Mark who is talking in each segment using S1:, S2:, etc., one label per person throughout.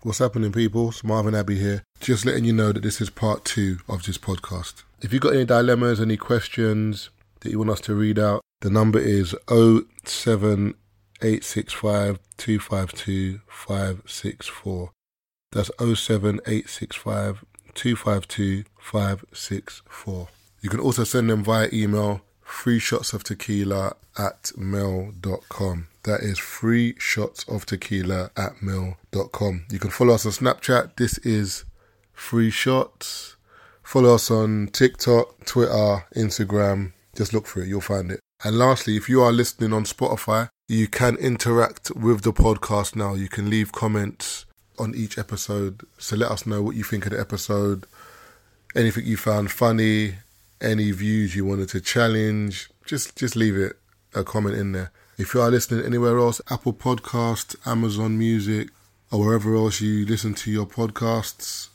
S1: What's happening, people? It's Marvin Abbey here. Just letting you know that this is part two of this podcast. If you've got any dilemmas, any questions that you want us to read out, the number is 07865 252 564. That's 07865 252 564. You can also send them via email free shots of tequila at mail.com. That is free shots of tequila at mail.com. You can follow us on Snapchat. This is free shots. Follow us on TikTok, Twitter, Instagram. Just look for it, you'll find it. And lastly, if you are listening on Spotify, you can interact with the podcast now. You can leave comments on each episode. So let us know what you think of the episode, anything you found funny, any views you wanted to challenge, just just leave it a comment in there. If you are listening anywhere else, Apple Podcast, Amazon Music, or wherever else you listen to your podcasts,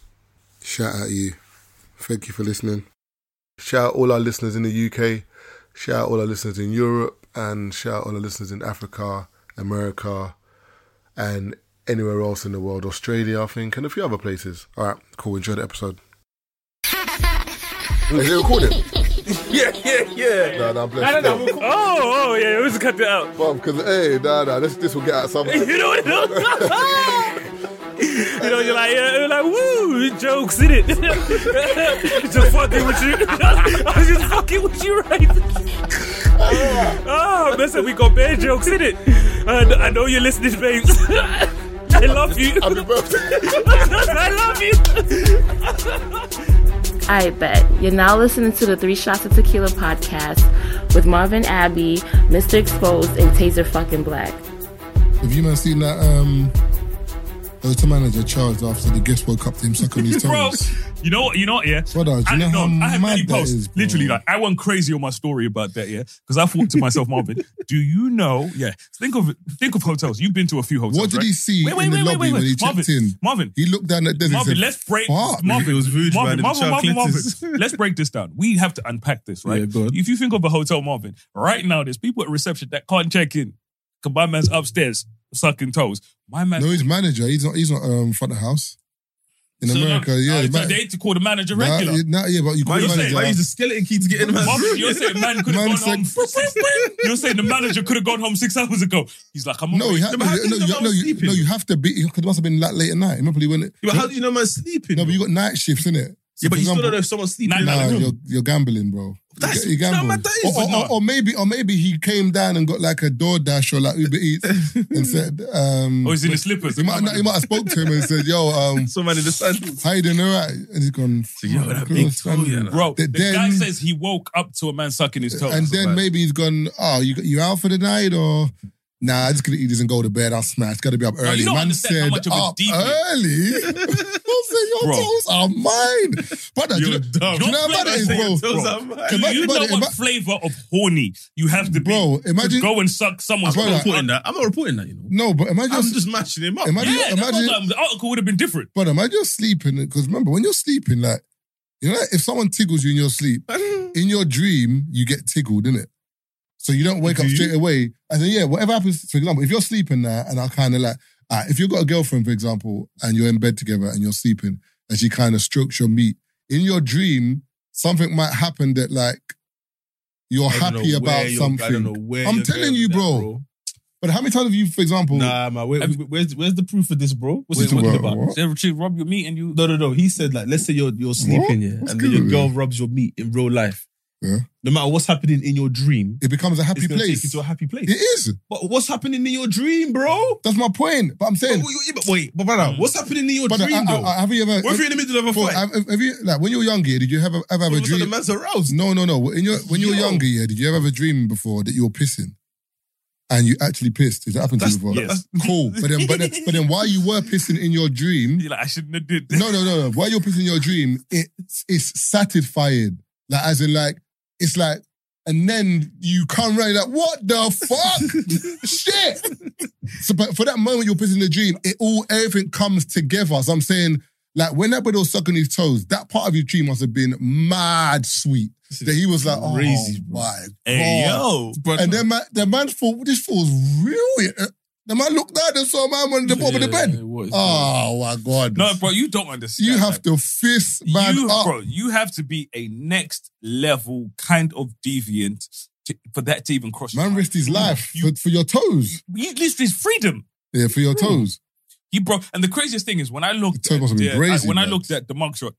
S1: shout out you. Thank you for listening. Shout out all our listeners in the UK, shout out all our listeners in Europe, and shout out all our listeners in Africa, America, and anywhere else in the world, Australia, I think, and a few other places. All right, cool. Enjoy the episode. Is it recording?
S2: Yeah, yeah, yeah.
S1: No, no, I'm blessed. No,
S2: oh, oh, yeah, we just cut that out.
S1: Bob, because hey, nah, nah, this this will get out somewhere.
S2: You know what You know, you're like, yeah, you're like, woo, jokes in it. just fucking with you. I was just fucking with you, right? oh, listen, we got bad jokes in it. And I know you're listening, babes. I love you.
S1: Happy birthday.
S2: I love you.
S3: I bet. You're now listening to the Three Shots of Tequila podcast with Marvin Abbey, Mr. Exposed, and Taser fucking Black.
S4: Have you man seen that? Um, there was a manager charged after the guest woke up to him sucking his
S5: bro.
S4: toes.
S5: You know what? You know what? Yeah.
S4: Brother, do you know how
S5: I had many
S4: mad that
S5: posts.
S4: is, bro?
S5: Literally, like I went crazy on my story about that. Yeah, because I thought to myself, Marvin, do you know? Yeah. Think of think of hotels. You've been to a few hotels.
S4: What did
S5: right?
S4: he see in the lobby when he checked
S5: Marvin,
S4: in?
S5: Marvin.
S4: He looked down at Des and
S5: Marvin,
S4: said,
S5: let's break.
S4: "Fuck."
S5: Marvin
S6: It was Vooch, man,
S5: Marvin,
S6: and
S5: Marvin, Marvin, Marvin.
S6: chocolates.
S5: Let's break this down. We have to unpack this, right?
S6: Yeah, go on.
S5: If you think of a hotel, Marvin, right now there's people at reception that can't check in. 'Cause my man's upstairs sucking toes. My man.
S4: No, he's manager. He's not. He's not um, front of house in America. yeah, the
S5: so
S4: man-
S5: they had to call the manager
S4: Nah,
S5: regular.
S4: yeah, nah, yeah, but you call
S6: Why
S4: the
S6: you say?
S4: manager.
S6: Why use the skeleton key to get in?
S5: Mom,
S6: Man,
S5: you're saying man could have
S4: Man
S5: gone
S4: said-
S5: home. you're saying the manager could have gone home six hours ago. He's like, I'm
S4: no,
S5: awake.
S4: he ha-
S6: No, but how
S4: no,
S6: did
S4: no,
S6: the
S4: you,
S6: man
S4: no, you,
S6: sleep in?
S4: no, you have to be. It must have been late, late at night. Remember, he went.
S6: Yeah, but how do you know man's sleeping?
S4: No, but you got night shifts in it.
S6: yeah, but you still don't know if someone's sleeping.
S5: Nah,
S6: in
S5: nah,
S6: that
S4: Nah,
S6: room.
S4: you're, you're gambling, bro.
S6: That's-
S4: you
S6: no,
S4: gamble.
S6: man, that is-
S4: or, or-
S6: no.
S4: or- or maybe, or maybe he came down and got like a DoorDash or like Uber Eats and said, um,
S5: Oh, he's in the slippers.
S4: he might, no, he might have spoke to him and said, "Yo, um,
S6: Someone in the sandals.
S4: how you doing, alright?" And he's gone,
S6: yo,
S4: "Fuck,
S6: that big
S4: girl, son."
S6: toe, yeah, nah.
S5: Bro, the
S4: Th- then-
S5: guy says he woke up to a man sucking his toes.
S4: And then
S6: bad.
S4: maybe he's gone, "Oh, you you out for the night or?" Nah, I'm just gonna eat this and go to bed. I'll smash. Gotta be up early.
S5: you don't
S4: Man
S5: understand how
S4: said,
S5: much of a
S4: up
S5: deviant-
S4: early. Don't say your
S5: Bro.
S4: toes are mine. Brother, do you know,
S6: You're dumb.
S4: do you know how bad it
S5: Don't play
S4: is,
S5: that
S4: bro?
S6: Your toes are
S5: Do
S4: Can
S6: mine.
S4: I-
S5: you
S4: but-
S5: know
S4: but-
S5: what flavor of horny you have to be
S4: Bro,
S5: to
S4: imagine-
S5: go and suck someone's
S4: Bro,
S6: I'm not
S4: like-
S5: toes?
S6: reporting that. I'm not reporting that. You know,
S4: No, but imagine
S6: I'm just matching him up.
S4: Imagine-
S5: yeah, that's what
S4: imagine-
S5: I'm- the article would have been different.
S4: But am I just sleeping? Because remember, when you're sleeping, like, you know, like, if someone tickles you in your sleep, in your dream, you get tickled, innit? So you don't wake
S6: Do
S4: up
S6: you?
S4: straight away. And then, yeah, whatever happens, for example, if you're sleeping now and I kind of like, ah, if you've got a girlfriend, for example, and you're in bed together and you're sleeping and she kind of strokes your meat, in your dream, something might happen that, like, you're
S6: I don't know
S4: happy
S6: where
S4: about
S6: you're- I don't know
S4: something.
S6: where
S4: I'm
S6: you're
S4: telling
S6: going
S4: you,
S6: with that,
S4: bro. But how many times have you, for example,
S6: Nah, man. Where, where's where's the proof of this, bro? What's
S4: Wait,
S6: he talking
S4: what-
S6: about?
S4: what?
S5: They would rub your meat and you.
S6: No, no, no. He said like, let's say you're you're sleeping, yeah,
S4: What's
S6: and then your
S4: good?
S6: girl rubs your meat in real life.
S4: Yeah.
S6: No matter what's happening in your dream,
S4: it becomes a happy
S6: it's gonna take you
S4: place?
S6: to a happy place.
S4: It is.
S6: But what's happening in your dream, bro?
S4: That's my point. But I'm
S6: But
S4: saying,
S6: wait, but wait, but brother,
S5: Mm.
S6: what's happening in your
S4: Mm. But
S6: dream
S4: I, I-
S6: though?
S4: I- have you ever?
S6: what if you're in the middle of a
S4: Well,
S6: fight?
S4: have, have you like when you were younger? yeah, Did you Mm. ever ever have
S6: All
S4: a
S6: of a sudden, the
S4: dream?
S6: man's aroused.
S4: No, no, no. When you were- when you were
S6: Yo.
S4: younger, yeah, did you ever have a dream before that you were pissing, and you actually pissed? Has that happened to
S6: That's-
S4: you before?
S5: yes.
S4: Cool. But then, but then, but then, while you were pissing in your dream,
S5: You're like, I shouldn't have did this.
S4: no, no, no, no. While you're pissing in your dream, it's it's satisfying. Like as in, like it's like, and then you come right like, what the fuck, shit. So, but for that moment you're pissing in the dream, it all everything comes together. So I'm saying, like when that brother was sucking his toes, that part of your dream must have been mad sweet.
S6: This is
S4: That he was like, oh
S6: crazy, bro.
S4: my god.
S5: Hey, yo.
S6: But
S4: And then man, the man thought this feels real. The man looked down and saw a man on the bottom of the bed.
S5: What is
S4: Oh my god.
S5: No, bro, you don't understand.
S4: you
S5: man.
S4: have to fist man oh.
S5: you,
S4: up.
S5: Bro, you have to be a next level kind of deviant to, for that to even cross. your
S4: Man
S5: mind.
S4: risked his life for, for your toes.
S5: You literally it's freedom.
S4: Yeah, for your
S5: Hmm.
S4: toes.
S5: He broke. And the craziest thing is when I looked
S4: Tell
S5: at
S4: me something
S5: the-
S4: crazy,
S5: I- when I
S4: man.
S5: looked at the mugshot,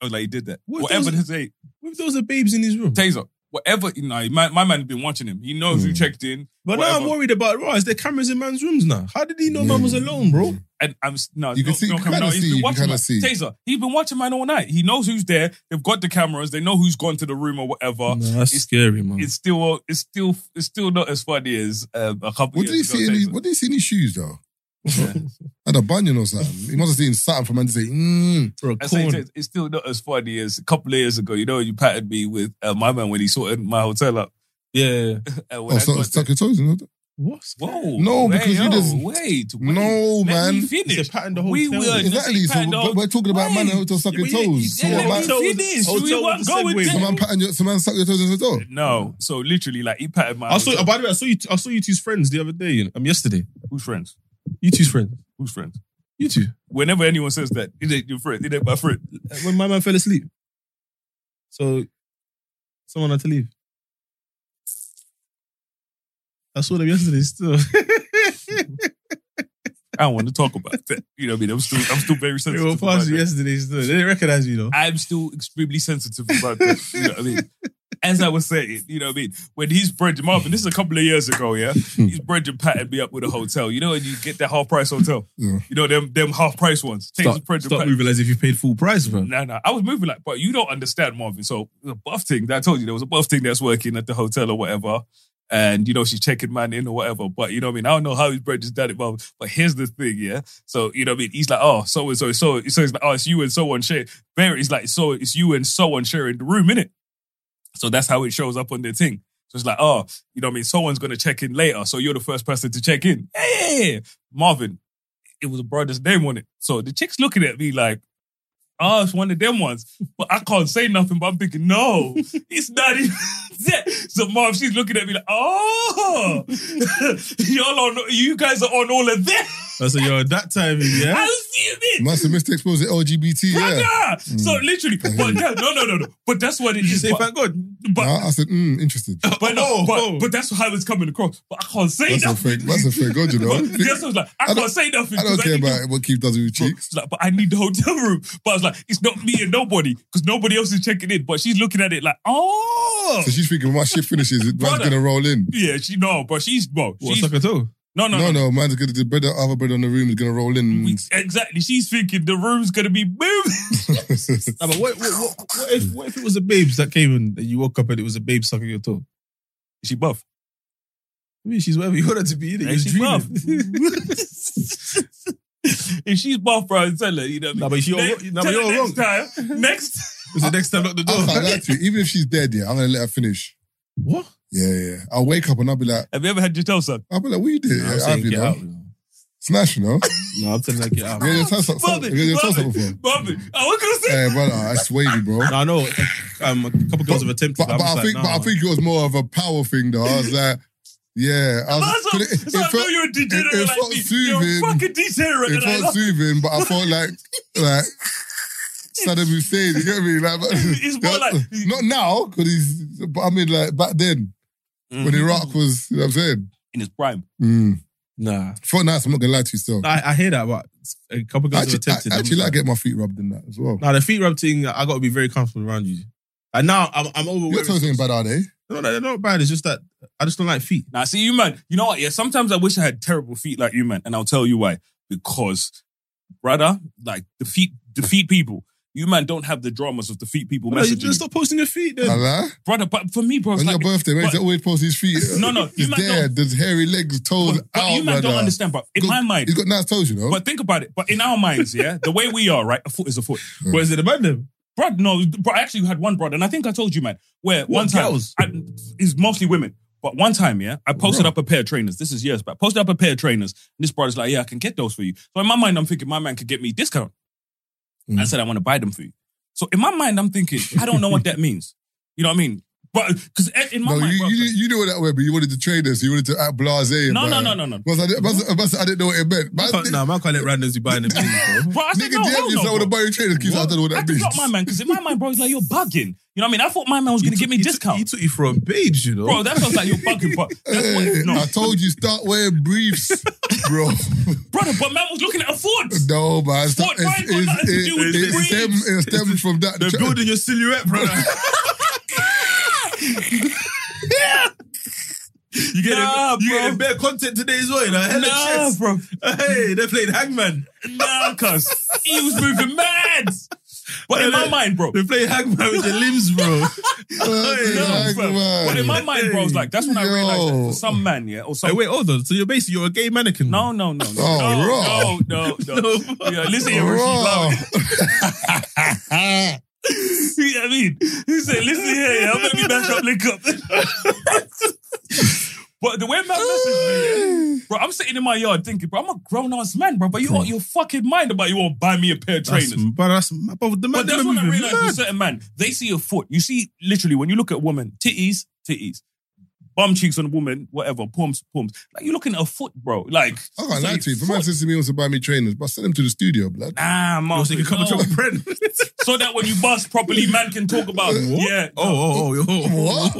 S5: I was like, he did that.
S6: What if
S5: whatever
S6: there was-
S5: this say,
S6: What if there was a babes in his room?
S5: taser, whatever. You know, my, my man's been watching him. He knows
S4: Mm.
S5: who checked in.
S6: But now I'm
S5: whatever.
S6: worried about, right, is there cameras in man's rooms now? How did he know man
S4: Mm.
S6: was alone, bro?
S5: And I'm s- no,
S4: You can
S5: no,
S4: see- you
S5: no,
S4: can
S5: come- no,
S4: kinda
S5: he's
S4: see,
S5: been
S4: you
S5: watching
S4: kinda
S5: man.
S4: see.
S5: Taser, he's been watching man all night. He knows who's there. They've got the cameras. They know who's gone to the room or whatever.
S6: that's
S5: it's-
S6: scary, man.
S5: It's still, it's still, it's still not as funny as um, a couple.
S4: What did he
S5: years
S4: see?
S5: ago,
S4: In his,
S5: Taser.
S4: what did he see in his shoes though? Had a bunion or something. He must have seen something for man to say, mm.
S6: for a
S5: I say
S6: corn.
S5: it's- it's still not as funny as a couple of years ago. You know, you patted me with uh, my man when he sorted my hotel up.
S6: Yeah.
S5: And when
S4: Oh,
S5: I
S4: so,
S5: got
S4: stuck your toes in. it?
S6: What?
S5: there- Whoa!
S4: No,
S5: wait,
S4: because you
S5: yo,
S4: just-
S5: wait, wait.
S4: No,
S5: Let me
S4: man.
S5: finish.
S6: It's a pattern the whole
S5: we
S6: hotel.
S5: were
S4: Exactly.
S5: just
S4: So
S5: patting the
S4: we're,
S5: whole-
S4: we're talking about man in
S5: Wait.
S4: a hotel suck your
S5: Yeah, yeah,
S4: toes. So
S5: yeah,
S4: what
S5: let
S4: about
S5: me finish.
S6: hotel
S5: We
S6: with
S5: weren't
S6: the
S5: going
S6: Segway.
S5: there.
S4: so man patting your so man suck your toes in the door?
S5: No, so literally, like he patted my.
S6: I saw.
S5: hotel-
S6: By the way, I saw you. I saw you two's friends the other day. You know, um, yesterday.
S5: who's friends?
S6: You two's friends.
S5: Who's friends?
S6: You two.
S5: Whenever anyone says that, it ain't your friend. It ain't my friend.
S6: Uh, When my man fell asleep. So, someone had to leave. I saw them yesterday. Still.
S5: I don't want to talk about that. You know what I mean? I'm still, I'm still very
S6: they
S5: sensitive.
S6: were
S5: about
S6: past you
S5: that.
S6: yesterday. Still. They didn't recognize you though.
S5: I'm still extremely sensitive about this. You know what I mean? As I was saying, you know what I mean? When he's bridging Marvin, this is a couple of years ago, yeah?
S6: Hmm.
S5: He's bridging patted me up with a hotel. You know when you get that half price hotel?
S4: Yeah.
S5: You know, them them half price ones. Take
S6: Stop,
S5: his bridging
S6: stop
S5: pat-
S6: moving as if you paid full price, bro.
S5: No, no. I was moving like, but you don't understand, Marvin. So the buff thing that I told you, there was a buff thing that's working at the hotel or whatever. And you know, she's checking man in or whatever. But you know what I mean? I don't know how his brother's done it, but but here's the thing, yeah. So, you know what I mean? He's like, oh, so and so, so so it's like, oh, it's you and so on share. Barry is like, so it's you and so on sharing the room, innit? So that's how it shows up on their thing. So it's like, oh, you know what I mean? Someone's gonna check in later. So you're the first person to check in. Yeah, yeah, yeah. Marvin, it was a brother's name on it. So the chick's looking at me like, oh, it's one of them ones. But I can't say nothing, but I'm thinking, no, it's not even that. So Marv, she's looking at me like, oh, y'all on, you guys are on all of that.
S6: I said, yo, that timing,
S5: I
S6: yeah.
S5: see it.
S4: Must have misexposed LGBT.
S5: Brother!
S4: Yeah.
S5: Ah. So
S4: Mm.
S5: literally, but yeah, no, no, no, no. But that's what it
S6: You
S5: is.
S6: say,
S5: But,
S6: thank God.
S5: but,
S4: I, I said, mm, interested.
S5: but, no,
S6: Oh,
S5: but,
S6: oh.
S5: but that's how it's coming across. But I can't say
S4: That's a
S5: nothing.
S4: fake. That's a fake God, you know.
S5: But yes, I was like, I,
S4: don't-
S5: can't say nothing.
S4: I don't
S5: 'cause
S4: care
S5: need to-
S4: about what Keith does with
S5: bro,
S4: cheeks.
S5: she's like, but I need the hotel room. But I was like, it's not me and nobody because nobody else is checking in. But she's looking at it like, oh,
S4: So she's thinking, once she finishes, it, man's
S5: Brother.
S4: gonna roll in.
S5: yeah, she no, but she's bro,
S6: What,
S5: she's
S6: suck a toe?
S5: no, no,
S4: No,
S5: no,
S4: no, man's gonna the bread, other bread on the room is gonna roll in.
S5: We- exactly. She's thinking the room's gonna be moving.
S6: Nah, but what, what, what, what if what if it was a babes that came and you woke up and it was a babe sucking your toe?
S5: she buff.
S6: I mean, she's whatever you want her to be in it.
S5: Hey,
S6: You're
S5: she's buff.
S6: dreaming.
S5: if she's buff, bro, tell her. You know, what I mean?
S6: Nah, but she all
S5: Ne-
S6: wrong-
S5: tell
S6: nah, but
S5: her
S6: you're all
S5: next time. Next,
S6: It's the next time knock the
S4: I can't lie
S6: door.
S4: to you. Even if she's dead, yeah, I'm gonna let her finish.
S6: what?
S4: Yeah, yeah. I'll wake up and I'll be like,
S5: have you ever had your toe sucked?
S4: I'll be like, what you did?
S6: Nah, I'm
S4: yeah,
S6: saying
S4: I'll be
S6: get
S4: like,
S6: out. you know.
S4: smash, you know.
S6: No, I'm um, telling her get out.
S4: You had your toes up-
S5: Bobby,
S4: you had your toes up
S5: Bobby,
S4: before.
S5: Bobby. I was gonna say.
S4: Hey, Eh, brother, that's wavy, bro.
S6: Nah, I know. Um, a couple girls have attempted.
S4: But,
S6: I'm
S4: but
S6: just
S4: I
S6: like,
S4: think,
S6: nah,
S4: but I
S6: man.
S4: think it was more of a power thing, though. I was like, yeah, I
S5: So,
S4: was.
S5: so,
S4: but it-
S5: so
S4: it
S5: I know
S4: felt-
S5: you're a degenerate
S4: it- it
S5: like
S4: felt
S5: me. You're a
S4: soothing.
S5: fucking degenerate.
S4: It
S5: and I
S4: felt
S5: love
S4: soothing, but I felt like like Saddam Hussein. You get me? Like, but-
S5: It's more like-
S4: not now because he's. But I mean, like back then
S5: Mm-hmm.
S4: when Iraq was. You know what I'm saying?
S5: in his prime.
S4: Mm.
S6: Nah,
S4: Felt nice. I'm not gonna lie to you. Still,
S6: I, I hear that, but a couple girls
S4: actually,
S6: have attempted.
S4: I,
S6: I'm
S4: actually,
S6: just
S4: I get my feet rubbed in that as well.
S6: Now the feet rub thing, I got to be very comfortable around you. And now I'm I'm
S4: Your
S6: overweight.
S4: toes ain't bad, are they?
S6: No, no, they're not bad. It's just that I just don't like feet.
S5: Now, see, you man, you know what? Yeah, sometimes I wish I had terrible feet like you, man, and I'll tell you why. Because, brother, like the feet, the feet people, you man don't have the dramas of the feet people
S4: uh,
S6: No, you
S5: messaging.
S6: just
S5: you.
S6: stop posting your feet then.
S4: Allah.
S5: brother, but for me, bro, it's
S4: On
S5: like,
S4: your birthday, man,
S5: but-
S4: they always post his feet.
S5: No, no, you
S4: he's
S5: man
S4: there. There's hairy legs, toes
S5: but, but
S4: out.
S5: you man don't
S4: brother.
S5: understand, bro. In
S4: Go-
S5: my mind,
S4: He's got nice toes, you know.
S5: but think about it. But in our minds, yeah, the way we are, right, a foot is a foot.
S6: Where's it about them?
S5: Bro, no, bro, I actually had one brother, and I think I told you, man, where one time
S6: girls?
S5: I, it's mostly women. But one time, yeah, I posted up a pair of trainers. This is years back. Posted up a pair of trainers, and this brother's like, "Yeah, I can get those for you." So in my mind, I'm thinking my man could get me discount. I said I want to buy them for you. So in my mind, I'm thinking I don't know what that means. You know what I mean? But because in my
S4: No,
S5: mind,
S4: you,
S5: bruv,
S4: you, you know what that went, but you wanted to train us. You wanted to act blasé.
S5: No, no,
S4: about
S5: no,
S4: it.
S5: no, no.
S4: Must I, did- must, must, I didn't know what it meant. Man,
S6: Can't- Nah, man can't let randoms be buying them things, bro.
S5: Bro, I said,
S4: nigga,
S5: no,
S4: DM
S5: hell no,
S4: yourself
S5: bro.
S4: with a body trainers because I don't know what
S5: I
S4: that
S5: did
S4: means.
S5: not my man because in my mind, bro, it's like you're bugging. You know what I mean? I thought my man was gonna give me
S6: He took-
S5: discount,
S6: He took you for a page, you know.
S5: bro. That sounds like you're bugging, but that's
S4: Hey,
S5: what, no,
S4: I told you, start wearing briefs, bro.
S5: brother. But man was looking at a Ford.
S4: no, man. It's,
S5: What? Why ain't got nothing to do with
S4: it,
S5: briefs?
S4: stem, it stemmed from that.
S6: They're building your silhouette, brother. you get
S5: Nah,
S6: you
S5: bro.
S6: getting better content today as well. You know, hella
S5: Nah,
S6: chess. Uh,
S5: bro.
S6: Hey, they're playing hangman.
S5: Nah, cuz he was moving mad. But in my mind, bro.
S6: They're playing hangman with your limbs, bro.
S4: Hey,
S5: No,
S4: like,
S5: bro.
S4: man.
S5: But in my mind, bro, it's like that's when I
S4: Yo.
S5: realized that for some man, yeah, or some.
S6: hey, wait, hold on. So you're basically you're a gay mannequin.
S5: No, no, no, no,
S4: Oh, raw.
S5: no, no, no, no. Yeah, listen, here, Rashid
S4: Raw.
S5: Lowry. You know what I mean? He said, listen here, yeah, I'm gonna be back up, link up. but the way man messaged me, yeah, bro, I'm sitting in my yard thinking, bro, I'm a grown ass man, bro, but
S4: Hmm.
S5: you out your fucking mind about you won't buy me a pair of
S6: That's,
S5: trainers.
S6: but that's but the man.
S5: But that's
S6: they're
S5: when I
S6: moving
S5: realized with
S6: mad.
S5: certain man, they see a foot. You see, literally, when you look at a woman, titties, titties, bum cheeks on a woman, whatever, pumps, pumps. Like you're looking at a fofoot, bro. Like
S4: I can't lie to you. If a
S5: foot.
S4: man says to me he wants to buy me trainers, but send him to the studio, blood.
S5: Nah, man.
S6: So you can come and
S5: no.
S6: talk with Brent.
S5: so that when you bust properly, man can talk about it. Yeah.
S6: Oh, oh, oh, oh,
S4: What?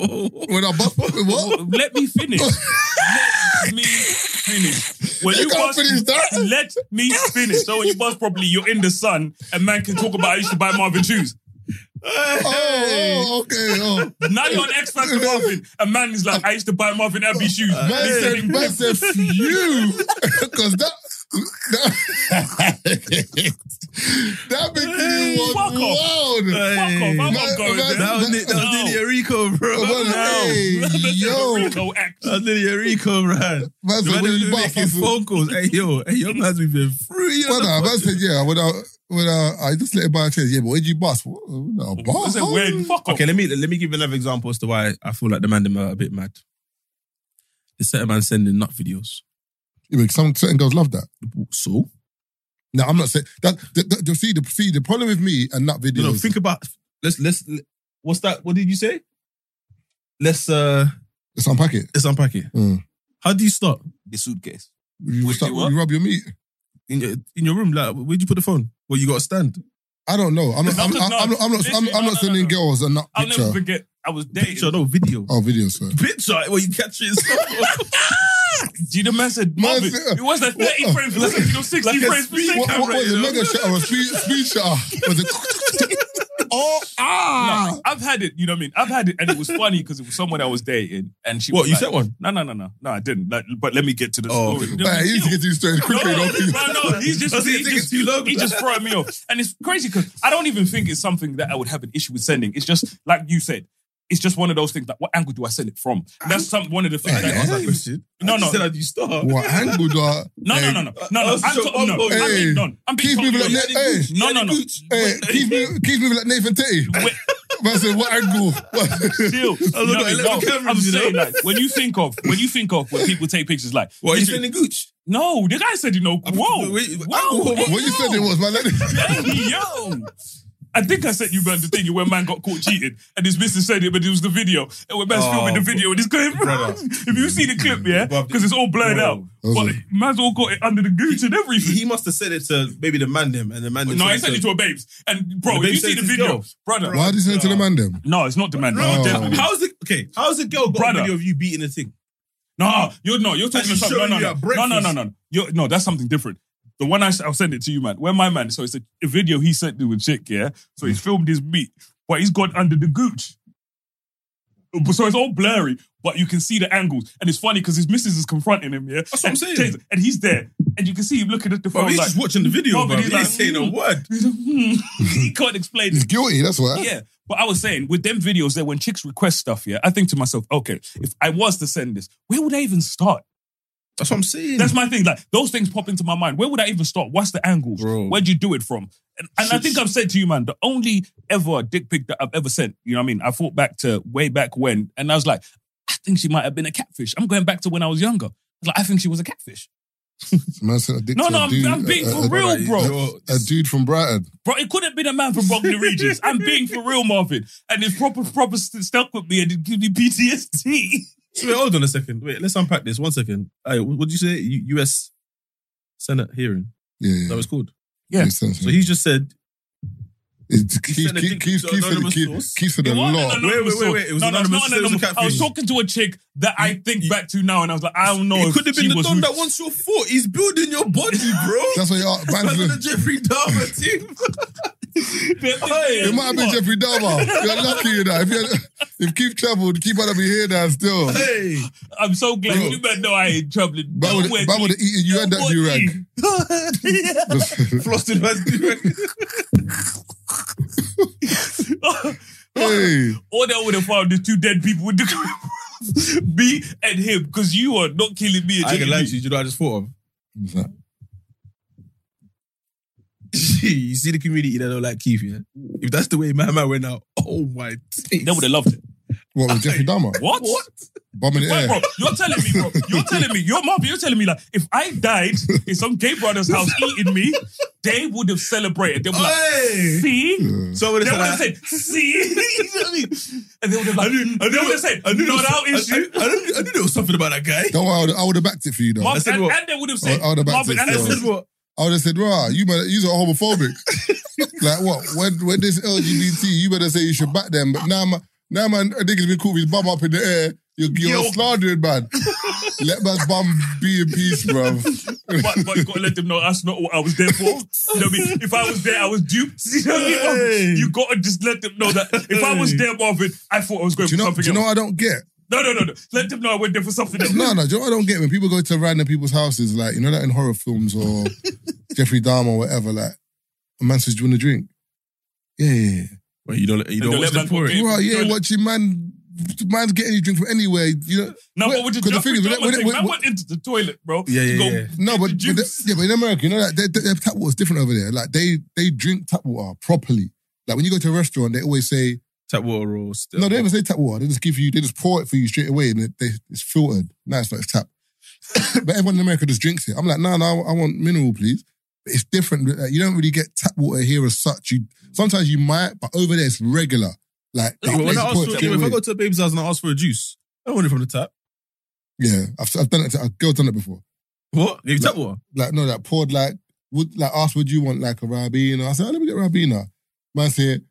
S4: When I bust what? What? Oh,
S5: Let me finish. let me finish. When
S4: You
S5: you
S4: can't
S5: bust,
S4: finish that.
S5: let me finish. So when you bust properly, you're in the sun, and man can talk about I used to buy Marvin shoes.
S4: Oh, oh, okay. Oh.
S5: Now you're an ex Factor Marvin, and man is like, I used to buy Marvin Abbey shoes.
S4: Uh, Man said, man said, phew. Because that. That, that
S6: Hey,
S4: bikini was
S5: fuck off.
S4: wild.
S5: Fuck off, I'm
S6: Hey.
S5: not
S4: Man,
S5: going there.
S6: That was,
S4: No.
S6: that was nearly a Rico, bro.
S4: Well, hey,
S5: That's the
S4: yo.
S5: Rico act.
S6: That's nearly a Rico, man.
S4: Man
S6: The
S4: said,
S6: man
S4: when
S6: is
S4: you bust, I
S6: making
S4: said,
S6: phone calls. Hey, yo, hey, your man's been through you.
S4: well, nah, man said, yeah, when I, when I, I just let him buy a trainer. Yeah, but where'd you bust? What? No,
S5: I
S4: bust.
S5: said, when? Fuck off.
S6: Okay, let me let me give you another example as to why I feel like the man them are a bit mad. The certain man sending nut videos.
S4: Yeah, but some certain girls love that.
S6: So
S4: No, I'm not saying that. The, the, the- see, the, see, the problem with me and that
S6: you
S4: video.
S6: know, think about let's let's what's that? What did you say? Let's uh
S4: let's unpack it.
S6: let's unpack it.
S4: Mm.
S6: How do you start
S5: The suitcase.
S4: You,
S5: Wait,
S4: start,
S5: do what?
S4: you rub your meat.
S6: in your in your room? Like, where'd you put the phone? Well, you got a stand.
S4: I don't know. I'm not.
S5: No,
S4: I'm,
S5: no,
S4: I'm, I'm, I'm not. I'm,
S5: listen,
S4: I'm
S5: no,
S4: not
S5: no,
S4: sending
S5: no, no.
S4: girls a nut
S5: I'll
S4: picture.
S5: never forget. I was dating.
S6: Picture, no video.
S4: Oh, video, sir.
S6: Picture. Well, you catch it. so-
S5: Gina Man said,
S4: Man
S5: Marvin,
S4: said-
S5: it was like 30
S4: What?
S5: frames per second, you know, 60
S6: Like a
S5: frames per
S6: speed
S5: second.
S4: What, what
S6: camera,
S4: was
S6: you
S4: it?
S6: know?
S4: Mega shot or a speed, speed shot? Was it? oh ah!
S5: No, I've had it, you know what I mean? I've had it, and it was funny because it was someone I was dating, and she
S6: What
S5: was
S6: you
S5: like,
S6: said one?
S5: No, no, no, no, no, I didn't. Like, but let me get to the
S6: Oh,
S5: story.
S6: okay.
S5: You know what I
S4: Man,
S5: mean?
S4: he used to get these straight quickly.
S5: no,
S4: don't he?
S5: no, no, he's just,
S6: That's
S5: he
S6: it, taking
S5: just,
S6: too long.
S5: he just throwing me off. And it's crazy because I don't even think it's something that I would have an issue with sending. It's just, like you said, it's just one of those things that what angle do I send it from? That's some one of the things
S6: I didn't
S5: that
S6: ask that question.
S5: No,
S6: I
S5: no.
S6: just said how do you start?
S4: What angle do I?
S5: No, no,
S4: Hey,
S5: no, no, no, no.
S6: I
S5: I'm,
S6: was so
S5: talking, no,
S6: humble.
S5: I'm
S4: Hey,
S5: being done. I'm being
S4: keep
S5: totally
S4: people
S5: honest.
S4: like that- hey,
S5: No, no, no.
S4: Hey, eh, keep me, keep me like Nathan Titty.
S5: Wait,
S4: Man said, what angle?
S5: chill. You know
S6: looking
S5: what I
S6: at
S5: mean?
S6: little
S5: No,
S6: cameras,
S5: I'm
S6: you know?
S5: saying like when you think of when you think of when people take pictures like
S6: What, you
S5: literally-
S6: sending Gooch?
S5: No, the guy said you know. Whoa,
S6: wait, wait,
S5: whoa.
S6: what-
S5: hey,
S4: what you
S5: yo.
S4: said it was, man. Like,
S5: Hey, yo. I think I sent you man the thing where man got caught cheating and his missus said it, but it was the video. And when man's
S6: Oh,
S5: filming the video and he's going,
S6: brother.
S5: if you see the clip, yeah,
S6: Bruv,
S5: because it's all blurred
S6: bro.
S5: out. But
S4: Okay.
S5: man's all got it under the gooch and everything.
S6: He must have said it to maybe the man them and the man them.
S5: no, I
S6: said
S5: sent it to a babes. And bro,
S6: The
S5: if you
S6: babe
S5: see
S6: said
S5: the
S6: it's his
S5: video,
S6: girl.
S5: brother.
S4: why did you send it to the man them?
S5: No, it's not the man.
S6: Bro,
S5: No,
S4: Oh.
S5: definitely.
S6: How's it okay? How's a girl got
S5: Brother.
S6: a video of you beating a thing?
S5: No, you're no, you're talking
S6: That's
S5: about no,
S6: showing
S5: no,
S6: you
S5: no,
S6: at
S5: no,
S6: breakfast.
S5: no, no, no. You're, no, that's something different. The one I, will send it to you, man. Where my man, so it's a, a video he sent me with chick, yeah. So
S6: Mm.
S5: he's filmed his meat, but he's gone under the gooch. So it's all blurry, but you can see the angles, and it's funny because his missus is confronting him, yeah.
S6: That's what I'm
S5: And-
S6: saying.
S5: and he's there, and you can see him looking at the
S6: Bro,
S5: phone
S6: he's
S5: like,
S6: just watching the video,
S5: No,
S6: bro.
S5: but
S6: He
S5: he's
S6: ain't
S5: like,
S6: saying a
S5: mm.
S6: word.
S5: he can't explain
S4: He's
S5: it.
S4: guilty. That's why.
S5: Yeah, but I was saying with them videos there when chicks request stuff, yeah, I think to myself, okay, if I was to send this, where would I even start?
S6: That's what I'm saying.
S5: That's my thing. Like those things pop into my mind. Where would I even start? What's the angle?
S6: Bro.
S5: Where'd you do it from? And, and I think I've said to you, man, the only ever dick pic that I've ever sent, you know what I mean? I thought back to way back when, and I was like, I think she might have been a catfish. I'm going back to when I was younger. Like, I think she was a catfish.
S4: Man sent a dick
S5: No,
S4: to
S5: no,
S4: a
S5: I'm-
S4: dude,
S5: I'm being
S4: a-
S5: for
S4: a-
S5: real,
S4: a-
S5: bro.
S4: A, a dude from Brighton.
S5: Bro, it could have been a man from Brogdon Regis. I'm being for real, Marvin. And it's proper, proper st- stuck with me and it gives me PTSD.
S6: Wait, hold on a second. Wait, let's unpack this. One second. Hey, what would you say? U- U.S. Senate hearing.
S4: Yeah, yeah.
S6: That was called.
S5: yeah.
S4: Makes sense.
S6: So he just said.
S4: It's- Keith
S6: sent a
S4: Keith-
S6: dick
S4: Keith-
S6: to
S4: Keith said
S6: anonymous
S4: Keith-
S6: source.
S4: Keith said a
S5: It wasn't an
S4: lot.
S5: anonymous
S6: Wait, wait, wait,
S5: source.
S6: wait, it was
S5: no, no, it's
S6: anonymous.
S5: not
S6: It was a
S5: anonymous. I was
S6: catfish.
S5: talking to a chick that I think back to now, and I was like, I don't know.
S6: it
S5: if
S6: could have
S5: she
S6: been the
S5: was
S6: Don
S5: who-
S6: that wants your foot. He's building your body, bro.
S4: That's why you are.
S6: Rather
S4: man,
S6: than Jeffrey Dahmer team.
S4: It might have been Jeffrey Dahmer. You're lucky, you know. If, you if Keith travelled, Keith might have been here now still.
S6: hey,
S5: I'm so glad
S4: Bro.
S5: you man know I ain't troubling.
S4: Man would
S5: Nowhere
S4: man would have eaten you and that
S5: Nobody.
S4: durag.
S6: Flossed man's doing.
S4: Hey,
S5: All that would have found is two dead people with the me and him, because you are not killing me. And
S6: I can
S5: killing
S6: lie
S5: me.
S6: to you. Do you know what I just thought of? you see the community that don't like Keith, yeah? If that's the way my man went out, oh my days.
S5: They would have loved it.
S4: what was Jeffrey Dahmer?
S5: What?
S4: Bomb in the
S5: Right,
S4: air.
S5: bro, you're telling me, bro, you're telling me, your mom, you're telling me, like, if I died in some gay brother's house eating me, they would have celebrated. They would have
S6: Hey!
S5: like, see?
S6: So would
S5: They would have
S6: have
S5: said, see? You know what I mean? And they would have like, and they would have said,
S6: I knew there
S5: not
S6: was-
S5: our
S6: I-
S5: issue.
S6: I, I, knew, I knew there was something about that guy.
S4: Don't worry, I would've- I would have backed it for you, though.
S5: Marvin-
S6: said
S5: and,
S6: what?
S5: and they would have said,
S4: I would have backed
S5: Marvin,
S4: it
S5: and I
S4: still.
S5: said,
S6: Said what?
S4: I would have said, "Rah, you better, you're homophobic." like what? When when this LGBT, you better say you should back them. But now, man, now man, a nigga's been caught with his bum up in the air. You're, you're
S5: Yo.
S4: slandering, man. Let man's bum be in peace, bruv.
S5: but, but you gotta let them know that's not what I was there for. You know what I mean? If I was there, I was duped. You know what I mean? Marvin?
S6: Hey.
S5: You gotta just let them know that if I was there, Marvin, I thought I was going
S4: Do you
S5: for
S4: know?
S5: something
S4: Do you know?
S5: else.
S4: What I don't get.
S5: No, no, no, no. Let them know I went there for something else.
S4: No, no. Do you know what I don't get when people go to random people's houses, like you know that in horror films or Jeffrey Dahmer or whatever. Like a man says, "Do you want a drink?" Yeah, yeah. yeah.
S6: Well, you don't, you
S5: don't
S6: don't
S5: let
S6: watch the
S5: man cook
S6: pouring.
S5: it.
S4: Right, yeah.
S5: Don't-
S4: Watching man, man's getting you drink from anywhere. You know.
S5: No,
S4: Wait,
S5: but with the
S4: 'cause the thing
S5: Jeffrey
S4: is, when-
S5: Dahmer
S4: when-
S5: thing,
S4: when-
S5: man went into the toilet, bro.
S6: Yeah, yeah,
S5: to go
S6: yeah.
S4: No, but
S5: get the
S4: but the-
S5: juice.
S4: yeah, but in America, you know that their, their, their tap water's different over there. Like they they drink tap water properly. Like when you go to a restaurant, they always say
S6: Tap water or still.
S4: no, they never say tap water. They just give you, they just pour it for you straight away, and it, they, it's filtered. No, it's not. It's tap. but everyone in America just drinks it. I'm like, no, no, I, I want mineral, please. But it's different. Like, you don't really get tap water here as such. You sometimes you might, but over there it's regular. Like they
S6: Well,
S4: always
S6: when
S4: pour
S6: I ask
S4: it
S6: for,
S4: straight
S6: if I
S4: away.
S6: go to a baby's house and I ask for a juice, I want it from the tap.
S4: yeah, I've, I've done it. To, a girl done it before.
S6: What? Give you tap water?
S4: like no, that poured like would like asked would you want like a Rabina? I said, oh, let me get Rabina. Man said,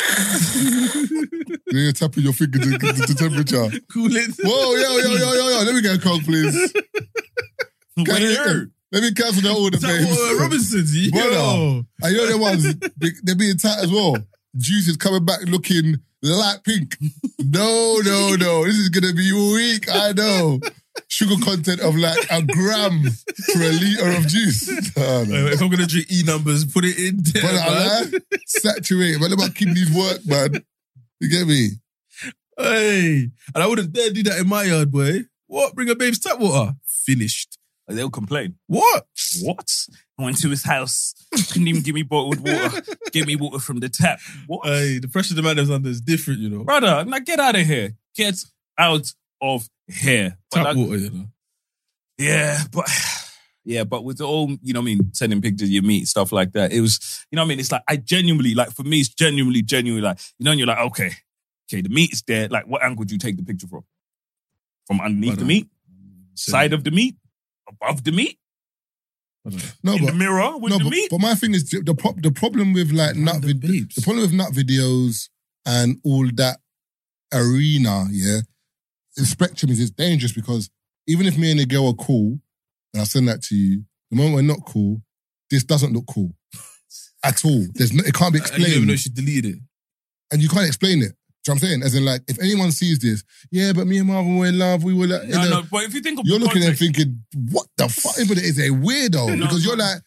S4: you're tapping your finger to, to, to temperature.
S6: Cool it.
S4: Whoa, yo, yo, yo, yo, yo, let me get a coke, please. Can I-
S6: Waiter.
S4: let me cancel that order,
S6: Tap water
S5: uh,
S6: at
S4: babe.
S6: Robinson's.
S4: Brother.
S6: Yo.
S4: And you know the ones, they, they're being tight as well. Juice is coming back looking light pink. No, no, no. This is gonna be weak, I know. Sugar content of like a gram for a liter of juice. No, no.
S6: Wait, wait, If I'm going to drink E numbers, put it in there.
S4: But I
S6: man.
S4: lie, saturate. But let my kidneys work, man. You get me?
S6: Hey, and I wouldn't dare do that in my yard, boy. What? Bring a babe's tap water? Finished.
S5: And They'll complain.
S6: What?
S5: What? I went to his house. Couldn't even give me bottled water. Give me water from the tap. What?
S6: Hey, the pressure the man is under is different, you know.
S5: Brother, now get out of here. Get out of here. But
S6: Tap
S5: like-
S6: water, you know.
S5: Yeah, but yeah, but with all you know, what I mean, sending pictures of your meat stuff like that. It was, you know, what I mean, it's like I genuinely, like for me, it's genuinely, genuinely, like you know, and you're like, okay, okay, the meat is there. Like, what angle do you take the picture from? From underneath
S6: Right
S5: the
S6: on.
S5: meat, side of the meat, above the meat,
S4: No,
S5: in
S4: but
S5: the mirror with
S4: no,
S5: the
S4: but,
S5: meat.
S4: but my thing is the pro- the problem with like nut vid-
S6: babes.
S4: the problem with nut videos and all that arena, yeah. The spectrum is it's dangerous because even if me and a girl are cool, and I send that to you, the moment we're not cool, this doesn't look cool at all. There's no, it can't be
S6: I didn't even
S4: explained.
S6: know she deleted it.
S4: and you can't explain it. Do you know what I'm saying? As in, like, if anyone sees this, yeah, but me and Marvin were in love. We were like, you
S5: no,
S4: know,
S5: no, but if you think of
S4: you're
S5: the
S4: looking
S5: context,
S4: and thinking, what the fuck? But it is a weirdo
S5: No,
S4: because
S5: no.
S4: you're like,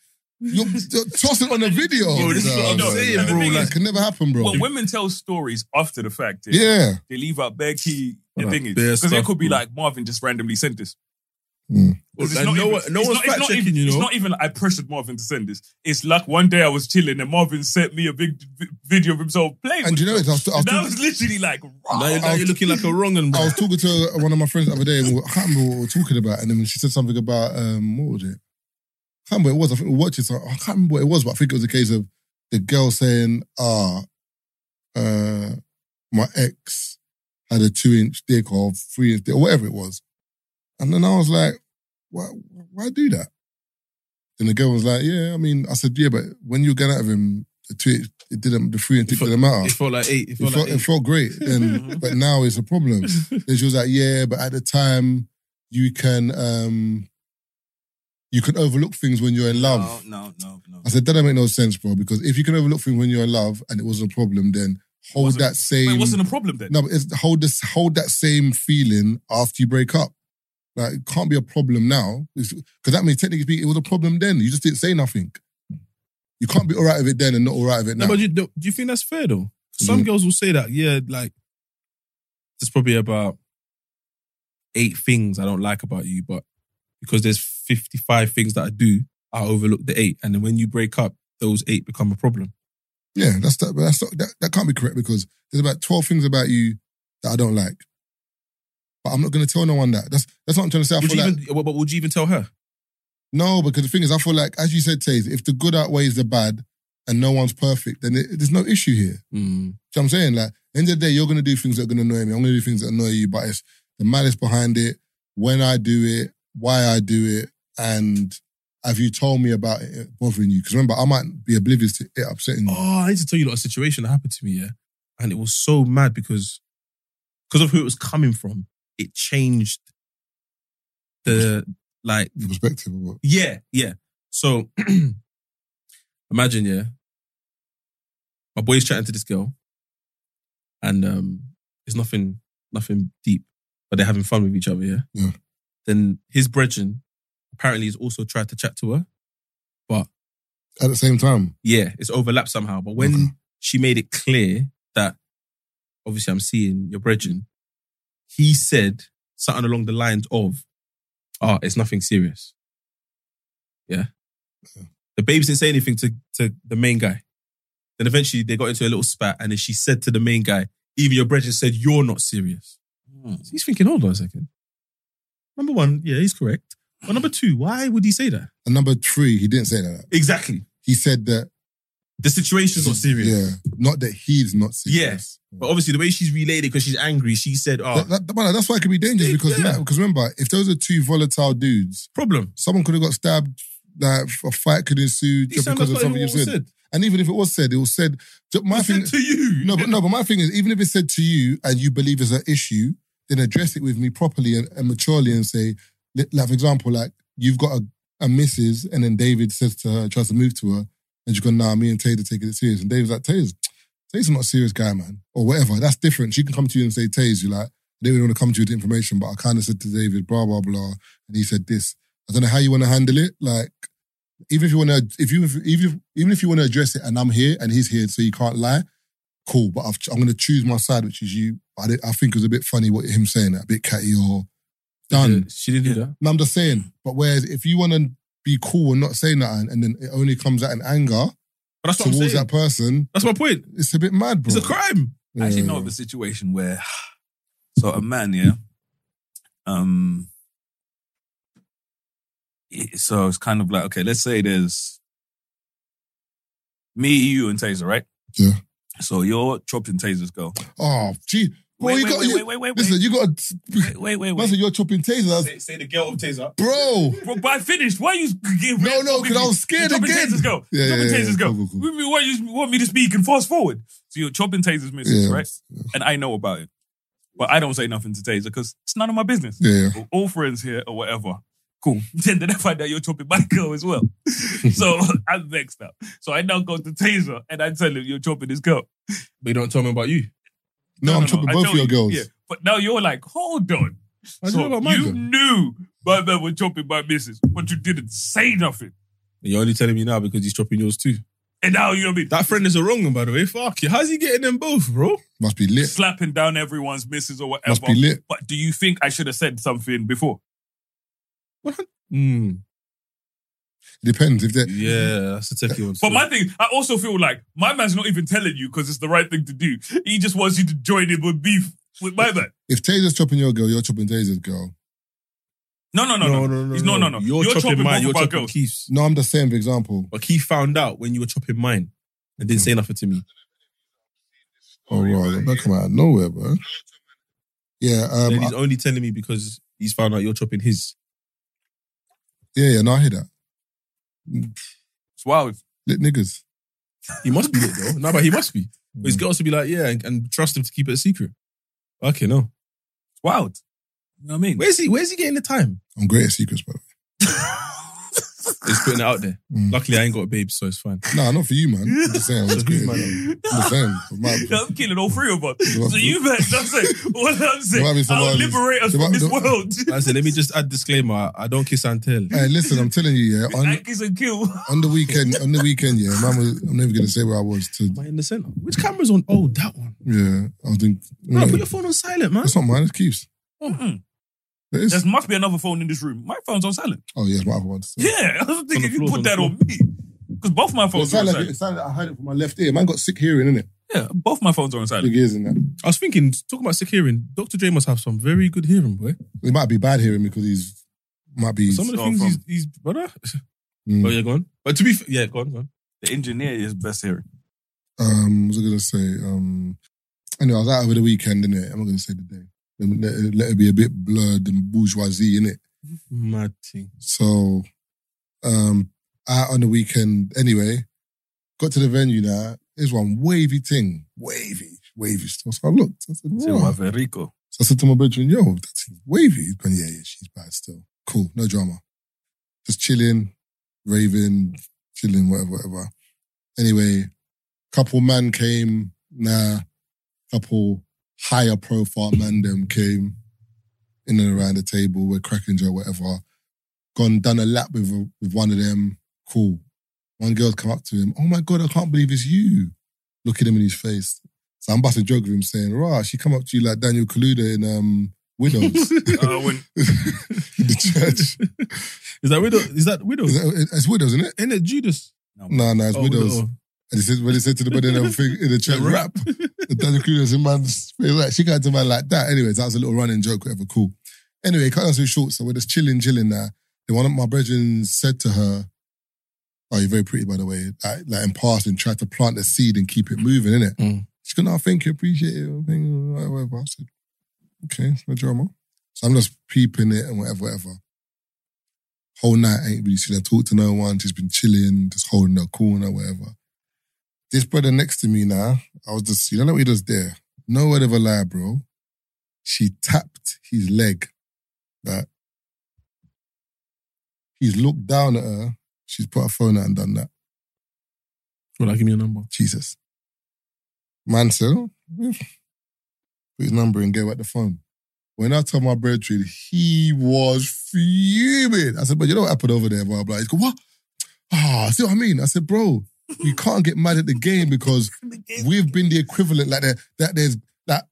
S4: you're, you're tossing on a video.
S6: Yo, this is what I'm
S4: Nah,
S6: saying,
S4: nah,
S6: bro,
S4: nah.
S6: like-
S4: it can never happen, bro.
S5: but women tell stories after the fact. Yeah,
S4: yeah,
S5: they leave out bare key the
S6: Right.
S5: thingies
S6: Bare
S5: because it
S6: stuff,
S5: could be
S6: bro.
S5: like Marvin just randomly sent this.
S6: Like,
S5: 'Cause
S6: no,
S5: even-
S6: one- no
S5: it's
S6: one's
S5: not- it's
S6: fact
S5: not
S6: checking,
S5: even-
S6: you know.
S5: It's not even like I pressured Marvin to send this. It's like one day I was chilling and Marvin sent me a big v- video of himself playing.
S4: and
S5: with
S4: you know,
S5: it.
S4: it's, I was, I was
S5: And I
S4: talking,
S5: was literally like,
S6: now, you're, now you're looking like a wrong one,
S4: I
S6: bro.
S4: was talking to one of my friends the other day. And we were, I can't remember what we were talking about, and then she said something about um, what was it? can't remember what it was. I think we watched it. So I can't remember what it was, but I think it was a case of the girl saying, ah, uh, my ex had a two inch dick or three inch dick or whatever it was. And then I was like, why, why do that? And the girl was like, yeah, I mean, I said, yeah, but when you get out of him, the two inch, it didn't, the three inch dick
S6: felt-
S4: didn't matter.
S6: It felt like eight. It
S4: It
S6: felt
S4: felt,
S6: like
S4: it
S6: eight.
S4: felt great, and but now it's a problem. Then she was like, "Yeah, but at the time, you can um, you can overlook things when you're in love."
S5: No, no, no.
S4: I said, "That don't make no sense, bro. Because if you can overlook things when you're in love and it wasn't a problem, then hold
S7: Wasn't-
S4: that
S7: But it
S4: same
S7: wasn't a problem then.
S4: no, but it's, hold this hold that same feeling after you break up. Like it can't be a problem now because that means technically speaking, it was a problem then. You just didn't say nothing. You can't be all right with it then and not all right with it now.
S6: No, but you, do, do you think that's fair though?
S4: Mm-hmm.
S6: Some girls will say that, yeah, like there's probably about eight things I don't like about you, but because there's 55 things that I do, I overlook the eight. And then when you break up, those eight become a problem.
S4: Yeah, that's that, but that's not that, that can't be correct because there's about twelve things about you that I don't like. But I'm not gonna tell no one that. That's that's what I'm trying to say. I
S6: Would
S4: feel
S6: you
S4: like
S6: even, but but would you even tell her?
S4: no, because the thing is, I feel like as you said, Taze, if the good outweighs the bad and no one's perfect, then it, there's no issue here. Do
S6: Mm.
S4: you know what I'm saying? Like, end of the day, you're gonna do things that are gonna annoy me. I'm gonna do things that annoy you, but it's the malice behind it, when I do it, why I do it, and have you told me about it bothering you? Because remember, I might be oblivious to it upsetting you.
S6: Oh, I need to tell you like, a situation that happened to me, yeah. And it was so mad because because of who it was coming from, it changed the like
S4: Your perspective of it.
S6: Yeah, yeah. So imagine, yeah, my boy's chatting to this girl, and um, it's nothing, nothing deep, but they're having fun with each other, yeah.
S4: Yeah.
S6: Then his brethren apparently has also tried to chat to her, but
S4: at the same time.
S6: yeah, it's overlapped somehow. But when
S4: Okay.
S6: she made it clear that obviously I'm seeing your brethren, he said something along the lines of, "Ah, it's nothing serious." Yeah, the babes didn't say anything to to the main guy. Then eventually they got into a little spat, and then she said to the main guy, "Even your brethren said you're not serious." So he's thinking, "Hold on a second. Number one, yeah, he's correct. But number two, why would he say that?
S4: And number three, he didn't say that.
S6: Exactly.
S4: He said that.
S6: The situation's not serious.
S4: Hmm. Yeah, not that he's not serious.
S6: Yes. But obviously, the way she's relayed it, because she's angry, she said, "Oh,
S4: That- that- man, that's why it could be dangerous because
S6: Yeah.
S4: because remember, if those are two volatile dudes,
S6: problem."
S4: someone could have got stabbed. Like a fight could ensue
S6: He
S4: just
S6: said,
S4: because of
S6: "That's not
S4: something
S6: even
S4: you
S6: what was
S4: said. And even if it was said, it was said. ju- My
S6: I
S4: thing,
S6: said to you.
S4: no, but no, but my thing is, even if it's said to you and you believe it's an issue, then address it with me properly and, and maturely and say, li- like for example, like you've got a, a missus and then David says to her, tries to move to her, and she goes, nah, me and Taylor taking it serious. And David's like, Taylor's, Taylor's not a serious guy, man, or whatever. That's different. She can come to you and say, Taze, you're like, I didn't really want to come to you with the information, but I kind of said to David, blah, blah, blah. And he said this. I don't know how you want to handle it. Like, even if you want to, if you, even if, even if you want to address it and I'm here and he's here, so you can't lie, cool, but I've, I'm going to choose my side, which is you. I, did, I think it was a bit funny what him saying that, a bit catty or done.
S6: Yeah, She didn't do that.
S4: No, I'm just saying. But whereas if you want to be cool and not say nothing, and then it only comes out in anger
S6: But that's what I'm
S4: towards
S6: saying.
S4: that person,
S6: That's my point.
S4: it's a bit mad, bro.
S6: It's a crime.
S5: I actually
S4: Yeah.
S5: know of a situation where, so a man, yeah, um, it- so it's kind of like okay, let's say there's me, you, and Taser, right?
S4: Yeah.
S5: So you're chopping Taser's girl.
S4: Oh, gee, bro,
S5: wait,
S4: you
S5: wait,
S4: got
S5: wait,
S4: you,
S5: wait, wait, wait,
S4: listen.
S5: wait,
S4: You got to,
S5: wait, wait, wait,
S4: listen. You're chopping tasers,
S7: Say, say the girl of Taser.
S4: bro.
S5: Bro, but I finished. Why you getting
S4: No, no, because I was scared
S5: chopping
S4: again.
S5: Tasers go.
S4: Yeah,
S5: Yeah, chopping
S4: yeah, yeah.
S5: tasers go.
S4: Cool, cool, cool.
S5: What you- What you want me to speak and fast forward? So you're chopping tasers misses,
S4: Yeah.
S5: right? And I know about it. But I don't say nothing to taser because it's none of my business.
S4: Yeah,
S5: We're all friends here or whatever. Cool. Then then I find out you're chopping my girl as well. so I'm vexed up. So I now go to Taser and I tell him you're chopping this girl.
S6: But you don't tell me about you.
S4: no, I'm chopping
S5: I
S4: both of
S5: tell
S4: your
S5: you,
S4: girls.
S5: Yeah. But now you're like, hold on.
S6: I don't
S5: so
S6: know about my
S5: you
S6: girl.
S5: knew my man was chopping my missus, but you didn't say nothing.
S6: You're only telling me now because he's chopping yours too.
S5: And now you know what I mean?
S6: That friend is a wrong one, by the way. Fuck you. How's he getting them both, bro?
S4: Must be lit.
S5: slapping down everyone's misses or whatever.
S4: Must be lit.
S5: But do you think I should have said something before?
S6: Mm,
S4: Depends if they.
S6: yeah, that's a techie one.
S5: But my thing, I also feel like my man's not even telling you because it's the right thing to do. He just wants you to join him with beef with my man.
S4: If Taser's chopping your girl, you're chopping Taser's girl.
S8: No, no, no, no,
S6: no,
S8: He's- no, no, no.
S6: You're,
S8: You're
S6: chopping
S8: chopping both
S6: mine. You're
S8: of our
S6: chopping
S8: girls.
S6: Keith's.
S4: No, I'm the same for example.
S6: But Keith found out when you were chopping mine
S4: Hmm.
S6: and didn't say nothing to me.
S4: Oh, right. That come out of nowhere, bro. Yeah, um,
S6: then he's only telling me because he's found out you're chopping his.
S4: yeah, yeah. No, I hear that.
S8: It's wild.
S4: Lit niggas.
S6: He must be lit though. No, but he must be. But his girls to be like, yeah, and, and trust him to keep it a secret. Okay, no.
S8: It's wild. You know what I mean?
S6: Where's he? Where's he getting the time?
S4: I'm great at secrets, bro.
S6: He's putting it out there.
S4: Mm.
S6: Luckily, I ain't got a babe, so it's fine.
S4: Nah, not for you, man. I'm just saying. I was great. at it. I'm just saying. For my-
S8: Yeah, I'm killing all three of us. So you bet. That's it. All I'm
S4: might be
S8: saying,
S4: some
S8: I'll
S4: others.
S8: liberate us
S4: There
S8: from
S4: might-
S8: this
S4: there-
S8: world.
S6: Like I said, let me just add disclaimer. I- I don't kiss and tell.
S4: Hey, listen, I'm telling you, yeah. On,
S8: Like is a kill.
S4: on the weekend, on the weekend, yeah. Man was, I'm never gonna say where I was. To
S6: Am I in the center? Which camera's on? Oh, that one.
S4: yeah, I was in.
S6: Bro,
S4: no,
S6: put your phone on silent, man.
S4: that's not mine. It's Keith's.
S8: Mm-mm.
S4: It is.
S8: There must be another phone in this room. My phone's on silent.
S4: Oh yeah, it's my other one. So.
S8: Yeah, I was
S6: the
S8: thinking you
S6: floor, on
S8: put
S6: the
S8: that
S6: floor.
S8: on me because both my
S4: It
S8: phones are on
S4: sounded like
S8: silent.
S4: it sounded like I heard it from my left ear. Man got sick hearing, innit?
S8: Yeah, both my phones are on
S4: Big
S8: silent.
S4: ears in that.
S6: I was thinking, talking about sick hearing, Dr. J must have some very good hearing, boy.
S4: It might be bad hearing because he's might be.
S6: Some of the
S8: Oh,
S6: things
S8: from-
S6: he's, he's brother.
S4: Mm.
S6: Oh yeah, go on. But to be f- yeah, go on, go on.
S8: The engineer is best hearing.
S4: Um, what was I gonna say? Um, anyway, I was out over the weekend, innit? I'm not gonna say the day. Let, let, it- let it be a bit blurred and bourgeoisie, innit?
S6: Mad thing.
S4: So, um, out on the weekend, anyway, got to the venue now. Here's one wavy thing, wavy, wavy stuff. So I looked. I said,
S8: So
S4: "Wow."
S8: Puerto Rico.
S4: So I said to my bedroom, yo, that's wavy. He's been, yeah, yeah, she's bad still. Cool, no drama. Just chilling, raving, chilling, whatever, whatever. Anyway, couple man came, nah, couple higher profile man them came in and around the table, we're cracking joke, whatever. Gone, done a lap with, with one of them, cool. One girl's come up to him, oh my God, I can't believe it's you. Look at him in his face. So I'm busting joke with him saying, Rah, she come up to you like Daniel Kaluda in um, Widows in
S8: Uh, when
S4: the church.
S6: Is that widow? Is that widow?
S4: Is that- it's Widows, isn't it?
S6: Ain't it Judas?
S4: No, no, it's
S6: Oh,
S4: Widows.
S6: widow.
S4: And he said, when they said to the brother in the, thing, in the church, rap, and Daniel Kaluda's in man's face, like, she got to man like that. Anyways, that was a little running joke, whatever, cool. Anyway, cut down so short, so we're just chilling, chilling now. Then one of my brethren said to her, Oh, you're very pretty, by the way. Like, like in passing, tried to plant the seed and keep it moving, innit?
S6: Mm.
S4: She's gonna, I think you appreciate it, I think, whatever. I said, okay, it's no drama. So I'm just peeping it and whatever, whatever. Whole night, I ain't really seen her talk to no one. She's been chilling, just holding her corner, whatever. This brother next to me now, I was just, you don't know what he does there? No word of a lie, bro. She tapped his leg. That he's looked down at her. She's put her phone out and done that.
S6: Well, like, give me your number.
S4: Jesus. Man said, "Oh, yeah." put his number and gave out the phone. When I told my brethren, he was fuming. I said, but you know what happened over there, blah, blah. He's going, what? Ah, see what I mean? I said, bro, we can't get mad at the game because we've been the equivalent like that. That there's that.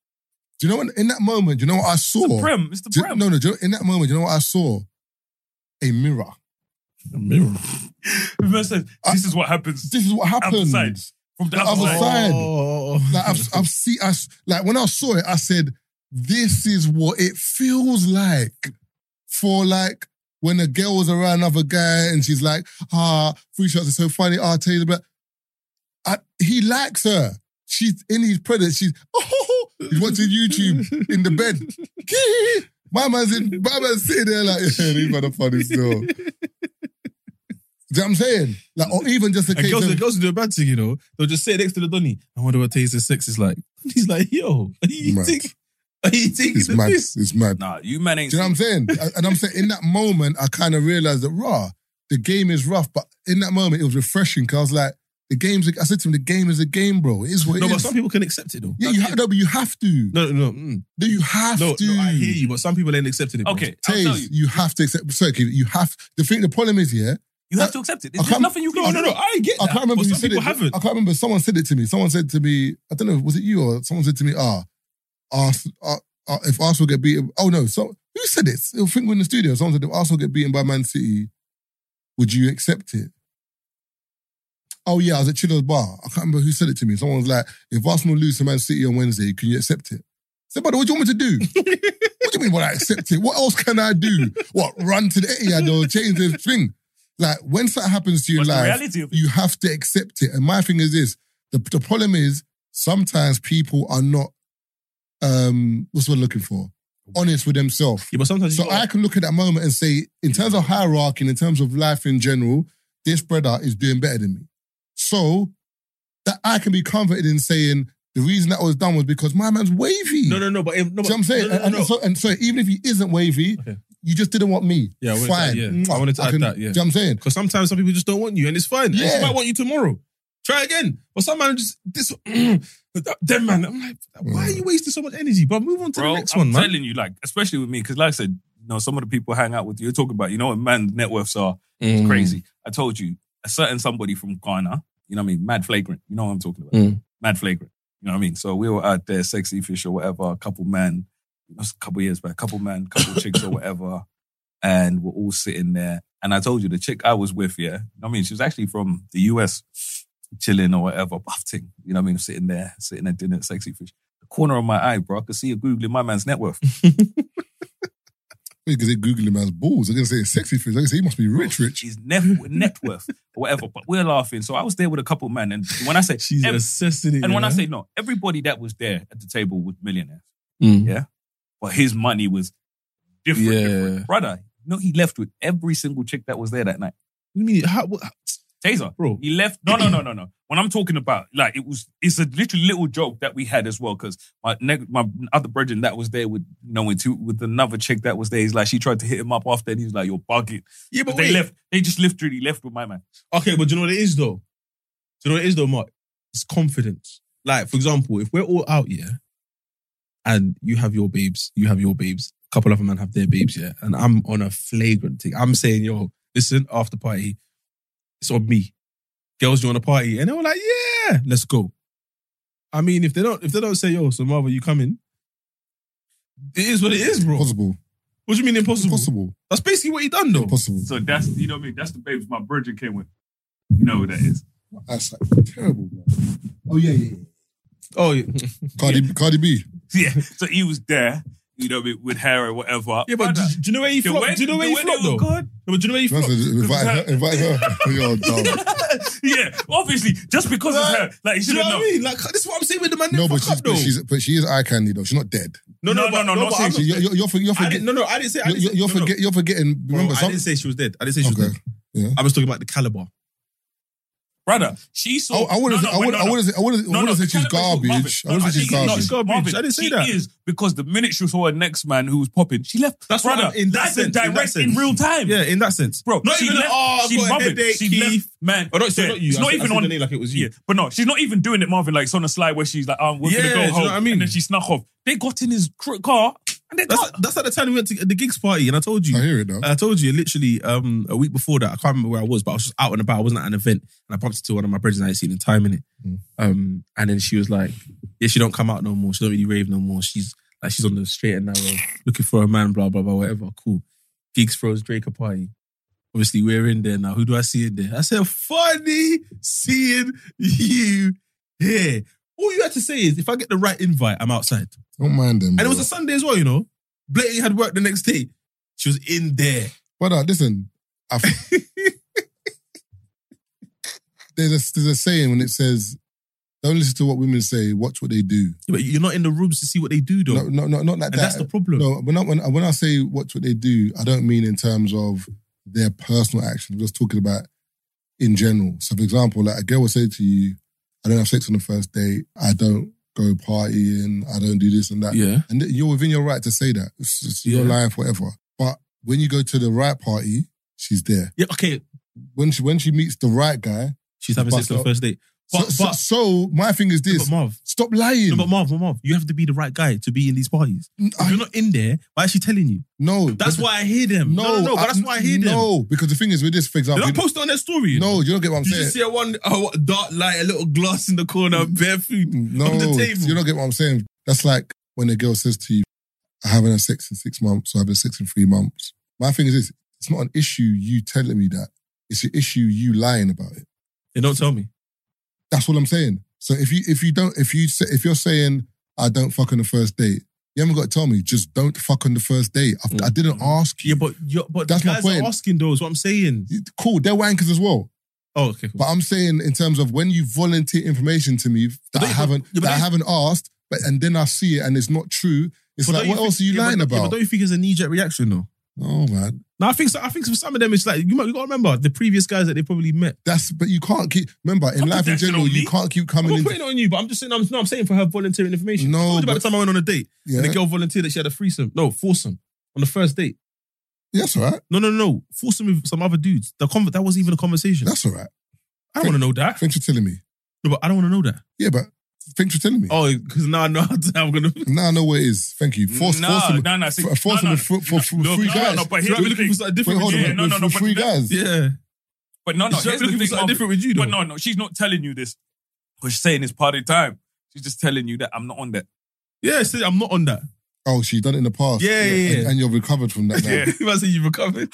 S4: Do you know when in that moment? Do you know what I saw?
S8: Mr. Prem, Mr.
S4: Do you-
S8: Prem.
S4: no, no. do you know- in that moment, do you know what I saw? A mirror. A mirror.
S8: If man says, this is what happens
S4: This is what
S8: Outer
S4: happened.
S8: side. from the
S4: the
S8: other
S4: other
S8: side.
S4: side.
S6: Oh,
S4: Like I've, I've seen, I, s- like when I saw it, I said, "This is what it feels like for like when a girl was around another guy and she's like, ah, free shots are so funny. Ah, tell you about, I, he likes her. She's in his presence. She's oh, he's watching YouTube in the bed. my man's in, my man's sitting there like, yeah, these motherfuckers still. Do you know what I'm saying? Like, or even just a
S6: And
S4: case
S6: girls,
S4: of,
S6: the girls who do a bad thing, you know, they'll just sit next to the Donny. I wonder what taste of sex is like. And he's like, yo, are you
S4: Mad.
S6: taking, are you taking
S4: it's
S6: the
S4: mad,
S6: piss?
S4: it's mad.
S8: Nah, you man ain't
S4: Do you know what
S8: seen
S4: I'm saying? and I'm saying in that moment, I kind of realized that raw, the game is rough. But in that moment, it was refreshing because I was like, the game's. I said to him, the game is a game, bro. It is what it
S6: No,
S4: is.
S6: but some people can accept it though.
S4: yeah, you have, no, but you have to.
S6: No, no, no, mm.
S4: No, you have
S6: no,
S4: to.
S6: no. I hear you, but some people ain't accepting it. bro.
S8: Okay, I'll tell
S4: Taze,
S8: you.
S4: you have to accept. Sorry, Keith, you have the thing. The problem is, yeah,
S8: You have to accept it.
S4: I
S8: There's
S4: can't-
S8: nothing you can
S6: No,
S8: do.
S6: no, no. I get.
S4: I
S6: that,
S4: can't remember
S6: but
S4: who
S6: some
S4: said
S6: people
S4: it.
S6: haven't.
S4: I can't remember. Someone said it to me. Someone said to me, I don't know, was it you or someone said to me, ah, Ars- ah, ah, if Arsenal get beaten, oh no, so who said it? I think we're in the studio. Someone said, if Arsenal get beaten by Man City, would you accept it? Oh yeah, I was at Chido's bar. I can't remember who said it to me. Someone was like, if Arsenal lose to Man City on Wednesday, can you accept it? said, brother, what do you want me to do? what do you mean when I accept it? What else can I do? What, run to the Etihad or change the thing? Like, when something happens to you in
S5: But the
S4: life,
S5: reality of it.
S4: you have to accept it. And my thing is this, the, the problem is sometimes people are not, um, what's what looking for? Honest with themselves.
S6: Yeah, but sometimes
S4: So
S6: you
S4: I can look at that moment and say, in terms of hierarchy, and in terms of life in general, this brother is doing better than me. So that I can be comforted in saying the reason that was done was because my man's wavy.
S6: no, no, no, but if, no,
S4: See what I'm saying?
S6: No, no,
S4: and,
S6: no.
S4: and So, and so even if he isn't wavy,
S6: Okay.
S4: you just didn't want me.
S6: Yeah, I wanted to
S4: Fine.
S6: add- yeah. I wanted to add that, yeah.
S4: Do you know what I'm saying?
S6: Because sometimes some people just don't want you, and it's fine. Yeah.
S4: Yeah.
S6: They might want you tomorrow. Try again. But some man just this but that- them man. I'm like, why are you wasting so much energy? But move on to
S5: Bro,
S6: the next
S5: I'm
S6: one, man.
S5: telling you, like, especially with me, because like I said, you know, some of the people I hang out with you, you're talking about, you know what man's net worths are.
S6: Mm.
S5: It's crazy. I told you, a certain somebody from Ghana, you know what I mean? Mad flagrant. You know what I'm talking about?
S6: Mm.
S5: Mad flagrant. You know what I mean? So we were out there, sexy fish or whatever, a couple man, it was a couple years back, couple man, couple chicks or whatever. And we're all sitting there. And I told you, the chick I was with, yeah, you know what I mean? She was actually from the US, chilling or whatever, buffing. You know what I mean? Sitting there, sitting at dinner, at sexy fish. The corner of my eye, bro, I could see her Googling my man's net worth.
S4: Because they're Googling man's balls. They're going to say it's sexy things. They're going to say he must be rich, rich.
S5: She's net, net worth or whatever. But we're laughing. So I was there with a couple of men. And when I say,
S6: She's
S5: ev-
S6: assessing it.
S5: and when I
S6: yeah.
S5: say no, everybody that was there at the table was millionaires.
S6: Mm.
S5: Yeah. But his money was different.
S6: Yeah.
S5: different. Brother, no, he left with every single chick that was there that night.
S6: What do you mean? How, what,
S5: Taser.
S6: bro.
S5: He left. No, no, no, no, no. When I'm talking about, like, it was, it's a literally little joke that we had as well. Cause my neg- my other brethren that was there with, you know, with, two, with another chick that was there, he's like, she tried to hit him up after and he was like, you're bugging.
S6: Yeah,
S5: But
S6: but
S5: they
S6: wait.
S5: left, they just literally left with my man.
S6: Okay, but do you know what it is though? Do you know what it is though, Mark? It's confidence. Like, for example, if we're all out here and you have your babes, you have your babes, a couple other men have their babes, yeah, and I'm on a flagrant thing. I'm saying, yo, listen, after party, it's on me. Girls join the party. And they were like, yeah, let's go. I mean, if they don't, if they don't say, yo, so Marva, you coming? It is what it is, bro. What
S4: Possible.
S6: do you mean impossible?
S4: Possible.
S6: That's basically what he done though.
S4: Possible.
S5: So that's you know what I mean. That's the babes my virgin came with. You know who that is.
S4: That's like terrible, man. Oh, yeah, yeah. yeah.
S6: Oh, yeah.
S4: Cardi, Cardi B.
S5: Yeah. So he was there. You know, with- with her or whatever.
S6: Yeah, but do,
S5: Brother,
S6: do you know where he
S5: the
S6: flopped?
S5: way-
S6: Do you know where
S5: the
S6: he
S5: way
S6: flopped
S5: they
S6: though?
S5: were
S6: No,
S5: good.
S6: but do you know where he
S4: That's
S6: flopped?
S4: a- Invite her. Invite her. You're dumb.
S5: yeah, obviously, just because it's her, like you
S6: Do you
S5: should
S6: know
S5: have
S6: what I
S5: known.
S6: mean? Like this is what I'm saying with the man.
S4: No,
S6: didn't
S4: but
S6: fuck
S4: she's,
S6: up, though.
S4: but she's but she is eye candy though. She's not dead.
S6: no, no,
S5: No,
S6: but,
S5: no, no, not
S6: but
S5: saying
S6: I'm
S4: So you're, you're, you're, for- you're
S6: I
S4: forgetting.
S6: didn't, no, no, I didn't say. I
S4: You're,
S6: didn't
S4: you're,
S6: say,
S4: you're,
S6: no, no.
S4: forget, you're forgetting. Remember,
S6: Bro, I
S4: some-
S6: didn't say she was dead. I didn't say she
S4: Okay.
S6: was dead.
S4: Yeah.
S6: I was talking about the caliber.
S5: Brother, she saw.
S6: Oh,
S4: I, I wouldn't. say
S5: no,
S4: I
S5: no,
S4: wouldn't.
S5: no,
S4: I
S5: no.
S4: wouldn't say. I wouldn't. I
S5: No, no,
S4: wouldn't say
S5: the
S4: she's
S5: caliber is
S4: garbage. I
S5: Marvin.
S4: wouldn't say
S5: No,
S4: she's
S5: no,
S4: garbage.
S6: she's garbage. I didn't say
S5: she
S6: that.
S5: is because the minute she saw her next man who was popping, she left.
S6: That's what
S5: brother.
S6: I'm- in that
S5: that's
S6: sense, in
S5: a
S6: that
S5: direct in,
S6: sense.
S5: real time,
S6: Yeah, in that sense,
S5: bro.
S6: Not
S5: she
S6: even.
S5: left,
S6: oh, I've
S5: she's
S6: got a
S5: mobbing.
S6: headache.
S5: she
S6: Keith.
S5: left, man.
S6: Oh, no, sorry,
S5: dead.
S6: not you.
S5: It's
S6: I
S5: not
S6: said- I
S5: even
S6: said
S5: on
S6: the name like it was you.
S5: Yeah, but no, she's not even doing it, Marvin. Like it's on a slide where she's like, oh, "We're
S6: Yeah,
S5: gonna
S6: do
S5: go
S6: you know
S5: home,"
S6: what I mean?
S5: and then she snuck off. They got in his cr- car and they
S6: That's
S5: got.
S6: that's at the time we went to the gigs party, and I told you.
S4: I hear it though.
S6: I told you literally um, a week before that. I can't remember where I was, but I was just out and about. I wasn't at an event, and I bumped into one of my brothers I hadn't seen in time in it. Um, and then she was like, "Yeah, she don't come out no more. She don't really rave no more. She's like, she's on the straight and narrow, looking for a man. Blah blah blah. Whatever. Cool. Gigs throws Drake a party. Obviously, we're in there now. Who do I see in there? I said, "Funny seeing you here." All you had to say is, "If I get the right invite, I'm outside."
S4: Don't mind them.
S6: And it
S4: bro.
S6: was a Sunday as well, you know. Blatantly had work the next day. She was in there.
S4: But uh, listen, I f- there's a there's a saying when it says, "Don't listen to what women say. Watch what they do."
S6: Yeah, but you're not in the rooms to see what they do, though.
S4: No, no, no, not like
S6: and
S4: that.
S6: that's the problem.
S4: No, when I, when, I- when I say watch what they do, I don't mean in terms of their personal actions. I'm just talking about in general. So, for example, like a girl will say to you, I don't have sex on the first date. I don't go partying. I don't do this and that.
S6: Yeah.
S4: And th- you're within your right to say that. It's, it's your
S6: Yeah.
S4: life, whatever. But when you go to the right party, she's there.
S6: Yeah, okay.
S4: When she when she meets the right guy.
S6: She's having sex
S4: But-
S6: on the first date. But,
S4: so,
S6: but,
S4: so, so my thing is
S6: no,
S4: this:
S6: but Marv,
S4: stop lying.
S6: no, but Marv, but Marv, you have to be the right guy to be in these parties. If
S4: I-
S6: you're not in there, why is she telling you?
S4: no,
S6: That's
S4: because-
S6: why I hear them. No, no, no, but
S4: I-
S6: that's why I hear them.
S4: No, because the thing is with this, for
S6: They
S4: example,
S6: don't post it on their story. you know?
S4: no, you don't get what I'm
S6: You
S4: saying.
S6: just see a one a what, dark light, a little glass in the corner, bare food
S4: No,
S6: on the table.
S4: you don't get what I'm saying. That's like when a girl says to you, I haven't had sex in six months, or I haven't had sex in three months. My thing is this, it's not an issue you telling me that. It's an issue you lying about it.
S6: they don't tell me.
S4: That's what I'm saying. So if you if you don't if you say, if you're saying I don't fuck on the first date, You haven't got to tell me. Just don't fuck on the first date. I,
S6: Mm.
S4: I didn't ask you.
S6: Yeah, but you but
S4: That's
S6: the
S4: my
S6: guys
S4: point.
S6: are asking though. Is what I'm saying.
S4: Cool, they're wankers as well.
S6: Oh, okay. Cool.
S4: But I'm saying in terms of when you volunteer information to me that I
S6: don't you-
S4: haven't
S6: yeah, but
S4: that I
S6: don't-
S4: haven't asked, but and then I see it and it's not true. It's
S6: But
S4: like,
S6: don't
S4: what else are
S6: think-
S4: you
S6: yeah, but
S4: lying
S6: don't- yeah,
S4: about?
S6: but don't you think it's a knee jerk reaction though?
S4: oh man,
S6: No, I think so. I think for some of them, it's like you might you got to remember the previous guys that they probably met.
S4: that's but you can't keep. Remember, in
S5: Don't put
S4: life in
S5: that shit
S4: general,
S5: on
S4: you
S5: me.
S4: can't keep
S6: I'm
S4: coming
S6: not
S4: in.
S6: putting it on you, but I'm just saying. I'm, no, I'm saying for her volunteering information.
S4: No,
S6: I told you about
S4: but-
S6: the time I went on a date
S4: Yeah,
S6: and the girl volunteered that she had a threesome. No, foursome on the first date.
S4: Yeah, that's all right.
S6: No, no, no, no. Foursome with some other dudes. The conver- that wasn't even a conversation.
S4: That's all right.
S6: I don't want to know that.
S4: Thanks for telling me.
S6: No, but I don't want to know that.
S4: Yeah, but thanks for telling me.
S6: Oh, because now I know how I'm gonna.
S4: Now I know what it is. Thank you. Force,
S5: no,
S4: force them.
S5: no, no, see,
S4: for- force them
S5: no, no,
S4: for, for, for
S5: no,
S4: three
S5: no,
S4: guys.
S5: no, but
S6: Should
S5: here's
S6: I be
S5: the
S6: looking for
S5: thing.
S6: something
S4: Wait,
S6: different?
S4: hold
S6: with
S4: on.
S6: you?
S5: Yeah, no,
S4: with-
S5: no,
S4: with
S5: no, but
S4: three
S5: that-
S4: guys.
S6: Yeah.
S5: But no, no,
S6: She's
S5: here's the
S6: looking for
S5: thing,
S6: something
S5: Marvin.
S6: different with you, though.
S5: But no, no, she's not telling you this. But she's saying it's party time. She's just telling you that I'm not on that.
S6: Yeah, see, I'm not on that.
S4: Oh, she done it in the past.
S6: Yeah, yeah,
S4: And-
S6: yeah.
S4: And, you're recovered from that now.
S5: Yeah.
S6: you must say you recovered.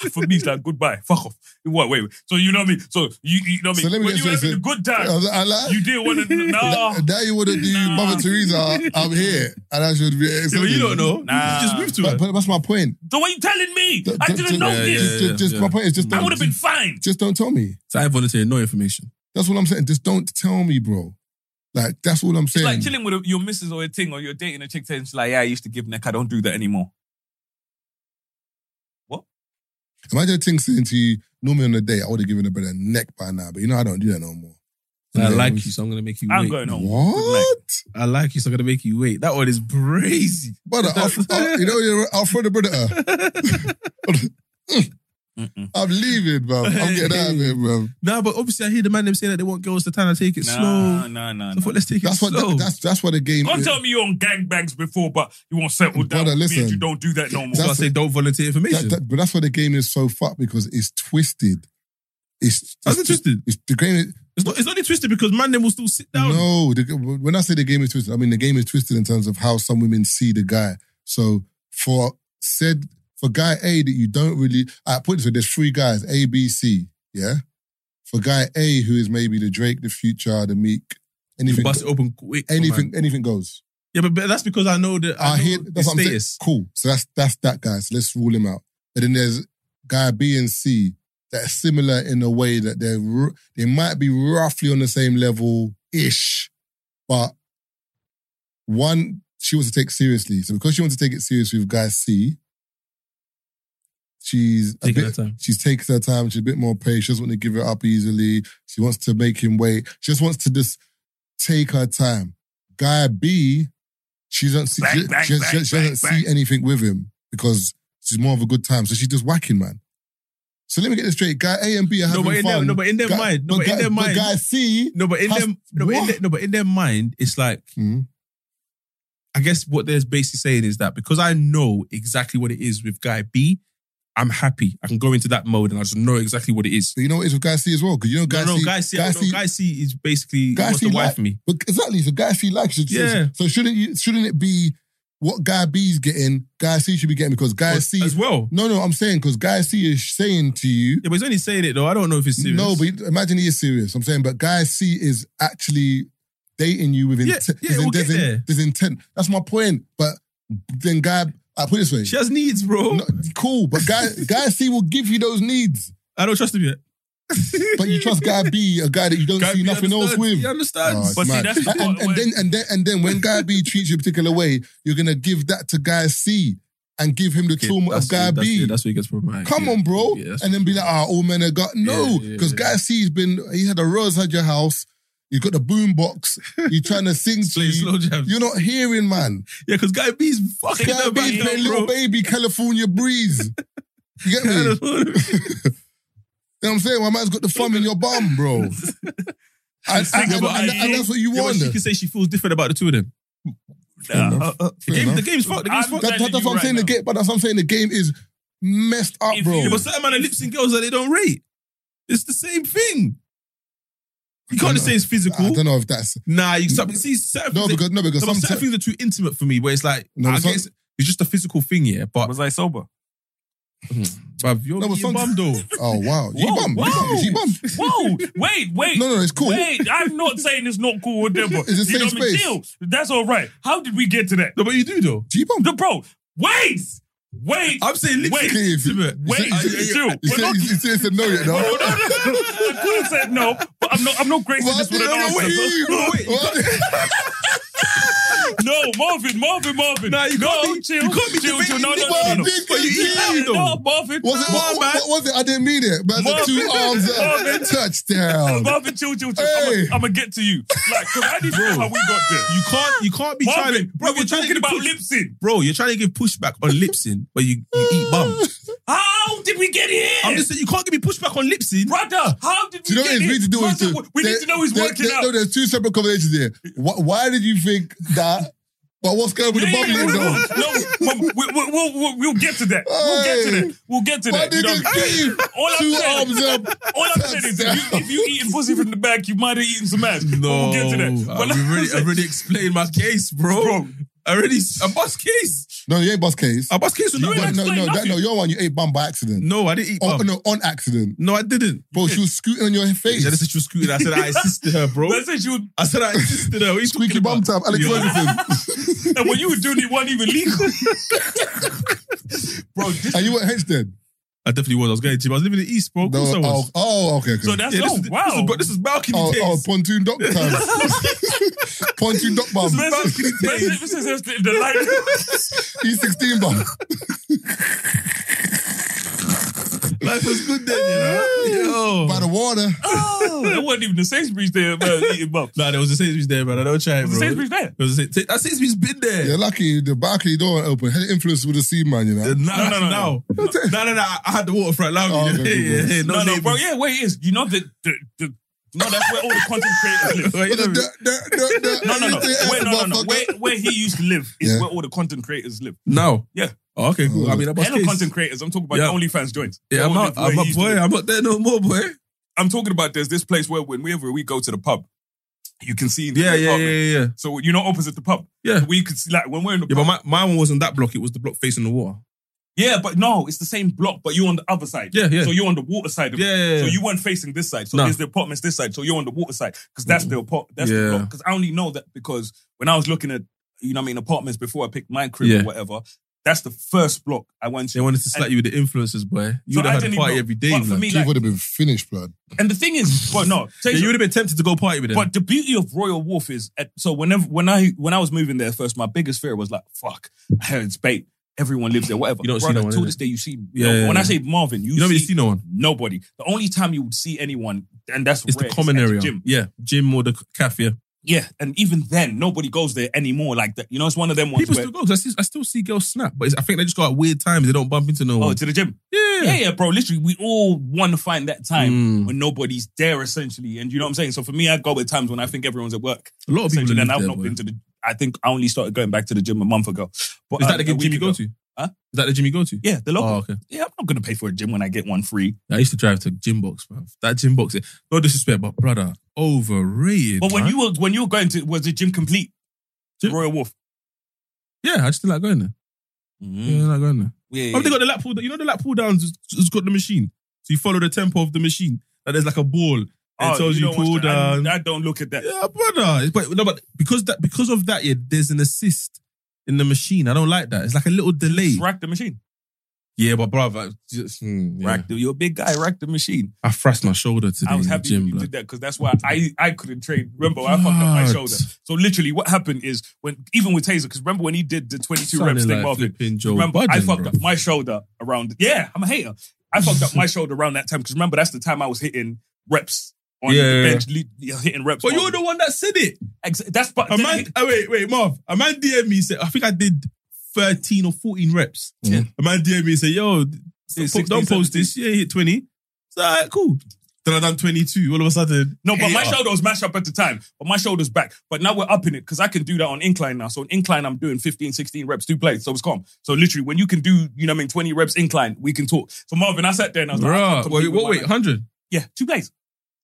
S5: For me, it's like goodbye, fuck off. What? Wait, wait. So you know me. So you, you know me.
S4: So let me
S5: when
S4: get
S5: you were
S4: straight
S5: having a
S4: to-
S5: good time,
S4: I, I like,
S5: you didn't want to. Nah,
S4: That, that you wouldn't do
S5: Nah.
S4: Mother Teresa. I'm here, and I should be.
S6: Yeah, but you don't know.
S5: Nah.
S6: You just moved to her.
S4: But, but that's my point.
S5: So what are you telling me?
S4: Ju-
S5: I
S4: ju-
S5: didn't
S4: ju-
S5: know
S6: yeah,
S5: this.
S4: Just,
S6: yeah,
S4: just
S6: yeah.
S4: my point is just
S6: I
S4: don't.
S5: would have been fine.
S4: Just don't tell me.
S6: so I volunteered no information.
S4: That's what I'm saying. Just don't tell me, bro. Like that's all I'm
S5: It's
S4: saying.
S5: like chilling with a, your missus or a thing or you're dating a chick and she's like, yeah, I used to give neck. I don't do that anymore.
S4: Imagine a thing saying to you normally on a date, I would have given a bit of neck by now, but you know I don't do that no more. And
S6: I
S4: then
S6: like
S4: we-
S6: you, so I'm gonna make you
S5: I'm
S6: wait.
S5: going on.
S4: What?
S6: I like you, so I'm gonna make you wait. That one is crazy.
S4: Brother, Alf- Al- you know you're Alfredo Predator.
S5: Mm-mm.
S4: uh. I'm leaving, bro. I'm getting out of here, bro.
S6: Nah, but obviously I hear the man them saying that they want girls to kind of take it
S5: Nah,
S6: slow.
S5: nah, nah.
S6: So I
S5: nah.
S6: thought, let's take
S4: That's
S6: it
S4: what
S6: slow.
S4: that's that's what the game
S5: Don't
S4: is.
S5: tell me you're on gangbangs before, but you won't settle
S4: Brother,
S5: down. with me
S4: listen.
S5: and you don't do that no more.
S6: so I say don't volunteer information.
S4: That- that- but that's why the game is so fucked because it's twisted. It's,
S6: How's it
S4: it's-
S6: twisted?
S4: It's the game. Is,
S6: it's, not, it's only twisted because man them will still sit down.
S4: no, the, when I say the game is twisted, I mean the game is twisted in terms of how some women see the guy. So for said for guy A that you don't really, I put it this way: there's three guys A, B, C. Yeah, for guy A who is maybe the Drake, the Future, the Meek,
S6: You
S4: anything,
S6: bust it open quick. for
S4: anything,
S6: man.
S4: anything goes.
S6: Yeah, but, but that's because I know that I,
S4: I
S6: know
S4: hear
S6: his
S4: that's what I'm saying.
S6: status.
S4: Cool. So that's that's that guy. So let's rule him out. And then there's guy B and C that are similar in a way that they're ru- they might be roughly on the same level ish, but one she wants to take seriously. So because she wants to take it seriously with guy C, she's a
S6: Taking
S4: bit,
S6: her time.
S4: she takes her time. She's a bit more patient. She doesn't want to give it up easily. She wants to make him wait. She just wants to just take her time. Guy B, she doesn't see,
S5: Bang,
S4: she,
S5: bang,
S4: she- she-
S5: bang,
S4: she doesn't
S5: bang,
S4: see anything with him because she's more of a good time. So she's just whacking, man. So let me get this straight. Guy A and B are
S6: No,
S4: having
S6: but in
S4: fun.
S6: their, no, but in their
S4: Guy-
S6: mind, no,
S4: but
S6: but in
S4: guy,
S6: their
S4: but
S6: mind,
S4: guy C,
S6: no, but in
S4: has-
S6: their, no, but in
S4: what?
S6: their, no, but in their mind, it's like
S4: Mhm.
S6: I guess what they're basically saying is that because I know exactly what it is with guy B, I'm happy. I can go into that mode and I just know exactly what it is.
S4: but you know what it is with guy C as well because you know guy
S6: no, no,
S4: C,
S6: guy C,
S4: guy
S6: I know
S4: C-
S6: guy C is basically
S4: Guy
S6: wants
S4: C
S6: to wife
S4: like-
S6: me.
S4: But exactly, so guy C likes it. So-
S6: Yeah.
S4: So shouldn't you? Shouldn't it be what guy B's getting? Guy C should be getting because guy C.
S6: as well.
S4: No, no, I'm saying because guy C is saying to you.
S6: Yeah, but he's only saying it though. I don't know if it's serious.
S4: No, but imagine he is serious. I'm saying, but guy C is actually dating you with
S6: Yeah,
S4: intent.
S6: yeah, we'll
S4: there's,
S6: get there.
S4: there's intent. That's my point. But then guy, I put it this way.
S6: she has needs, bro.
S4: No, cool, but guy, guy C will give you those needs,
S6: I don't trust him yet.
S4: but you trust guy B, a guy that you don't
S6: Guy
S4: see
S6: B
S4: nothing else
S6: understands.
S4: with.
S6: He
S4: Oh,
S6: understands.
S4: it's
S5: But see,
S4: mad.
S5: that's the
S4: and, and,
S5: part where-
S4: then and then and then when guy B treats you a particular way, you're gonna give that to guy C and give him the
S6: Okay,
S4: trauma
S6: that's-
S4: of guy
S6: that's-
S4: B.
S6: yeah, that's where he gets problematic.
S4: Come
S6: Yeah.
S4: on, bro,
S6: Yeah, that's-
S4: and then be like, "Ah, all men are got no,"
S6: Yeah, yeah,
S4: because
S6: yeah.
S4: guy C's been he had a rose at your house. You got the boom box. You trying to sing to
S6: Play slow
S4: you.
S6: jams.
S4: You're not hearing, man.
S6: Yeah, because Guy B's fucking
S4: Guy
S6: her
S4: B
S6: back
S4: playing
S6: now,
S4: little
S6: bro.
S4: baby California breeze. You get me? you know what I'm saying? My man's got the thumb in your bum, bro. And, and, and,
S6: about
S4: and-
S6: ideal.
S4: and that's what you
S6: Yeah, but
S4: want.
S6: she can say she feels different about the two of them.
S5: Nah,
S4: enough.
S5: uh, uh,
S6: The,
S4: Fair
S6: game,
S4: enough.
S6: the game's fucked. The game's
S5: I'm
S6: fucked.
S5: done,
S4: That, that, that's what I'm
S5: Right
S4: saying. the
S5: now.
S4: game, but that's what I'm saying. The game is messed up,
S5: If
S4: bro.
S5: you-
S6: Yeah, but certain man are lips and girls that they don't rate. It's the same thing. You can't just say it's
S4: I
S6: physical.
S4: don't know if that's
S6: Nah, you stop. See, certain
S4: no,
S6: things-
S4: because no, because
S6: no, but
S4: some
S6: certain things are too intimate for me. Where it's like,
S4: No,
S6: I
S4: but some-
S6: guess it's just a physical thing, yeah. But
S5: Was I uh, sober?
S6: Bruv, you're
S4: No, but
S6: being
S4: songs-
S6: bummed though.
S4: Oh wow, you
S5: Whoa,
S4: bum, you bum,
S5: whoa.
S4: you bum.
S5: Whoa, wait, wait.
S4: No, no, it's cool.
S5: Wait, I'm not saying it's not cool with them, but
S4: It's the
S5: you know
S4: same
S5: what I mean?
S4: space.
S5: Chill. That's all right. How did we get to that?
S6: No, but you do though.
S4: You bum.
S5: The bro, wait, wait,
S6: I'm saying literally.
S5: wait.
S4: Clear.
S5: Wait, chill.
S4: He
S5: We're
S4: said,
S5: not-
S4: he said, he said no yet,
S5: No,
S4: no.
S5: no, no, no, no. I could have said no, but I'm not. I'm not gracing
S4: What?
S5: this with an
S4: No, no,
S5: answer.
S4: wait,
S5: bro.
S4: wait, wait.
S5: No, Marvin, Marvin, Marvin.
S6: Nah, you can't
S5: no,
S6: be-
S5: chill,
S6: you can't be
S5: chill, chill. No, no,
S6: debating
S5: no, no, no.
S4: Marvin, Marvin.
S5: But you no, Marvin.
S4: Was it? What,
S5: Marvin,
S4: what was it? I didn't mean it. But the two
S5: Marvin.
S4: arms
S5: Marvin.
S4: up, touchdown.
S5: Marvin, chill, chill, chill.
S4: Hey.
S5: I'm gonna get to you. Like, cause I need to know how we got there.
S6: You can't. You can't be trying
S5: Marvin,
S6: to.
S5: bro,
S6: you're
S5: we're
S6: trying to
S5: talking
S6: give
S5: about
S6: push-
S5: Lipson.
S6: Bro, you're trying to give pushback on lipsin, but you, you eat bum.
S5: How did we get here?
S6: I'm just saying you can't give me pushback on lipsin.
S5: brother, how did
S4: Do
S5: we
S4: you know
S5: get
S4: what it's
S5: here?
S4: really to do is
S5: Brother,
S4: to,
S5: we
S4: there-
S5: need to know he's
S4: there-
S5: working
S4: there-
S5: out.
S4: No, there's two separate conversations here. Why, why did you think that? But what's going with the
S5: Yeah,
S4: bum
S5: yeah,
S4: in
S5: yeah,
S4: though?
S5: No, no, we, we, we'll, we'll, we'll get to that. We'll get to
S4: Hey.
S5: that. We'll get to
S4: Why
S5: that. You
S4: did
S5: know,
S4: you keep
S5: all I'm
S4: two
S5: saying-
S4: arms up?
S5: all I'm saying is, if you, if you eating pussy from the back, you might have eaten some ass. But
S6: No,
S5: we'll get to that.
S6: I've
S5: But like I
S6: already,
S5: said-
S6: I've already explained my case, bro.
S5: Bro.
S6: I already a bus case.
S4: No, you ain't bus case.
S6: A bus case with
S5: You
S6: that
S4: But
S5: ain't
S6: one.
S4: no,
S5: explain
S4: no, that,
S5: nothing.
S4: no, your one, you ate bum by accident.
S6: No, I didn't eat
S4: Oh,
S6: bum.
S4: no, on accident.
S6: No, I didn't.
S4: Bro, she was scooting on your face.
S6: Yeah, this is true scooter. I said I assisted her, bro.
S5: I said you,
S6: I said I assisted her. What are you
S4: Squeaky bum
S6: talking
S4: tap,
S6: about?
S4: Alex
S6: Yo.
S4: Ferguson.
S5: and when you were doing it, wasn't even legal. Bro, this,
S4: And you weren't hedged then?
S6: I definitely was. I was going to gym. I was living in the East, bro. Of course I
S4: No,
S6: was.
S4: oh, oh, okay, okay.
S5: so that's
S6: Yeah,
S5: oh,
S6: this, is,
S5: wow.
S6: this is this is balcony
S4: oh,
S6: days.
S4: oh, pontoon dock times. pontoon dock bum.
S5: Man, this is- man, this is just the the light.
S4: E16 E bum.
S6: Life was good then, you know. Yo.
S4: By the water.
S5: Oh, there wasn't even the Sainsbury's there, man, eating bum.
S6: Nah, there was a Sainsbury's there, man. I don't try it,
S5: The
S6: bro.
S5: Sainsbury's there.
S6: There was a Sains- that Sainsbury's been there.
S4: You're lucky the balcony door won't open. Had influence with the sea man, you know.
S6: Uh,
S5: No, no,
S6: Now,
S5: no,
S6: now, no, no, no. I had the waterfront lounge.
S4: Oh,
S6: yeah,
S4: okay,
S6: yeah,
S4: cool.
S6: yeah, no,
S5: No, no,
S6: neighbours.
S5: bro. Yeah, where it is. You know the the, the no, that's where all the content creators live.
S6: Wait,
S4: But the-
S6: no,
S4: the- the- the- the-
S5: No, no, no.
S4: everything
S5: Where, no, no, no.
S4: motherfucker-
S5: Where, where he used to live is
S4: Yeah.
S5: where all the content creators live.
S6: now,
S5: Yeah.
S6: Oh, okay, cool. I mean, I must.
S5: Hello,
S6: case.
S5: content creators. I'm talking about
S6: Yeah.
S5: the OnlyFans joint. They
S6: Yeah, I'm
S5: all
S6: out.
S5: live where
S6: I'm
S5: he
S6: up,
S5: used to
S6: boy.
S5: live.
S6: I'm not there no more, boy.
S5: I'm talking about there's this place where whenever we go to the pub, you can see. the
S6: Yeah, yeah, yeah,
S5: apartment.
S6: yeah, yeah.
S5: So you know, opposite the pub,
S6: Yeah.
S5: we could see like when we're in the
S6: Yeah, but
S5: pub.
S6: my, my one wasn't that block. It was the block facing the water.
S5: yeah, but no, it's the same block, but you're on the other side.
S6: Yeah, yeah.
S5: So you're on the water side of
S6: Yeah,
S5: it.
S6: yeah, yeah.
S5: So you weren't facing this side. So
S6: No.
S5: there's the apartments this side. So you're on the water side because that's the apart. That's
S6: Yeah.
S5: the block. Because I only know that because when I was looking at you know what I mean apartments before I picked my crib
S6: Yeah.
S5: or whatever. That's the first block I went
S6: They
S5: to.
S6: wanted to slap you with the influencers, boy. You
S5: So
S6: would
S5: I
S6: have had
S5: didn't
S6: a party
S5: even-
S6: every day,
S5: but for
S6: man.
S5: me,
S4: She
S5: like,
S4: would have been finished, blood.
S5: and the thing is, but no,
S6: yeah,
S5: Taser-
S6: you would have been tempted to go party with them.
S5: But the beauty of Royal Wolf is, at, so whenever when I when I was moving there first, my biggest fear was like, fuck, I heard it's bait. Everyone lives there, whatever.
S6: You don't see
S5: Brother,
S6: no one,
S5: till
S6: innit?
S5: this day, you see.
S6: Yeah,
S5: no-
S6: yeah,
S5: when I
S6: yeah.
S5: say Marvin, you,
S6: you don't
S5: see,
S6: really see no one.
S5: nobody. The only time you would see anyone, and that's
S6: It's
S5: rare,
S6: the common
S5: is at
S6: area.
S5: gym.
S6: Yeah, gym or the c- cafe. Yeah.
S5: Yeah, and even then, nobody goes there anymore. Like that, you know, it's one of them ones
S6: People
S5: where
S6: still go. 'cause I, see, I still see girls snap, but it's, I think they just go at weird times. They don't bump into no one.
S5: oh, to the gym.
S6: yeah.
S5: Yeah, yeah, bro. Literally, we all want to find that time
S6: Mm.
S5: when nobody's there, essentially. And you know what I'm saying. So for me, I go with times when I think everyone's at work.
S6: A lot of people.
S5: Essentially,
S6: live
S5: and I've
S6: there,
S5: not
S6: boy.
S5: been to the. I think I only started going back to the gym a month ago. But
S6: Is
S5: um,
S6: that the
S5: a
S6: gym
S5: week
S6: you go
S5: ago.
S6: to? Is
S5: Huh?
S6: that the gym you go to?
S5: Yeah, the local.
S6: Oh, okay.
S5: Yeah, I'm not gonna pay for a gym when I get one free.
S6: I used to drive to gym box, man. That gym box, no disrespect, but brother, overrated.
S5: But when
S6: man.
S5: you were when you were going to was the gym complete?
S6: Gym-
S5: Royal Wolf.
S6: yeah, I just didn't like going there. Yeah, I didn't like going there.
S5: Mm. Yeah, yeah,
S6: Oh, they
S5: yeah.
S6: got the lap pull. You know the lap pull downs. has- Has got the machine, so you follow the tempo of the machine. That there's like a ball. and it tells you,
S5: Oh, don't
S6: pull
S5: watch that. I-
S6: down.
S5: I, don't look at that.
S6: yeah, brother. It's- But no, but because that because of that, yeah, there's an assist in the machine. I don't like that. It's like a little delay.
S5: Just rack the machine.
S6: Yeah, but brother, just, hmm, yeah.
S5: Rack the, you're a big guy. Rack the machine.
S6: I thrashed my shoulder today
S5: I was
S6: in the
S5: happy
S6: gym.
S5: you
S6: blood.
S5: did that because that's why I, I couldn't trade. Remember, I fucked up my
S6: Blood.
S5: shoulder. So literally, what happened is when even with Taser, because remember when he did the 22
S6: Sounded
S5: reps thing,
S6: like
S5: Marvin.
S6: flipping Joe
S5: remember, I
S6: Budden,
S5: fucked
S6: bro.
S5: up my shoulder around. Yeah, I'm a hater. I fucked up my shoulder around that time because remember that's the time I was hitting reps on
S6: Yeah.
S5: the bench, le- hitting reps.
S6: But
S5: on-
S6: you're the one that said it.
S5: Ex- that's but
S6: A man, oh, wait, wait, Marv. A man DM me said, I think I did 13 or 14 reps.
S5: Yeah.
S6: A man DM me said, yo, d-
S5: Yeah,
S6: po-
S5: 16,
S6: don't post
S5: 17.
S6: this. Yeah, hit 20. So, all right, cool. Then I done 22. All of a sudden. uh,
S5: No, but my
S6: hater.
S5: shoulder was mashed up at the time, but my shoulder's back. But now we're upping it because I can do that on incline now. So on incline, I'm doing 15, 16 reps, two plates. So it's calm. So literally, when you can do, you know what I mean, 20 reps incline, we can talk. So Marvin, I sat there and I was like, I can't
S6: Bruh,
S5: compete
S6: wait,
S5: with
S6: what,
S5: my
S6: wait,
S5: man.
S6: 100?
S5: Yeah, two plates.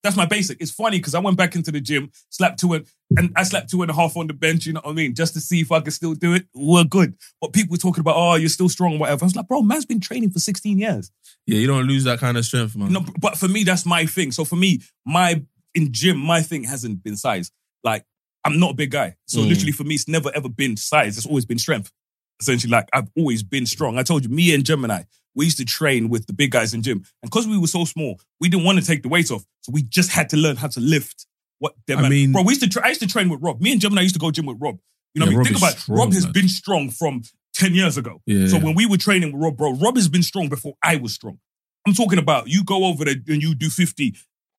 S5: That's my basic. It's funny because I went back into the gym, slapped two and, and I slapped two and a half on the bench, you know what I mean? Just to see if I could still do it. We're good. But people were talking about, oh, you're still strong or whatever. I was like, bro, man's been training for 16 years.
S6: Yeah, you don't lose that kind of strength, man.
S5: No, but for me, that's my thing. So for me, my in gym, my thing hasn't been size. Like I'm not a big guy, so
S6: Mm.
S5: literally for me, it's never ever been size. It's always been strength. Essentially, like I've always been strong. I told you, me and Gemini, we used to train with the big guys in gym, and because we were so small, we didn't want to take the weight off, so we just had to learn how to lift. What them
S6: I
S5: man-
S6: mean-
S5: bro, we used to. Tra- I used to train with Rob. Me and Gemini used to go gym with Rob. You know what
S6: Yeah,
S5: I mean?
S6: Rob
S5: Think
S6: is
S5: about it. Rob
S6: strong,
S5: has
S6: man.
S5: been strong from ten years ago.
S6: Yeah,
S5: so
S6: yeah.
S5: when we were training with Rob, bro, Rob has been strong before I was strong. I'm talking about you go over there and you do 50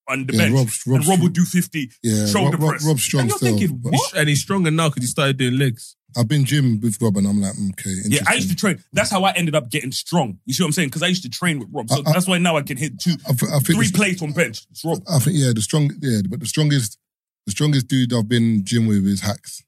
S5: on the
S4: Yeah,
S5: bench,
S4: Rob's-
S5: and
S4: Rob's-
S5: Rob will do 50
S4: Yeah,
S5: shoulder
S4: Rob, Rob,
S5: press.
S4: Rob Strong
S5: and you're
S4: still.
S5: thinking,
S4: but
S5: what?
S6: And he's stronger now because he started doing legs.
S4: I've been gym with Rob and I'm like, mm, okay, interesting.
S5: Yeah, I used to train. That's how I ended up getting strong. You see what I'm saying? Because I used to train with
S6: Uh,
S5: Rob. So
S4: I- I-
S5: that's why now I can hit two,
S4: I, th- I think
S5: three
S4: the-
S5: plates on bench. It's Rob.
S4: I think yeah, the strong yeah, but the strongest, the strongest dude I've been gym with is Hacks.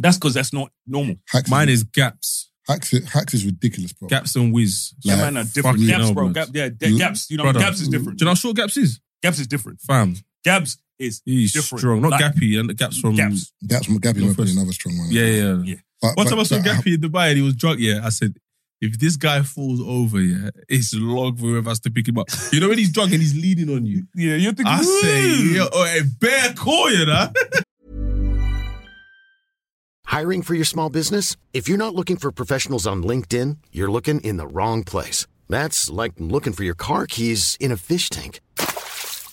S5: That's because that's not normal.
S4: Hacks
S6: Mine is gaps,
S4: Hacks. Hacks is ridiculous, bro.
S6: gaps and whiz.
S5: Yeah,
S4: Like,
S5: man, are different.
S6: fucking
S5: Gaps,
S6: hell,
S5: bro.
S6: blood.
S5: Gap, yeah, da-
S4: You-
S5: gaps is different.
S6: Brother.
S5: Gaps is different.
S6: Do you know how short gaps is?
S5: Gaps is different.
S6: Fam,
S5: Gaps is
S6: he's
S5: Different.
S6: strong. Not
S5: Like-
S6: Gappy and the gaps from.
S5: gaps.
S4: That's from Gabby.
S6: No,
S4: Murphy,
S6: first-
S4: another strong one.
S6: Yeah, yeah.
S5: Yeah.
S4: But,
S6: One time I
S4: but
S6: saw
S4: that-
S6: Gappy in Dubai and he was drunk. Yeah, I said, if this guy falls over, yeah, it's log for whoever has to pick him up. You know when he's drunk and he's leaning on you.
S5: Yeah, you're thinking.
S6: I
S5: "Ooh."
S6: say, yo, oh, hey, bear call you know.
S9: Hiring for your small business? If you're not looking for professionals on LinkedIn, you're looking in the wrong place. That's like looking for your car keys in a fish tank.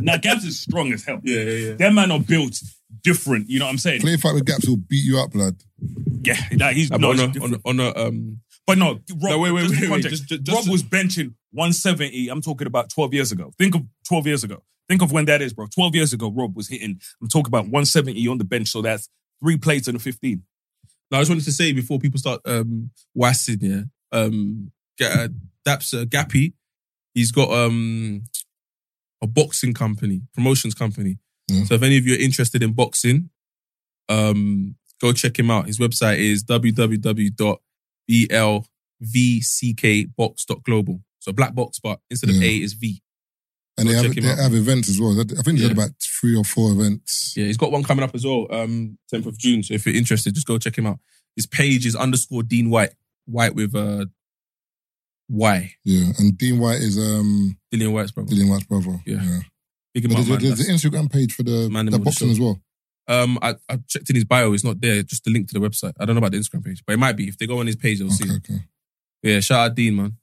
S5: Now, Gaps is strong as hell.
S6: Yeah, yeah, yeah.
S5: That man are built different. You know what I'm saying?
S4: play fight with Gaps will beat you up, blood.
S5: Yeah, like he's
S6: on,
S5: not.
S6: a, on, a, on a, um,
S5: But no, Rob,
S6: No, wait, wait,
S5: just for
S6: wait, wait,
S5: context,
S6: just- just- just
S5: Rob
S6: to-
S5: was benching 170. I'm talking about 12 years ago. Think of 12 years ago. Think of when that is, bro. 12 years ago, Rob was hitting, I'm talking about 170 on the bench. So that's three plates and a 15.
S6: No, I just wanted to say before people start um wassing, yeah. Um Ga- uh, Daps uh, Gappy, he's got um a boxing company, promotions company.
S4: Yeah.
S6: So if any of you are interested in boxing, um go check him out. His website is www.blvckbox.global. So black box, but instead of
S4: Yeah.
S6: A is V.
S4: And they
S6: Go
S4: have,
S6: check
S4: they
S6: him out.
S4: have events as well. I think they
S6: Yeah.
S4: had about three or four events.
S6: Yeah, he's got one coming up as well, um, 10th of June. So if you're interested, just go check him out. His page is underscore Dean White. White with uh Y.
S4: Yeah. And Dean White is um
S6: Dillian White's brother.
S4: Dillian White's brother.
S6: Yeah. Pick him
S4: But
S6: up,
S4: there's,
S6: man.
S4: there's
S6: That's-
S4: an Instagram page for the,
S6: Man,
S4: the
S6: them all the
S4: boxing
S6: shows.
S4: as well.
S6: Um, I, I checked in his bio. It's not there. Just the link to the website. I don't know about the Instagram page, but it might be. If they go on his page, they'll
S4: Okay,
S6: see. it.
S4: okay.
S6: Yeah, shout out Dean, man.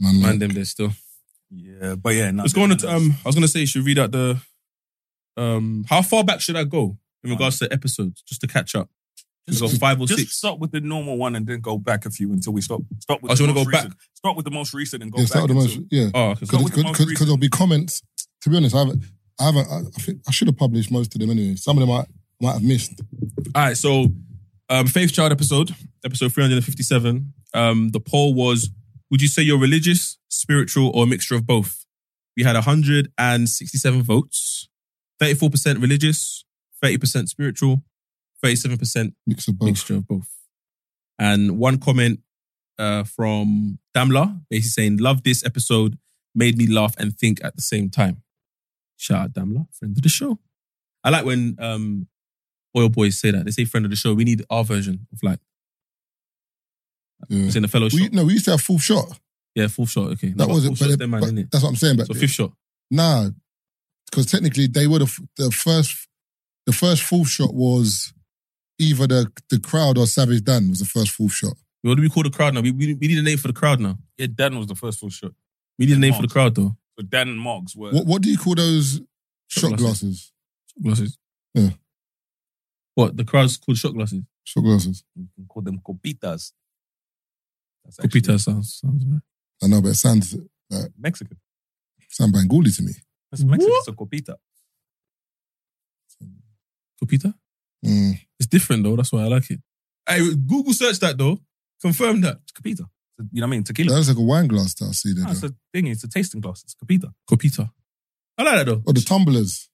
S4: Man,
S6: Man,
S4: man.
S6: them there still.
S5: Yeah, but yeah, no.
S6: Let's go on. To, um, I was gonna say you should read out the. Um, how far back should I go in regards to episodes just to catch up? We got five or
S5: just
S6: six.
S5: start with the normal one and then go back a few until we stop. Start with
S6: Oh, so
S5: the
S6: you wanna
S5: most
S6: go back?
S5: recent. Start with the most recent and go
S4: Yeah,
S5: back.
S4: start with the most.
S5: until-
S4: Yeah.
S6: Oh, okay, so
S5: Go with the most
S4: because
S5: recent.
S4: there'll be comments. To be honest, I haven't. I haven't. I, I think I should have published most of them anyway. Some of them I might have missed.
S6: All right, so um, Faith Child episode, episode 357. Um, the poll was Would you say you're religious, spiritual, or a mixture of both? We had 167 votes 34% religious, 30% spiritual, 37%
S4: Mix of both.
S6: mixture of both. And one comment uh, from Damla, basically saying, Love this episode, made me laugh and think at the same time. Shout out Damla, friend of the show. I like when um, oil boys say that. They say friend of the show. We need our version of like,
S4: Yeah.
S6: it's in the fellow
S4: We,
S6: shot.
S4: no, we used to have full shot.
S6: Yeah, full shot. Okay. No,
S4: That
S6: but
S4: was
S6: full
S4: it. But,
S6: shot's
S4: they-
S6: their man,
S4: but
S6: innit?
S4: that's what I'm saying. But
S6: So fifth shot.
S4: nah, because technically they were the, f- the first. The first full shot was either the the crowd or Savage Dan was the first full shot.
S6: What do we call the crowd now? We, we, we need a name for the crowd now.
S5: Yeah, Dan was the first full shot.
S6: We need a name for the crowd though.
S5: So Dan and Moggs were.
S4: What what do you call those
S6: Shot
S4: shot glasses?
S6: Glasses.
S4: Yeah.
S6: What? The crowd's called shot glasses.
S4: Shot glasses.
S5: You can call them copitas. That's actually
S6: Copita sounds sounds right.
S4: I know, but it sounds
S5: Mexican.
S4: sound Bengali to me.
S5: That's Mexican.
S6: What?
S5: It's a copita.
S6: Copita?
S4: Mm.
S6: It's different though. That's why I like it. I Google search that though. Confirm that.
S5: Capita. You know what I mean? Tequila.
S4: That was like a wine glass that I see there.
S5: No,
S6: Mm-hmm.
S5: it's
S4: though.
S5: a thing. It's a tasting glass. It's Capita.
S6: Copita. I like that though.
S4: Oh, the tumblers.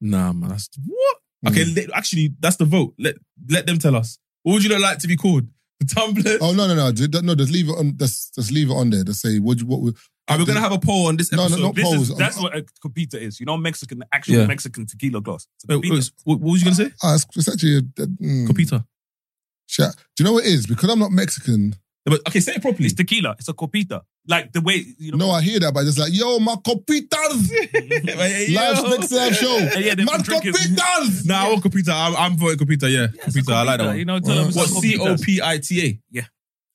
S6: Nah, man. That's what? Okay,
S4: Hmm.
S6: let- actually, that's the vote. Let let them tell us. What would you not like to be called? The Tumblr.
S4: Oh no, no, no, Ju- no! Just leave it on. Just, just leave it on there. Just say what. you- What? we-
S6: Are we gonna have a poll on this
S4: No, no,
S6: episode?
S4: not
S5: This
S4: Pose.
S5: is, that's
S4: I'm-
S5: what a Capita is. You know, Mexican, actual
S6: uh, Yeah.
S5: Mexican tequila glass. It's a
S6: Wait,
S5: Capita.
S6: wait, what, what was you gonna say?
S4: Ah, it's, it's actually a. a mm,
S6: Copita.
S4: shit. Do you know what it is? Because I'm not Mexican.
S6: Yeah, but- okay, say it properly.
S5: It's tequila. It's a Copita. Like the way, you know.
S4: No, I hear that, but just like yo, my copitas.
S6: Hey,
S4: Live
S6: yo.
S4: next live show.
S5: yeah, they've
S4: my
S5: been drinking-
S4: copitas.
S6: Nah, I want Copita. I'm, I'm voting Copita. Yeah,
S5: Yeah, it's a
S6: Copita. I like that
S5: Copita,
S6: one.
S5: You know, tell them it's
S6: What
S5: a
S6: C O
S5: Copita.
S6: P I T A?
S5: Yeah.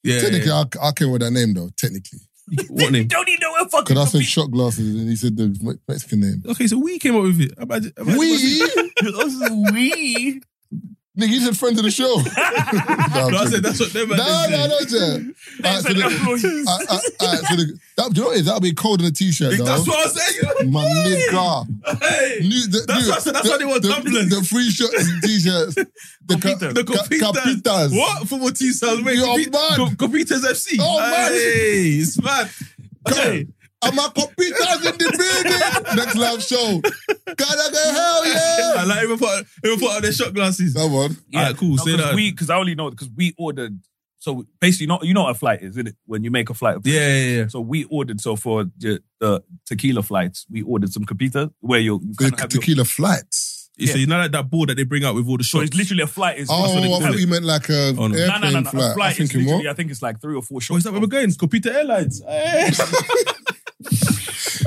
S6: Yeah.
S4: Technically, I, I came with that name though. Technically,
S6: What name?
S5: Don't even know what fucking
S4: because I said
S5: Capita
S4: shot glasses, and he said the Me- Mexican name.
S6: Okay, so we came up with it. Imagine, imagine
S4: We,
S5: we.
S4: nigga, you said friend of the show. no, I'm
S6: No, I said
S4: joking.
S6: that's what them
S4: no,
S6: man did
S4: no,
S6: say.
S4: no, Jay. Alright, so the-
S5: employees.
S4: alright, alright, alright, so the- that- do you know what it is? That'll be cold in a t-shirt. though.
S6: That's what I said.
S4: My nigga.
S6: Hey,
S4: New- the-
S6: That's
S4: new-
S6: what I said, that's
S4: the-
S6: why they want
S4: the-
S6: tumblers.
S4: The free shirts and t-shirts. The ca-
S5: Copita.
S6: the
S4: ca-
S6: Copitas.
S4: Capitas.
S6: What football team sounds? Wait,
S4: You're
S6: Copi-
S4: mad.
S6: Co- Copitas FC.
S4: Oh, man.
S6: Hey, it's mad. Okay.
S4: And my Copitas in the building. Next live show. Gotta go hell
S6: I
S4: yeah.
S6: like even put even put on their shot glasses.
S4: That one.
S6: Alright, cool, say that.
S5: Because I only know because we ordered. So basically, you know, you know what a flight is, isn't it? When you make a flight.
S6: Yeah, yeah, yeah.
S5: So we ordered. So for the, the tequila flights, we ordered some capita where you you
S4: The
S5: kind of have your.
S4: tequila flights.
S6: So you know like that board that they bring out with all the
S5: So
S6: shots.
S5: it's literally a flight. Is
S4: Oh, I thought you meant like a
S6: Oh, no.
S4: airplane
S5: no, no, no, no.
S4: flight.
S5: A flight
S4: I'm
S5: is
S4: thinking
S5: literally,
S4: what?
S5: I think it's like three or four shots.
S6: Oh, is that where we're going? It's Copita Airlines. Hey.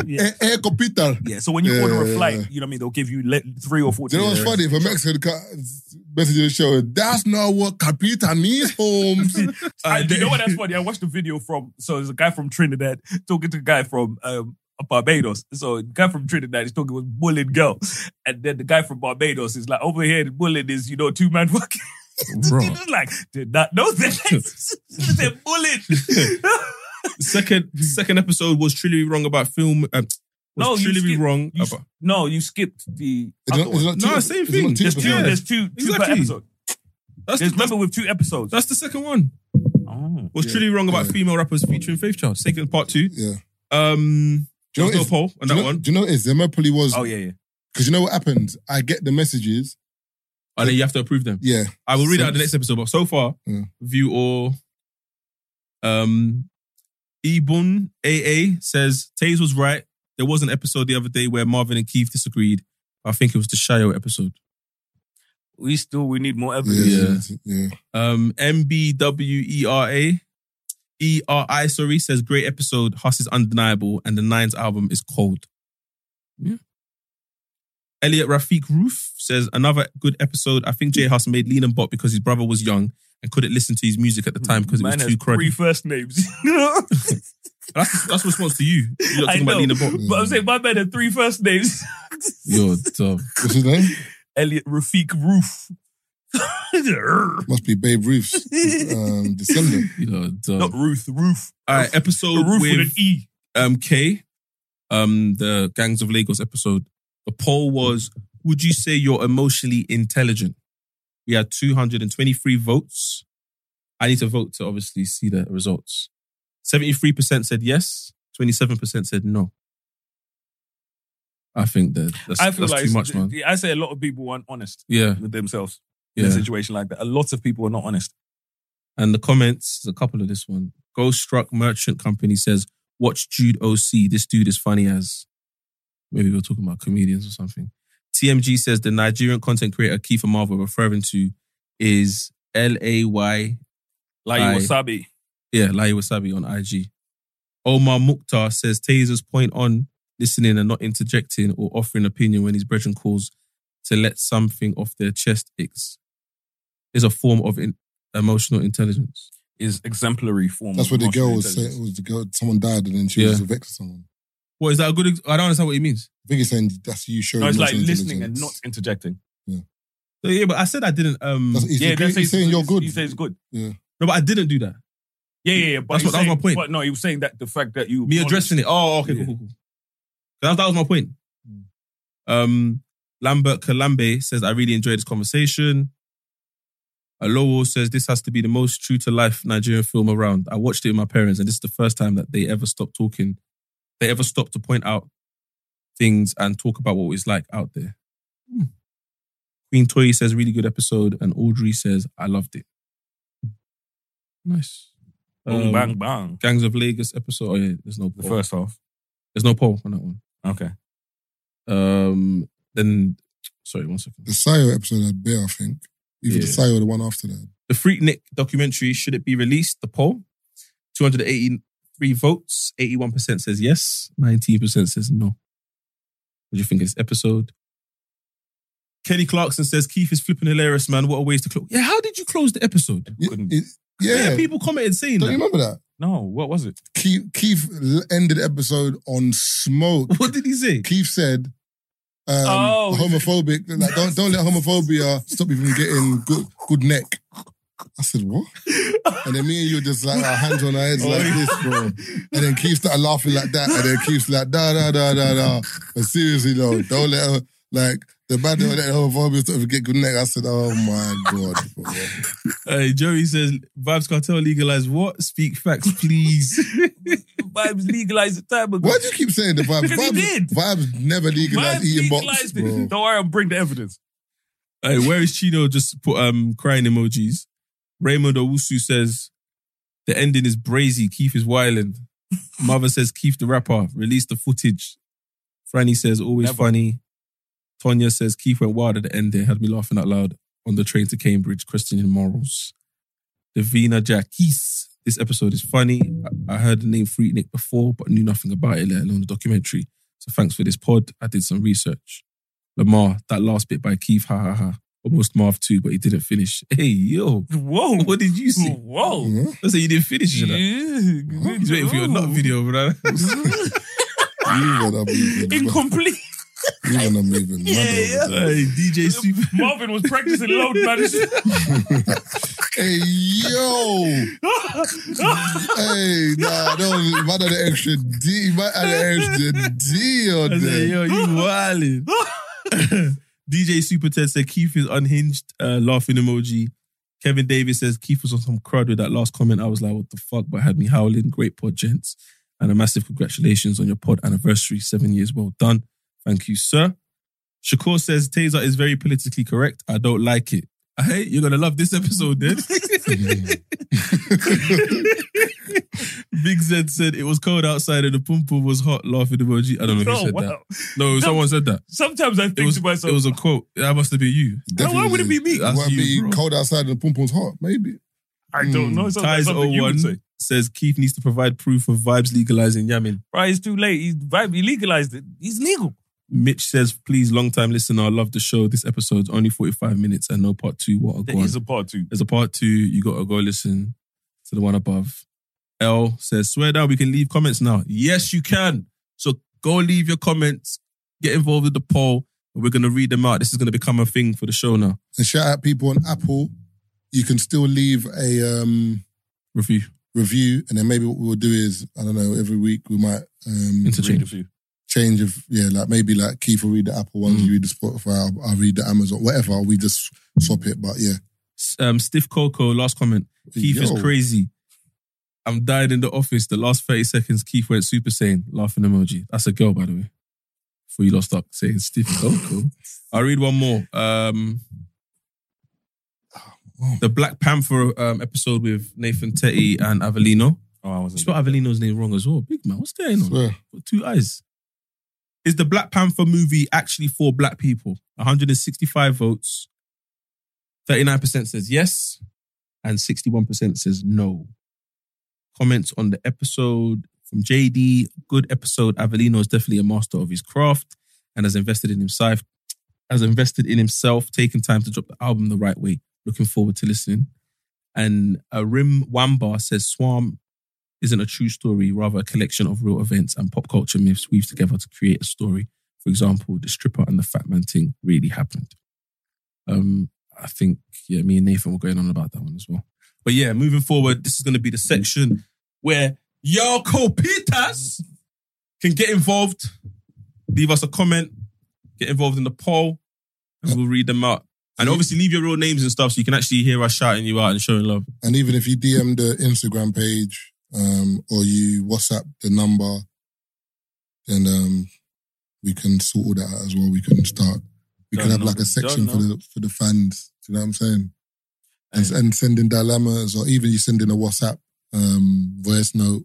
S4: Air, air Copita.
S5: Yeah. So when you
S4: Yeah,
S5: order
S4: yeah,
S5: a flight,
S4: yeah.
S5: you know what I mean. They'll give you le- three or four.
S4: You know what's
S5: tickets.
S4: funny? If a Mexican ca- message the show, that's not what Capita means, Holmes.
S5: I,
S6: Alright,
S5: you know
S6: they-
S5: what? That's funny. I watched a video from so there's a guy from Trinidad talking to a guy from um, Barbados. So the guy from Trinidad is talking with bullying girl, and then the guy from Barbados is like over here. The bullying is you know two man fucking.
S6: Bro.
S5: He's like did not know that. They're bullying.
S6: second second episode was truly wrong about film. Um,
S5: No,
S6: was
S5: you
S6: truly
S5: skip-
S6: wrong
S5: you s-
S6: about.
S5: no, you skipped the.
S4: It's not- it's not
S6: No,
S4: two-
S6: same
S4: it's
S6: thing.
S4: not two
S5: There's two.
S4: episodes.
S5: There's two. Two per
S6: Exactly.
S5: episode.
S6: That's
S5: There's,
S6: the, that's,
S5: remember with two episodes.
S6: that's the second one.
S5: Oh.
S6: Was truly wrong about
S4: Yeah.
S6: female rappers featuring Faith Child. Second part two.
S4: Yeah.
S6: Um,
S4: Do you know what
S6: there was
S4: it
S6: no poll
S4: Do
S6: on that
S4: you know,
S6: one.
S4: Do you know what it is? There probably was
S5: Oh yeah, yeah.
S4: because you know what happens. I get the messages.
S6: And Oh, then you have to approve them.
S4: Yeah,
S6: I will read
S4: So-
S6: out the next episode. But so far,
S4: Yeah.
S6: view or um, Ebon AA says Taze was right. There was an episode the other day where Marvin and Keith disagreed. I think it was the Shayo episode.
S5: We still we need more
S4: yeah,
S5: evidence.
S4: yeah. yeah.
S6: Um, E MBWERA, ERI, E sorry, says great episode. Huss is undeniable, and the Nines album is cold. Yeah. Elliot Rafiq Roof says another good episode. I think Jay Huss made Lean and Bot because his brother was young and couldn't listen to his music at the time because it was
S5: Man
S6: too
S5: has three
S6: cruddy.
S5: first names.
S6: That's that's response to you. You're
S5: I
S6: talking about
S5: know,
S6: Lean and Bot.
S5: But I'm saying my man had three first names.
S6: You're dumb.
S4: What's his name?
S5: Elliot Rafik Roof.
S4: Must be Babe Ruth's um, descendant.
S6: You're dumb.
S5: Not Ruth, Roof.
S6: All right, episode
S5: Roof with, an
S6: with
S5: E.
S6: um K, um the Gangs of Lagos episode, the poll was would you say you're emotionally intelligent? We had 223 votes. I need to vote to obviously see the results. 73% said yes, 27% said no. I think that that's,
S5: I feel
S6: that's
S5: like
S6: too much, man.
S5: I say a lot of people aren't honest
S6: yeah,
S5: with themselves in a
S6: yeah.
S5: situation like that. A lot of people are not honest.
S6: And the comments, there's a couple of this one. Ghost Struck Merchant Company says, watch Jude OC. This dude is funny as. Maybe we are talking about comedians or something. TMG says the Nigerian content creator Keith Amava referring to is L A Y,
S5: Like
S6: Aye.
S5: Wasabi.
S6: yeah, Lai Wasabi on IG. Omar Mukhtar says Taser's point on listening and not interjecting or offering opinion when his brethren calls to let something off their chest is, is a form of in, emotional intelligence.
S5: Is exemplary form.
S4: That's
S5: of
S4: what the girl
S5: emotional
S4: was saying.
S5: intelligence.
S4: Was the girl? Someone died and then she was
S6: Yeah.
S4: vexed with someone.
S6: Well, is that a good? Ex- I don't understand what he means.
S4: I think he's saying that's you showing.
S5: No, it's like
S4: emotional
S5: listening and not
S4: intelligence.
S5: interjecting.
S6: So, yeah, but I said I didn't. Um,
S4: That's, he's,
S5: yeah,
S4: agreeing-
S5: that's-
S4: he's saying you're good.
S5: He says good.
S6: no, but I didn't do that.
S5: Yeah, yeah, yeah. But
S6: That's
S5: he
S6: what- that was
S5: saying-
S6: my point.
S5: But no, he was saying that the fact that you
S6: Me addressing it. Oh, okay,
S5: Yeah. Mm.
S6: cool, cool, cool. That, that was my point. Um, Lambert Kalambe says I really enjoyed this conversation. Alowo says this has to be the most true to life Nigerian film around. I watched it with my parents, and this is the first time that they ever stopped talking. They ever stopped to point out things and talk about what it's like out there. Hmm.
S5: Mm.
S6: Queen Toy says really good episode, and Audrey says I loved it. Nice.
S8: Boom,
S6: Um,
S8: Oh, bang, bang.
S6: Gangs of Lagos episode. Oh yeah, there's no
S8: The
S6: poll.
S8: first half.
S6: There's no poll on that one.
S8: Okay.
S6: Um. Then, sorry, one second.
S4: The Sayo episode had better, I think. Either the
S6: Yeah.
S4: Sayo or the one after that.
S6: The Freaknik documentary should it be released? The poll, two hundred eighty-three votes. Eighty-one percent says yes. Nineteen percent says no. What do you think of this episode? Kenny Clarkson says Keith is flipping hilarious, man. What a waste to close. Yeah, how did you close the episode?
S4: Y-
S8: Couldn't-
S4: it- yeah.
S6: Yeah, people commented saying
S4: Don't you
S6: that.
S4: remember that?
S8: No, what was it?
S4: Keith, Keith l- ended the episode on smoke.
S6: What did he say?
S4: Keith said, um,
S8: Oh.
S4: homophobic. Like, don't don't let homophobia stop you from getting good good neck. I said what? And then me and you were just like our hands on our heads like
S8: Oh.
S4: this, bro. And then Keith started laughing like that, and then Keith's like da da da da da. But seriously though, don't let her like the bad don't let homophobia stop you from getting good neck. I said, oh my god, bro.
S6: Uh, Joey says Vibes Cartel legalize what? Speak facts, please.
S8: Vibes legalized the time ago.
S4: Why do you keep saying the vibes?
S8: Because he
S4: vibes,
S8: did.
S4: vibes never legalized
S8: Vibes
S4: eating box,
S8: legalized it.
S4: bro.
S8: Don't worry, I'll bring the evidence.
S6: Hey, where is Chino? Just put um crying emojis. Raymond Owusu says the ending is brazy. Keith is wild. Mother says Keith the rapper. Release the footage. Franny says always
S8: Never.
S6: funny. Tonya says Keith went wild at the end there. Had me laughing out loud on the train to Cambridge, questioning morals. Davina Jackis. This episode is funny. I, I heard the name Freaknik before, but knew nothing about it, let alone the documentary. So thanks for this pod. I did some research. Lamar, that last bit by Keith, ha ha ha. Almost Marv too, but he didn't finish. Hey, yo.
S8: Whoa.
S6: What did you see?
S8: Whoa.
S4: Yeah.
S6: I said you didn't finish, you know?
S8: Yeah.
S6: He's waiting for your nut video, bro.
S4: You better be good, bro.
S8: Incomplete.
S4: You better be good, man.
S6: hey, DJ Super.
S8: Marvin was practicing load management.
S4: Hey yo, hey nah, don't might add an extra D, might add an extra D
S6: I
S4: on
S6: said,
S4: there.
S6: yo, you wildin'. DJ Super Ted said Keith is unhinged, uh, laughing emoji. Kevin Davis says Keith was on some crud with that last comment. I was like, what the fuck? But had me howling. Great pod, gents. And a massive congratulations on your pod anniversary. Seven years well done. Thank you, sir. Shakur says Taser is very politically correct. I don't like it. Hey, you're gonna love this episode, then. Big Z said it was cold outside and the pum pum was hot. Laughing emoji. I don't know who
S8: Oh,
S6: said that.
S8: wow.
S6: No, someone said that.
S8: Sometimes I think
S6: It was,
S8: to myself,
S6: it was a quote. That must have been you.
S8: "Now, why would it be
S4: Definitely.
S8: me?
S6: That's
S4: Might
S6: you,
S4: be
S6: bro.
S4: cold outside and the pom pom's hot, maybe.
S8: I
S6: mm,
S8: don't know. It's
S6: Ties
S8: something you would
S6: 01
S8: say.
S6: says Keith needs to provide proof of vibes legalizing Yamin.
S8: Right, it's too late. He's vibe. He legalized it. He's legal.
S6: Mitch says, please, long time listener, I love the show. This episode's only 45 minutes and no part two. What a
S8: There
S6: go
S8: is a part two.
S6: There's a part two. You got to go listen to the one above. L says, swear down, we can leave comments now. Yes, you can. So go leave your comments, get involved with the poll, and we're going to read them out. This is going to become a thing for the show now.
S4: And shout out people on Apple. You can still leave a um,
S6: Review.
S4: review, and then maybe what we'll do is I don't know. Every week we might um,
S6: Interchange.
S4: change of yeah, like maybe like Keith will read the Apple ones, you read the Spotify, I'll, I'll read the Amazon, whatever. We just swap it, but yeah.
S6: um, Stiff Coco, last comment. Keith
S4: Yo.
S6: is crazy. I'm dying in the office. The last 30 seconds, Keith went super sane. Laughing emoji. That's a girl, by the way. Before you lost up saying Stiff Coco. I'll read one more. Um, the Black Panther um, episode with Nathan Tetty and Avelino.
S8: Oh, I wasn't.
S6: Spell Avelino's name wrong as well. Big man, what's going on?
S4: Swear.
S6: Got two eyes. Is the Black Panther movie actually for black people? 165 votes. 39% says yes, and 61% says no. Comments on the episode from JD. Good episode. Avelino is definitely a master of his craft and has invested in himself, has invested in himself, taking time to drop the album the right way. Looking forward to listening. And Rim Wamba says Swam isn't a true story, rather a collection of real events and pop culture myths weaved together to create a story. For example, the stripper and the fat man thing really happened. Um, I think yeah, me and Nathan were going on about that one as well. But yeah, moving forward, this is going to be the section where y'all co-peters can get involved, leave us a comment, get involved in the poll, and we'll read them out. And obviously, leave your real names and stuff so you can actually hear us shouting you out and showing love.
S4: And even if you DM the Instagram page um, or you WhatsApp the number, then um, we can sort all that out as well. We can start. We can
S8: Don't
S4: have
S8: know.
S4: like a section
S8: Don't
S4: for the for the fans. Do you know what I'm saying? And, and sending dilemmas, or even you sending a WhatsApp um, voice note.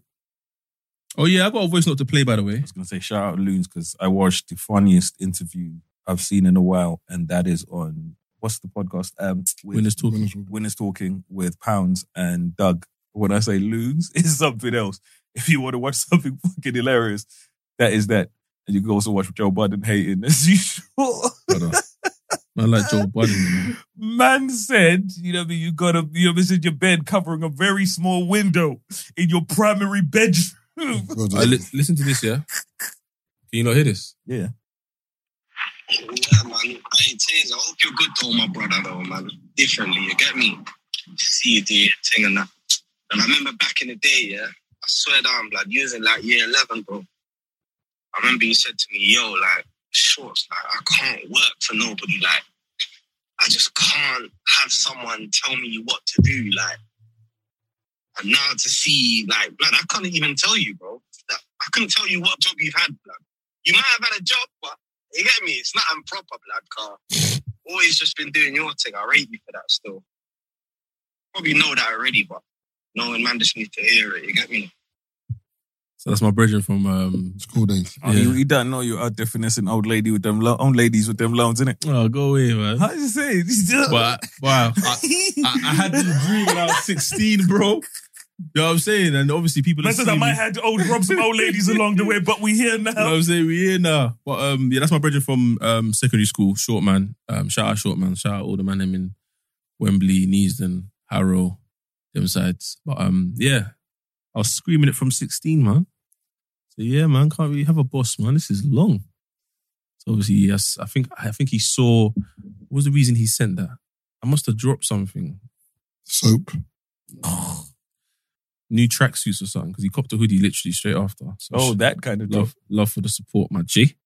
S6: Oh, yeah, I got a voice note to play, by the way.
S8: I was gonna say shout out Loons because I watched the funniest interview I've seen in a while, and that is on what's the podcast? Um, with,
S6: Winners Talk.
S8: Winners talking with Pounds and Doug. When I say Loons, it's something else. If you want to watch something fucking hilarious, that is that. And you can also watch Joe Budden hating as usual.
S6: I like Joe Budden. you know.
S8: Man said, you know, what I mean? you gotta, you know, this is your bed covering a very small window in your primary bedroom.
S4: God,
S6: Uh, li- listen to this, yeah? Can you not hear this?
S8: Yeah.
S10: Yeah, man. Hey, Taser, I hope you're good though, my brother, though, man. Differently, you get me? See you do your thing and that. And I remember back in the day, yeah, I swear down, blood, you was in like year 11, bro. I remember you said to me, yo, like, shorts, like, I can't work for nobody. Like, I just can't have someone tell me what to do. Like, and now to see, like, blood, I couldn't even tell you, bro. Like, I couldn't tell you what job you've had, blood. You might have had a job, but you get me? It's not I'm proper, blood car. Always just been doing your thing. I rate you for that still. Probably know that already, but knowing man just needs to hear it. You get me?
S6: So that's my brethren from. Um,
S4: school days.
S8: Oh,
S6: Yeah.
S8: You, you don't know you're out there finessing old lady with them lo- old ladies with them loans, innit?
S6: oh, go away, man.
S8: How you say? it?
S6: But wow, I, I, I had this dream when I was 16, bro. You know what I'm saying? And obviously, people have
S5: Listen, I
S6: seen
S5: might
S6: me.
S5: had old rob some old ladies along the way, but we here
S6: You know
S5: now.
S6: what I'm saying? We here now. But um, yeah, that's my brother from um secondary school, short man. Um, shout out short man. Shout out all the man them in Wembley, Neasden, Harrow, them sides. But um, yeah, I was screaming it from 16, man. So yeah, man, can't really have a boss, man. This is long. So obviously, yes, I think I think he saw. What was the reason he sent that? I must have dropped something.
S4: Soap.
S6: New tracksuits or something because he copped a hoodie literally straight after. So
S8: Oh,
S6: sh-
S8: that kind of stuff.
S6: love, love for the support, my G.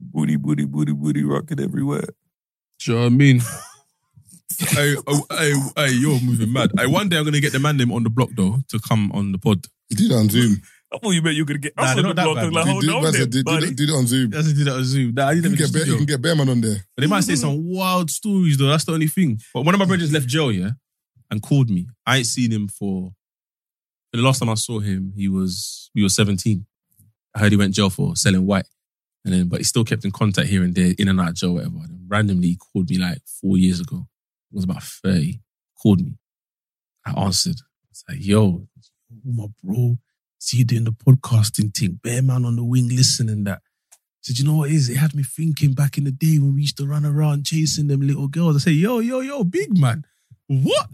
S8: Booty, booty, booty, booty, rocking everywhere.
S6: Do you know what I mean? hey, oh, hey, hey, you're moving mad. Hey, one day I'm gonna get the man name on the block though to come on the pod.
S4: You did it on Zoom.
S5: I thought you meant you were gonna get
S6: Nah,
S5: us
S6: they're
S5: on
S6: not
S5: the
S6: that
S5: block.
S6: bad.
S5: and Like,
S4: You
S5: hold
S4: did,
S5: on,
S4: Baz, you
S5: then,
S4: did, you
S5: buddy.
S4: did, did it on Zoom.
S6: That's did that on Zoom. Nah, I
S4: You
S6: didn't
S4: can, get
S6: have a
S4: Bear, you
S6: studio.
S4: can get Bearman on there.
S6: But they might say some wild stories though. That's the only thing. But one of my brothers left jail, yeah, and called me. I ain't seen him for. The last time I saw him, he was we were seventeen. I heard he went jail for selling white, and then but he still kept in contact here and there, in and out of jail, whatever. And randomly, he called me like four years ago. I was about thirty. Called me. I answered. It's like, yo, oh my bro, see you doing the podcasting thing. Bear man on the wing, listening that said, you know what it is? It had me thinking back in the day when we used to run around chasing them little girls. I said, yo, yo, yo, big man. What?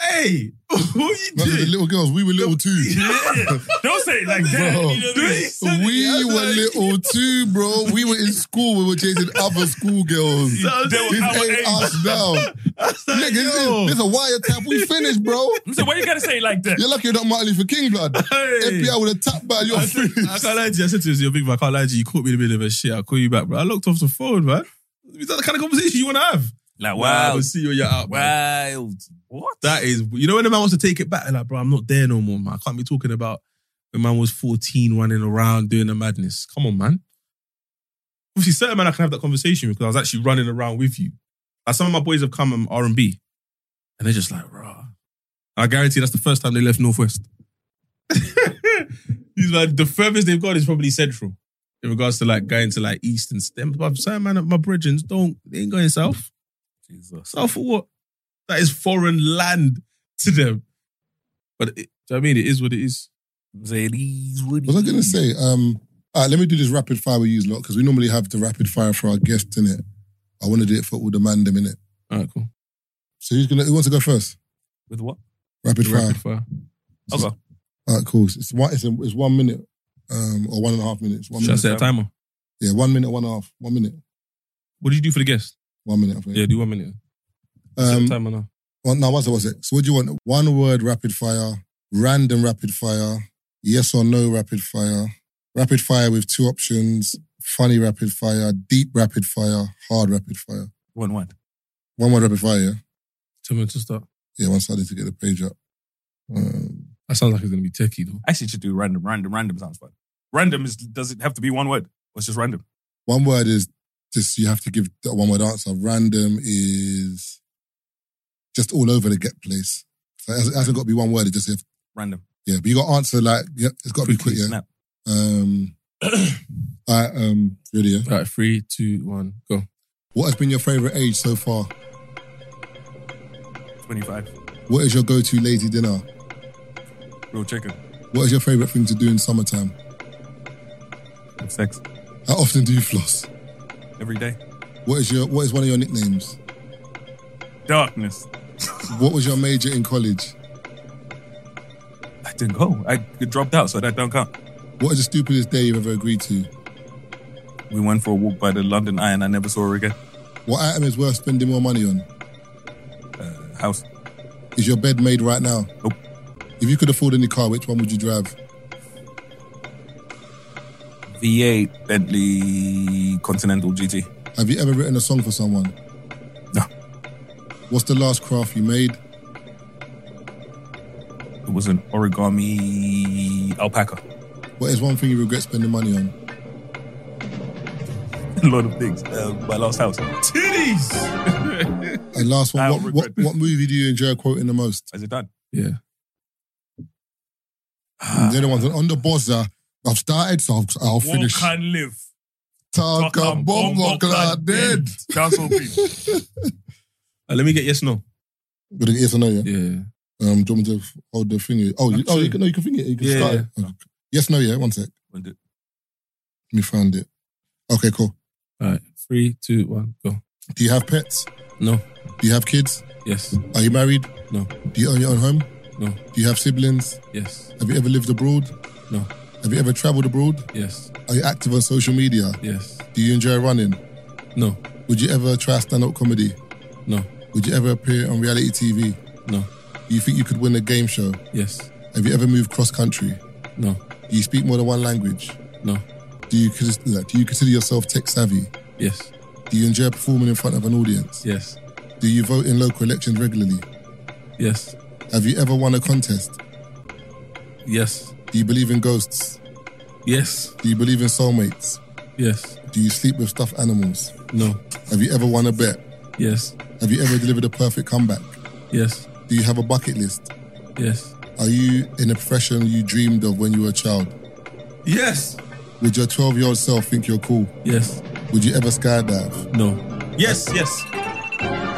S6: Hey, what you
S4: Remember the
S6: doing?
S4: little girls, we were little too.
S5: Yeah. Don't say it like that.
S4: Bro.
S5: You know what I mean?
S4: We were little too, bro. We were in school. We were chasing other schoolgirls.
S5: They were
S4: This
S5: our
S4: ain't
S5: age.
S4: us now. Nigga, this
S6: yo.
S4: is this a wiretap. We finished, bro.
S5: So why you gotta say it like that?
S4: You're lucky you're not Martin Luther King blood.
S6: Hey.
S4: FBI would have tapped by your
S6: I, said-
S4: finished.
S6: I can't lie to you. I said to you, yo, big man, I can't lie to you. You caught me in the middle of a shit. I'll call you back, bro. I locked off the phone, man. Is that the kind of conversation you want to have?
S8: Like,
S6: Nah, I
S8: wow.
S6: will see you when you're out, man.
S8: Wild. What?
S6: That is, you know, when the man wants to take it back, they're like, bro, I'm not there no more, man. I can't be talking about when man was 14 running around doing the madness. Come on, man. Obviously, certain man I can have that conversation with because I was actually running around with you. Like some of my boys have come um, R and B, and they're just like, rah. I guarantee that's the first time they left Northwest. He's like, the furthest they've gone is probably Central in regards to like going to like East and STEM. But certain man, my brethren don't, they ain't going South.
S8: Jesus.
S6: South for what? That is foreign land to them. But it, do you know what I mean? It is what it is.
S8: Zeddy's Woody.
S4: What was I gonna say? Um, all right, let me do this rapid fire we use lot because we normally have the rapid fire for our guests in it. I want to do it for all the man them in it.
S6: All right, cool.
S4: So who's gonna who wants to go first?
S8: With what?
S4: Rapid fire.
S6: Rapid fire.
S8: Okay.
S4: All right, cool. It's one. It's, a, it's one minute, um, or one and a half minutes. One
S6: Should I
S4: minute.
S6: set a timer?
S4: Yeah, one minute, one and a half, one minute,
S6: What did you do for the guest?
S4: one minute. I think.
S6: Yeah, do one minute. Set
S4: Um,
S6: a timer now.
S4: well, now what's it? What's it? So what do you want? One word rapid fire, random rapid fire, yes or no rapid fire, rapid fire with two options, funny rapid fire, deep rapid fire, hard rapid fire.
S8: One, one.
S4: One more rapid fire, yeah?
S6: Tell me when to start.
S4: Yeah, one started to get the page up. Um,
S6: That sounds like it's gonna be techie though.
S8: I actually should do random, random, random sounds fun. Random is does it have to be one word? Or it's just random.
S4: one word is just, you have to give that one word answer. Random is just all over the get place. So it hasn't it hasn't got to be one word, it just have,
S8: Random.
S4: yeah, but you got to answer like, yeah, it's got to be quick, yeah.
S8: Snap.
S4: Um, all right, um, really, yeah.
S6: All right, three, two, one, go.
S4: What has been your favorite age so far?
S8: 25.
S4: What is your go-to lazy dinner?
S8: Real chicken.
S4: What is your favorite thing to do in summertime?
S8: Have sex.
S4: How often do you floss?
S8: Every day.
S4: What is your What is one of your nicknames?
S8: Darkness.
S4: What was your major in college?
S8: I didn't go. I dropped out, so that don't count.
S4: What is the stupidest day you've ever agreed to?
S8: We went for a walk by the London Eye and I never saw her again.
S4: What item is worth spending more money on?
S8: Uh, house.
S4: Is your bed made right now?
S8: Nope.
S4: If you could afford any car, which one would you drive?
S8: V8 Bentley Continental GT.
S4: Have you ever written a song for someone?
S8: No.
S4: What's the last craft you made?
S8: It was an origami alpaca.
S4: What is one thing you regret spending money on?
S8: A lot of things. Uh, my last house.
S6: Titties!
S4: And last
S8: I
S4: one,
S8: don't
S4: what,
S8: regret
S4: what,
S8: this.
S4: what movie do you enjoy quoting the most?
S8: Is it done?
S6: Yeah.
S4: And the other one's on the buzzer. I've started, so I'll, I'll
S5: War
S4: finish.
S5: can live.
S4: Talk
S5: Fuck
S4: a
S5: a
S4: bomb,
S5: bomb,
S4: like dead.
S5: That's all people.
S6: Uh, let me get yes, no.
S4: With an yes or no, yeah?
S6: Yeah.
S4: Um, do you want me to hold the thingy? Oh, you,
S6: That's
S4: oh, you
S6: true.
S4: can, no, you can think it. You can
S6: Yeah,
S4: start
S6: yeah.
S4: it. Okay. Yes, no, yeah. One sec.
S8: We'll do it.
S4: Let me find it. Okay, cool.
S6: All right, three, two, one, go.
S4: Do you have pets?
S6: No.
S4: Do you have kids?
S6: Yes.
S4: Are you married?
S6: No.
S4: Do you own your own home?
S6: No.
S4: Do you have siblings?
S6: Yes.
S4: Have you ever lived abroad?
S6: No.
S4: Have you ever traveled abroad?
S6: Yes.
S4: Are you active on social media?
S6: Yes.
S4: Do you enjoy running?
S6: No.
S4: Would you ever try stand-up comedy?
S6: No.
S4: Would you ever appear on reality TV?
S6: No.
S4: Do you think you could win a game show?
S6: Yes.
S4: Have you ever moved cross-country?
S6: No.
S4: Do you speak more than one language?
S6: No.
S4: Do you cons- do you consider yourself tech savvy?
S6: Yes.
S4: Do you enjoy performing in front of an audience?
S6: Yes.
S4: Do you vote in local elections regularly?
S6: Yes.
S4: Have you ever won a contest?
S6: Yes.
S4: Do you believe in ghosts?
S6: Yes.
S4: Do you believe in soulmates?
S6: Yes.
S4: Do you sleep with stuffed animals?
S6: No.
S4: Have you ever won a bet?
S6: Yes.
S4: Have you ever delivered a perfect comeback?
S6: Yes.
S4: Do you have a bucket list?
S6: Yes.
S4: Are you in a profession you dreamed of when you were a child?
S6: Yes.
S4: Would your 12 year old self think you're cool?
S6: Yes.
S4: Would you ever skydive?
S6: No. Yes. Yes.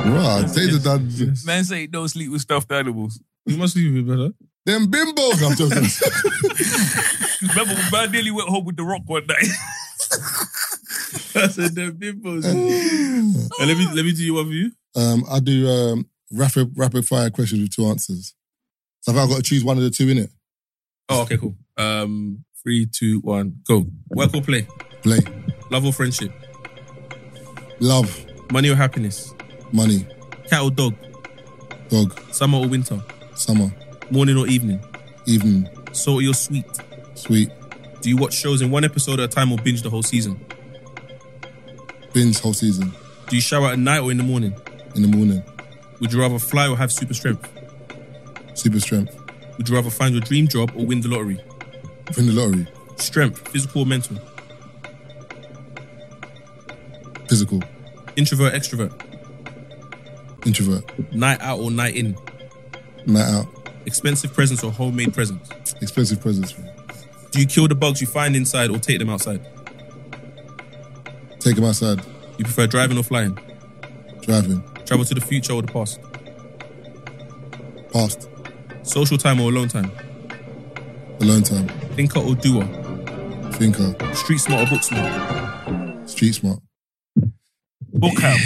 S4: Right, these are done.
S8: Man say no sleep with stuffed animals.
S6: You must leave it better.
S4: Them bimbos, I'm joking.
S8: Remember when man nearly went home with the rock one night?
S6: I said them bimbos. Uh, let me let me do you one for you.
S4: Um, I do um, rapid rapid fire questions with two answers. So I've got to choose one of the two in it.
S6: Oh, okay, cool. Um, three, two, one, go. Work or play,
S4: Play,
S6: love or friendship,
S4: love,
S6: money or happiness,
S4: money,
S6: cat or dog,
S4: dog,
S6: summer or winter,
S4: summer,
S6: morning or evening,
S4: evening,
S6: salty or sweet.
S4: sweet,
S6: Do you watch shows in one episode at a time or binge the whole season?
S4: binge whole season
S6: Do you shower at night or in the morning?
S4: in the morning.
S6: Would you rather fly or have super strength?
S4: Super strength,
S6: Would you rather find your dream job or win the lottery?
S4: win the lottery,
S6: Strength, physical or mental?
S4: physical,
S6: Introvert, extrovert?
S4: introvert,
S6: Night out or night in?
S4: night out,
S6: Expensive presents or homemade presents?
S4: expensive presents. man.
S6: Do you kill the bugs you find inside or take them outside?
S4: Take them outside,
S6: You prefer driving or flying?
S4: driving,
S6: Travel to the future or the past?
S4: past,
S6: Social time or alone time?
S4: alone time,
S6: Thinker or doer?
S4: thinker,
S6: Street smart or book smart?
S4: street smart.
S8: Book camp.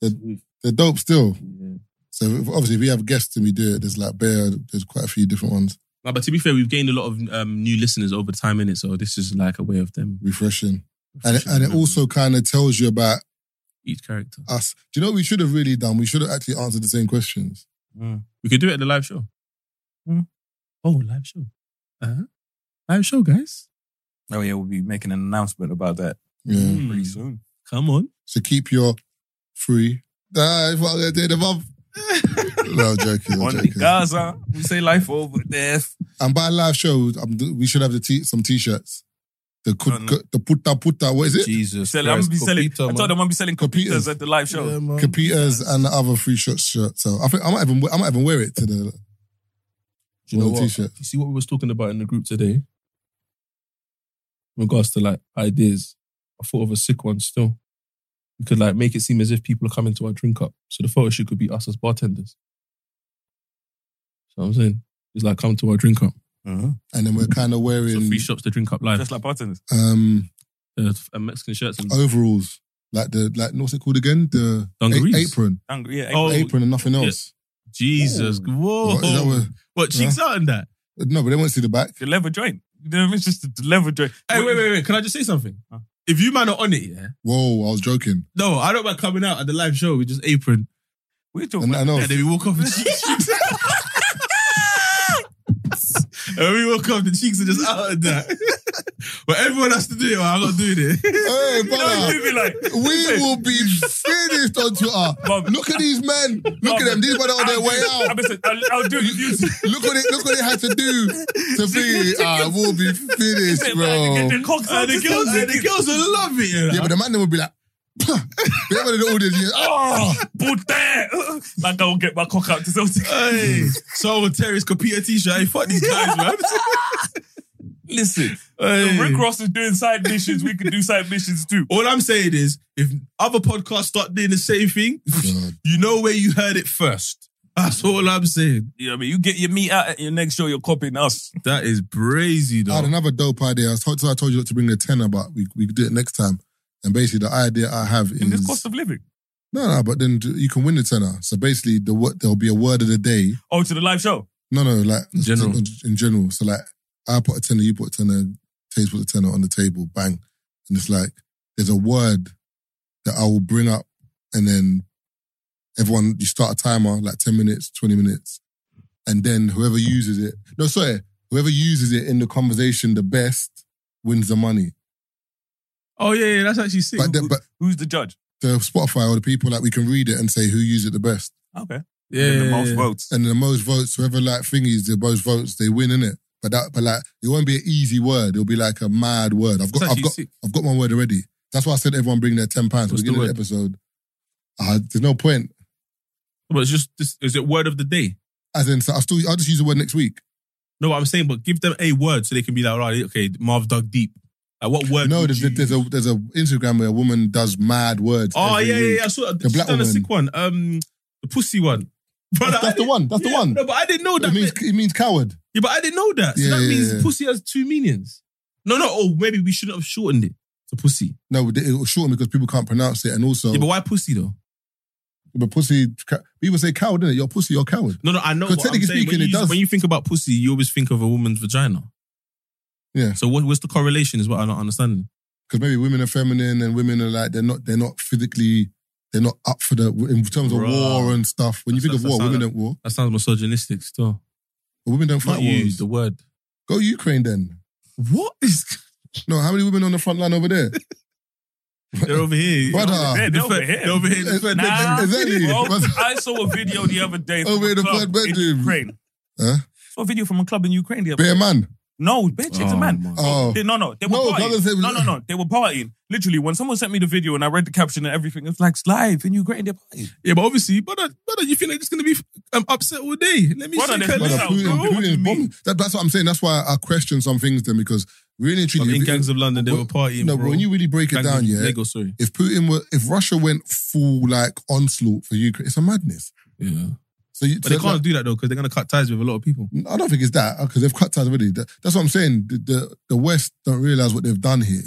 S4: They're dope still.
S8: Mm-hmm.
S4: So obviously, if we have guests and we do it, there's like bear, there's quite a few different ones.
S6: Nah, but to be fair, we've gained a lot of um, new listeners over time in it, so this is like a way of them
S4: refreshing. And it, and it also kind of tells you about
S6: each character.
S4: us. Do you know what we should have really done? We should have actually answered the same questions.
S6: We could do it at the live show. Oh, live show. Uh-huh. Live show, guys.
S8: Oh yeah, we'll be making an announcement about that
S4: Yeah.
S8: pretty soon.
S6: Come on.
S4: So keep your free Nah, if I'm gonna do the month. no, I'm joking. I'm
S8: On the
S4: joking.
S8: Gaza, we say life over death.
S4: And by live show, um, we should have the t- some t-shirts. The kut-
S8: No, no.
S4: kut- the puta puta, what is it?
S6: Jesus.
S8: Sell, I'm gonna be
S6: Christ,
S8: selling.
S6: Copita,
S8: I
S6: man.
S8: told them I'm gonna be selling
S4: Copitas.
S8: copitas at the live show.
S6: Yeah, man.
S4: Computers and the other free shirts shirt. So I think I might even we- I might even wear it to the
S6: Do you know
S4: Well,
S6: what?
S4: t-shirt.
S6: You see what we was talking about in the group today? In regards to like ideas, I thought of a sick one still. We could like make it seem as if people are coming to our drink up. So the photo shoot could be us as bartenders. So I'm saying, it's like come to our drink up.
S8: Uh-huh.
S4: and then we're kind of
S6: So
S4: wearing
S6: free shops to drink up live.
S8: Just like buttons.
S4: um
S6: uh, and Mexican shirts
S4: Oh,
S6: and
S4: overalls. Like the like what's it called again? The a-
S6: dungarees.
S4: apron.
S8: Angry, yeah.
S6: Oh,
S4: apron and nothing
S6: yeah.
S4: else.
S6: Jesus. Whoa.
S4: What, is
S8: Oh.
S4: that
S6: What,
S4: what-
S6: cheeks out in that?
S4: no, but they won't see the back.
S8: the leather joint. You know, it's just the leather joint.
S6: Hey, wait, wait, wait. Can I just say something?
S8: Huh?
S6: If you man are on it, yeah.
S4: Whoa, I was joking.
S6: No, I don't mind coming out at the live show with just apron.
S8: We're
S4: And
S8: talking
S4: I know
S6: And then we walk off the cheeks. and we walk off the cheeks are just out of that. but everyone has to do it, or I'm not doing it.
S4: Hey,
S8: about.
S4: brother,
S8: You know, you'd be like,
S4: we will be finished on Twitter.
S8: Bob.
S4: Look at these men. Look at them. These men are on their way
S8: I'll,
S4: out.
S8: be saying, I'll, I'll do it if you say
S4: Look what it look what it had to do to be I will be finished,
S8: it,
S4: bro.
S8: man. Get the cocks out
S6: and the girls, and the girls will love it. You know?
S4: Yeah, but the man then would be like, "Pah." they were in the audience. yeah, Oh,
S8: Ah, Put that. Like, I'll get my cock out to Celtic.
S6: Hey, so I will tear his Capita t-shirt. Hey, fuck these guys, man.
S8: Listen,
S6: Hey.
S8: Rick Ross is doing side missions. We can do side missions too.
S6: All I'm saying is, if other podcasts start doing the same thing,
S4: God.
S6: you know where you heard it first. That's all I'm saying.
S8: You know what I mean? You get your meat out at your next show, you're copying us.
S6: That is brazy,
S4: I had
S6: though.
S4: another dope idea. I told, so I told you not to bring the tenner, but we we could do it next time. And basically, the idea I have
S8: In this
S4: is
S8: cost of living.
S4: no, no, but then you can win the tenner. So basically, the what there'll be a word of the day.
S8: Oh, to the live show.
S4: No, no, like
S6: In general.
S4: In general, so like I put a tenner, you put a tenner, Taze put a tenner on the table, bang, and it's like there's a word that I will bring up, and then everyone you start a timer like ten minutes, twenty minutes, and then whoever uses it, no, sorry, whoever uses it in the conversation the best wins the money.
S6: Oh, yeah, yeah, that's actually sick.
S4: But the, but
S8: Who's the judge?
S4: the Spotify or the people like we can read it and say who used it the best,
S8: Okay.
S6: yeah,
S8: the
S6: yeah,
S8: most
S6: yeah.
S8: votes.
S4: and the most votes, whoever like thingies the most votes, they win in it. But that, but like it won't be an easy word. It'll be like a mad word. I've
S6: It's
S4: got, I've
S6: actually
S4: got,
S6: sick.
S4: I've got my word already. That's why I said everyone bring their ten pounds.
S6: What's
S4: We
S6: the
S4: get the
S6: word?
S4: episode. Uh, there's no point.
S6: But it's just, this, is it word of the day?
S4: As in, so I still, I'll just use the word next week.
S6: No, what I'm saying, but give them a word so they can be like, right, okay, Marv dug deep. Like, what word?
S4: no,
S6: would
S4: there's,
S6: you
S4: there's a
S6: use?
S4: there's a Instagram where a woman does mad words.
S6: Oh,
S4: every
S6: yeah, yeah,
S4: week.
S6: yeah. I saw
S4: The
S6: the
S4: black
S6: black a
S4: woman.
S6: sick one. Um, the pussy one. But
S4: That's, that's the one. That's the one.
S6: No, but I didn't know that.
S4: it means it means coward.
S6: Yeah, but I didn't know that. So
S4: Yeah,
S6: that
S4: yeah,
S6: means
S4: yeah.
S6: pussy has two meanings. No, no. Oh, maybe we shouldn't have shortened it to pussy.
S4: No, it was shortened because people can't pronounce it, and also,
S6: Yeah, but
S4: but,
S6: why pussy though?
S4: pussy. ca- People say coward, innit? You're a pussy. You're a coward.
S6: No, no. I know.
S4: 'Cause
S6: What I'm
S4: technically
S6: saying.
S4: speaking,
S6: when, you,
S4: it does-
S6: when you think about pussy, you always think of a woman's vagina.
S4: Yeah.
S6: So what, what's the correlation? Is what I'm not understanding.
S4: because maybe women are feminine and women are like they're not they're not physically they're not up for the in terms of
S6: Bruh.
S4: war and stuff. When you
S6: That's-
S4: think of
S6: that's-
S4: war,
S6: that's
S4: women
S6: how
S4: don't war.
S6: That sounds misogynistic. Still,
S4: But women don't
S6: not
S4: fight
S6: you.
S4: wars.
S6: The word.
S4: Go Ukraine then.
S6: What is?
S4: No, how many women on the front line over there?
S6: They're over here.
S4: Brother.
S8: They're over here.
S6: They're over here.
S4: Nah.
S8: Nah,
S4: Exactly.
S8: bro, I saw a video the other day from
S4: Over
S8: a
S4: in the
S8: club
S4: third bedroom.
S8: in Ukraine.
S4: Huh?
S8: Saw a video from a club in Ukraine the other
S4: Be
S8: day.
S4: a man.
S8: No, bitch, it's a
S6: Oh,
S8: man.
S6: man.
S4: Oh.
S8: They- no, no, they were
S4: No,
S8: partying.
S4: brothers, they-
S8: no, no, no, they were partying. Literally, when someone sent me the video and I read the caption and everything, it was like it's live in Ukraine. They're partying.
S6: Yeah, but obviously, brother, brother, you think they're just gonna be um, upset all day? Let me
S8: Brother,
S6: shake
S8: they're
S6: her
S4: Brother,
S8: Listen,
S6: legs out,
S4: Putin-
S6: bro.
S4: Putin
S6: What do
S4: is
S6: you mean?
S4: bombing. That- that's what I'm saying. That's why I question some things then because really and
S6: But
S4: truly,
S6: in
S4: if-
S6: gangs of London, they
S4: Well,
S6: were partying.
S4: no,
S6: bro.
S4: but when you really break it
S6: Gangs
S4: down,
S6: of
S4: yeah,
S6: Lagos, sorry.
S4: if Putin were if Russia went full like onslaught for Ukraine, it's a madness.
S6: Yeah.
S4: So, you,
S6: But they
S4: so
S6: can't do that though because they're gonna cut ties with a lot of people.
S4: I don't think it's that because they've cut ties already. That- That's what I'm saying. The the, the West don't realize what they've done here.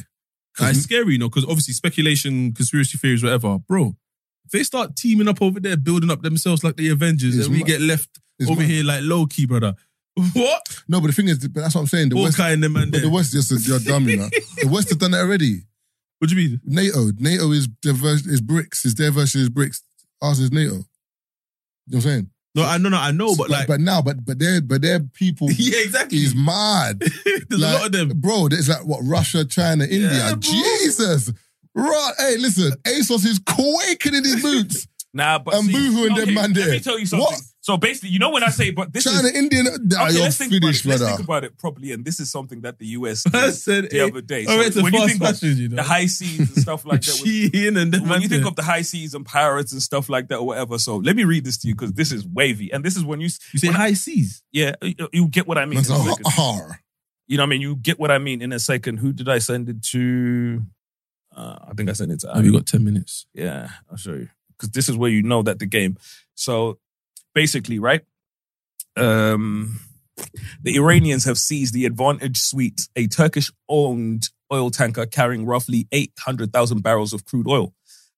S6: Like, it's
S4: Because
S6: scary, you know, because obviously speculation, conspiracy theories, whatever. Bro, if they start teaming up over there, building up themselves like the Avengers,
S4: It's
S6: and we
S4: mad.
S6: get left
S4: It's
S6: over
S4: mad.
S6: here like low key, brother. What?
S4: no, but the thing is, but that's what I'm saying. The West,
S6: Hawkeye and them and
S4: but the
S6: them.
S4: West just you're dumb, you know. The West have done it already.
S6: What do you mean?
S4: NATO, NATO is their version is bricks. Is their version is bricks. Ours is NATO. You know what I'm saying?
S6: No, I no, no, I know, but like,
S4: but now, but but their but their people
S6: yeah, exactly.
S4: is mad,
S6: There's a
S4: like-
S6: lot of them.
S4: bro. It's like what Russia, China, India.
S6: Yeah, bro.
S4: Jesus, right? Hey, listen, ASOS is quaking in his boots.
S5: Nah, but
S4: And
S5: see-
S4: boohoo and them
S5: okay,
S4: man there.
S5: Let me tell you something.
S4: What?
S5: So basically, you know when I say, but this is
S4: China, Indian, nah,
S5: okay,
S4: you're
S5: let's think,
S4: finished,
S5: about it. let's
S4: brother.
S5: think about it properly, and this is something that the US
S6: I
S5: did
S6: said
S5: the
S6: eh,
S5: other day.
S6: I went to
S5: when you
S6: fast
S5: think of
S6: fashion, you know.
S5: the high seas and stuff like that, with-
S6: Shein and them
S5: when you
S6: man
S5: think
S6: there.
S5: of the high seas and pirates and stuff like that, or whatever. So let me read this to you because this is wavy, and this is when you,
S6: You say high seas.
S5: yeah, you- you get what I mean.
S4: That's
S5: in a
S4: a
S5: second.
S4: har.
S5: You know, what I mean, you get what I mean in a second. Who did I send it to? Uh, I think I sent it to.
S6: Have you got 10 minutes?
S5: Yeah, I'll show you. Because this is where you know that the game. So basically, right? Um the Iranians have seized the Advantage Suite, a Turkish owned oil tanker carrying roughly 800,000 barrels of crude oil.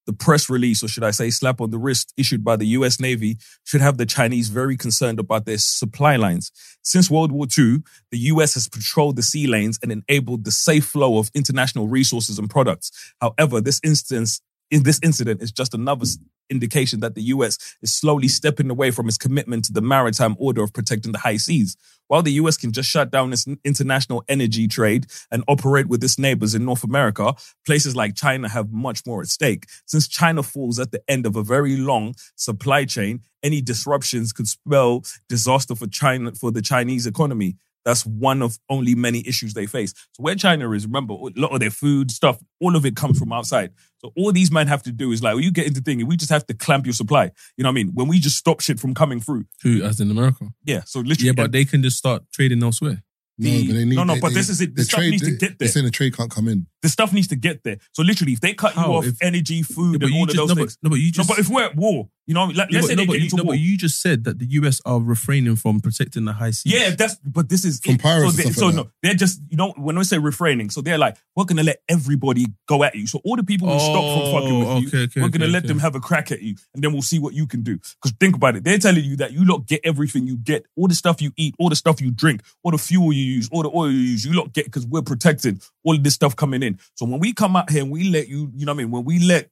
S5: The press release, or should I say slap on the wrist, issued by the US Navy should have the Chinese very concerned about their supply lines. Since World War II, the US has patrolled the sea lanes and enabled the safe flow of international resources and products. However, this instance in this incident is just another s- indication that the US is slowly stepping away from its commitment to the maritime order of protecting the high seas. While the US can just shut down its n- international energy trade and operate with its neighbors in North America, places like China have much more at stake. Since China falls at the end of a very long supply chain, any disruptions could spell disaster for China for the Chinese economy. That's one of only many issues they face. So where China is, remember, a lot of their food stuff, all of it comes from outside. So all these men have to do is like, when you get into thing, we just have to clamp your supply. You know what I mean? When we just stop shit from coming through.
S6: Who, as in America?
S5: Yeah. So literally,
S6: Yeah, but they can just start trading elsewhere.
S5: the- no, no, but this is it.
S4: the
S5: This stuff needs to get
S4: They're
S5: there.
S4: saying the trade can't come in.
S5: the stuff needs to get there. So literally, if they cut you
S6: How?
S5: off
S6: If-
S5: energy, food,
S6: but
S5: and
S6: you
S5: all
S6: just,
S5: of those
S6: no,
S5: things.
S6: But, no, but you
S5: no,
S6: just.
S5: but if we're at war, you know, what I mean? like,
S6: Yeah,
S5: let's
S6: but-
S5: say
S6: no,
S5: they
S6: but
S5: get
S6: you-
S5: into
S6: no,
S5: war.
S6: but you just said that the US are refraining from protecting the high seas.
S5: Yeah, that's but this is
S4: From pirates and
S5: So, they-
S4: stuff
S5: so
S4: like
S5: no, they're just you know when I say refraining, so they're like we're gonna let everybody go at you. So all the people who stop from fucking with
S6: Oh,
S5: you,
S6: okay, okay,
S5: we're gonna
S6: okay,
S5: let
S6: okay.
S5: them have a crack at you, and then we'll see what you can do. Because think about it, they're telling you that you lot get everything you get, all the stuff you eat, all the stuff you drink, all the fuel you use, all the oil you use, you lot get because we're protecting all of this stuff coming in. So when we come out here and we let you, you know what I mean, when we let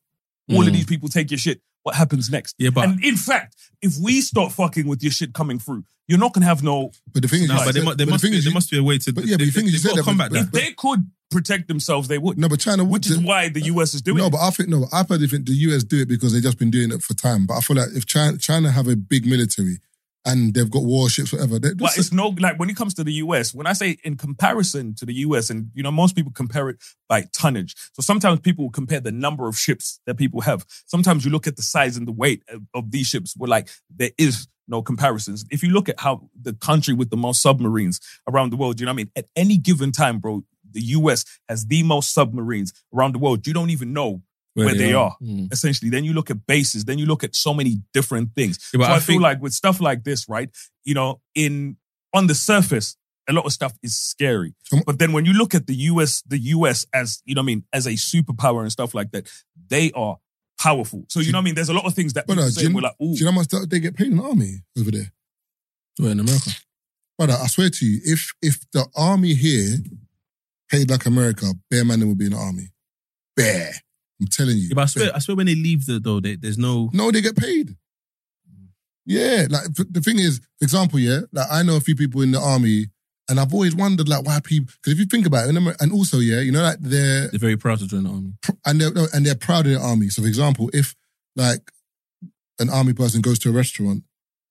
S5: all of
S6: Mm.
S5: these people take your shit. What happens next?
S6: Yeah, but-
S5: and in fact, if we start fucking with your shit coming through, you're not gonna have no
S4: But the thing is,
S6: No,
S4: you
S6: but
S4: said-
S6: there, mu- there
S4: the
S6: must
S4: thing
S6: be,
S4: is,
S6: there
S4: you-
S6: must be a way to.
S4: but yeah, but the thing is, you
S6: they've
S4: said
S6: got to
S4: that, but-
S6: combat
S4: but-
S6: that.
S5: if they could protect themselves, they would.
S4: No, but China would.
S5: which is
S4: do-
S5: why the US is doing
S4: no,
S5: it.
S4: but I think no. I personally think the US do it because they've just been doing it for time. But I feel like if China, China have a big military and they've got warships, whatever. They,
S5: But it's no like when it comes to the US. When I say in comparison to the US, and you know most people compare it by tonnage. So sometimes people compare the number of ships that people have. Sometimes you look at the size and the weight of, of these ships. We're like there is no comparisons. If you look at how the country with the most submarines around the world, you know what I mean. At any given time, bro, the US has the most submarines around the world. You don't even know where they are.
S6: Mm.
S5: essentially. Then you look at bases, then you look at so many different things.
S6: Yeah, but
S5: so
S6: I
S5: I,
S6: think-
S5: feel like with stuff like this, right? You know, in on the surface, a lot of stuff is scary.
S6: Mm.
S4: Um,
S5: But then when you look at the US, the US as you know, what I mean, as a superpower and stuff like that, they are powerful. So you know, what I mean, there's a lot of things that
S4: But, uh,
S5: people
S4: do
S5: say.
S4: you-
S5: We're like, ooh,
S4: do you know how much they get paid in the army over there?
S6: Well, in America.
S4: Brother, I swear to you, if if the army here paid like America, bare man they would be in the army. Bare. I'm telling you.
S6: Yeah, but I swear,
S4: Bare.
S6: I swear when they leave, the, though, they, there's no.
S4: No, they get paid. Yeah, like f- the thing is, for example, yeah, like I know a few people in the army, and I've always wondered like why people. Because if you think about it, in Amer- and also yeah, you know, like they're
S6: They're very proud to join the army.
S4: pr- and they're no, and they're proud of the army. So, for example, if like an army person goes to a restaurant,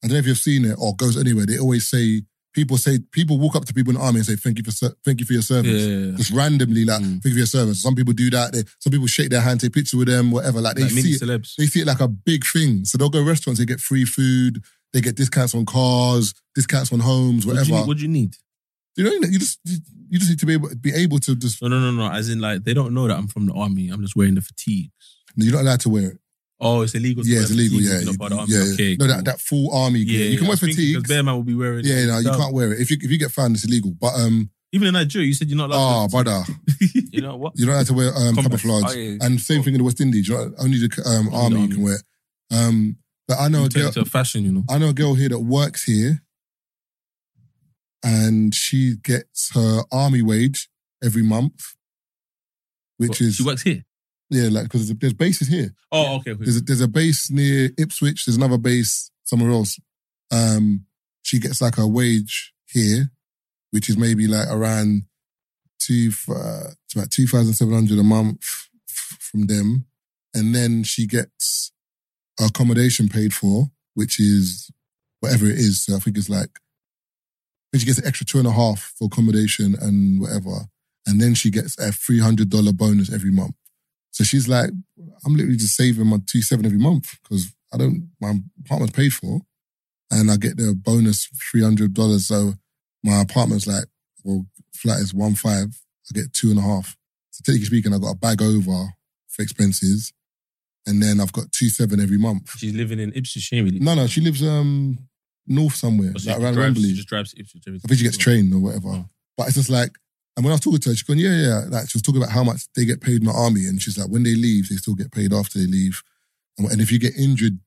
S4: I don't know if you've seen it or goes anywhere, they always say people say people walk up to people in the army and say thank you for ser- thank you for your
S6: Yeah,
S4: service.
S6: yeah, yeah.
S4: Just randomly, like
S6: Mm.
S4: thank you for your service. Some people do that. They, some people shake their hand, take picture with them, whatever. Like they
S6: Like mini
S4: see it,
S6: celebs.
S4: they see it like a big thing. So they'll go to restaurants, they get free food, they get discounts on cars, discounts on homes,
S6: What do,
S4: whatever.
S6: you, need- what do you need?
S4: you know, you just you just need to be able, be able to just.
S6: No, no, no, no. As in, like, they don't know that I'm from the army. I'm just wearing the fatigues.
S4: You're not allowed to wear it.
S6: Oh, it's illegal. To
S4: Yeah,
S6: wear
S4: it's illegal.
S6: fatigues
S4: Yeah,
S6: if you're not part of
S4: You-
S6: the
S4: yeah. yeah.
S6: army. Okay,
S4: no,
S6: cool.
S4: that, that full army gear. you can wear
S6: I think
S4: fatigues.
S6: Because Bearman will be wearing.
S4: Yeah, no, you
S6: Damn.
S4: can't wear it. If you if you get found, it's illegal. But um,
S6: Even in Nigeria, you said you're not
S4: ah,
S6: allowed. to-
S4: brother,
S5: you know what?
S4: you don't have to wear um,
S6: Combat.
S4: camouflage.
S5: Oh, yeah.
S4: And same thing in the West Indies. You know, only the um,
S6: the
S4: army you
S6: army.
S4: can wear. it. Um, but I know a
S6: You turn
S4: girl.
S6: it to a fashion, you know.
S4: I know a girl here that works here, and she gets her army wage every month, which
S6: But
S4: is
S6: she works here.
S4: yeah, like because there's, there's bases here.
S6: Oh, okay. okay.
S4: There's a, there's a base near Ipswich. There's another base somewhere else. Um, she gets like her wage here, which is maybe like around two, uh, it's about two thousand seven hundred a month f- from them, and then she gets accommodation paid for, which is whatever it is. So I think it's like, I think she gets an extra two and a half for accommodation and whatever. And then she gets a $300 bonus every month. So she's like, I'm literally just saving my two seven every month because I don't, my apartment's paid for and I get the bonus $300. So my apartment's like, well, flat is one five. I get two and a half. So technically speaking, I got a bag over for expenses, and then I've got two seven every month.
S6: She's living in Ipswich, she ain't really.
S4: No, no, she lives um north somewhere,
S6: Or she
S4: like
S6: just
S4: around
S6: drives-
S4: Wembley.
S6: She just drives to Ipswich. every
S4: I think she gets
S6: single
S4: trained or whatever. But it's just like, and when I was talking to her, she's going, yeah, yeah. Like she was talking about how much they get paid in the army, and she's like, when they leave, they still get paid after they leave, and, and if you get injured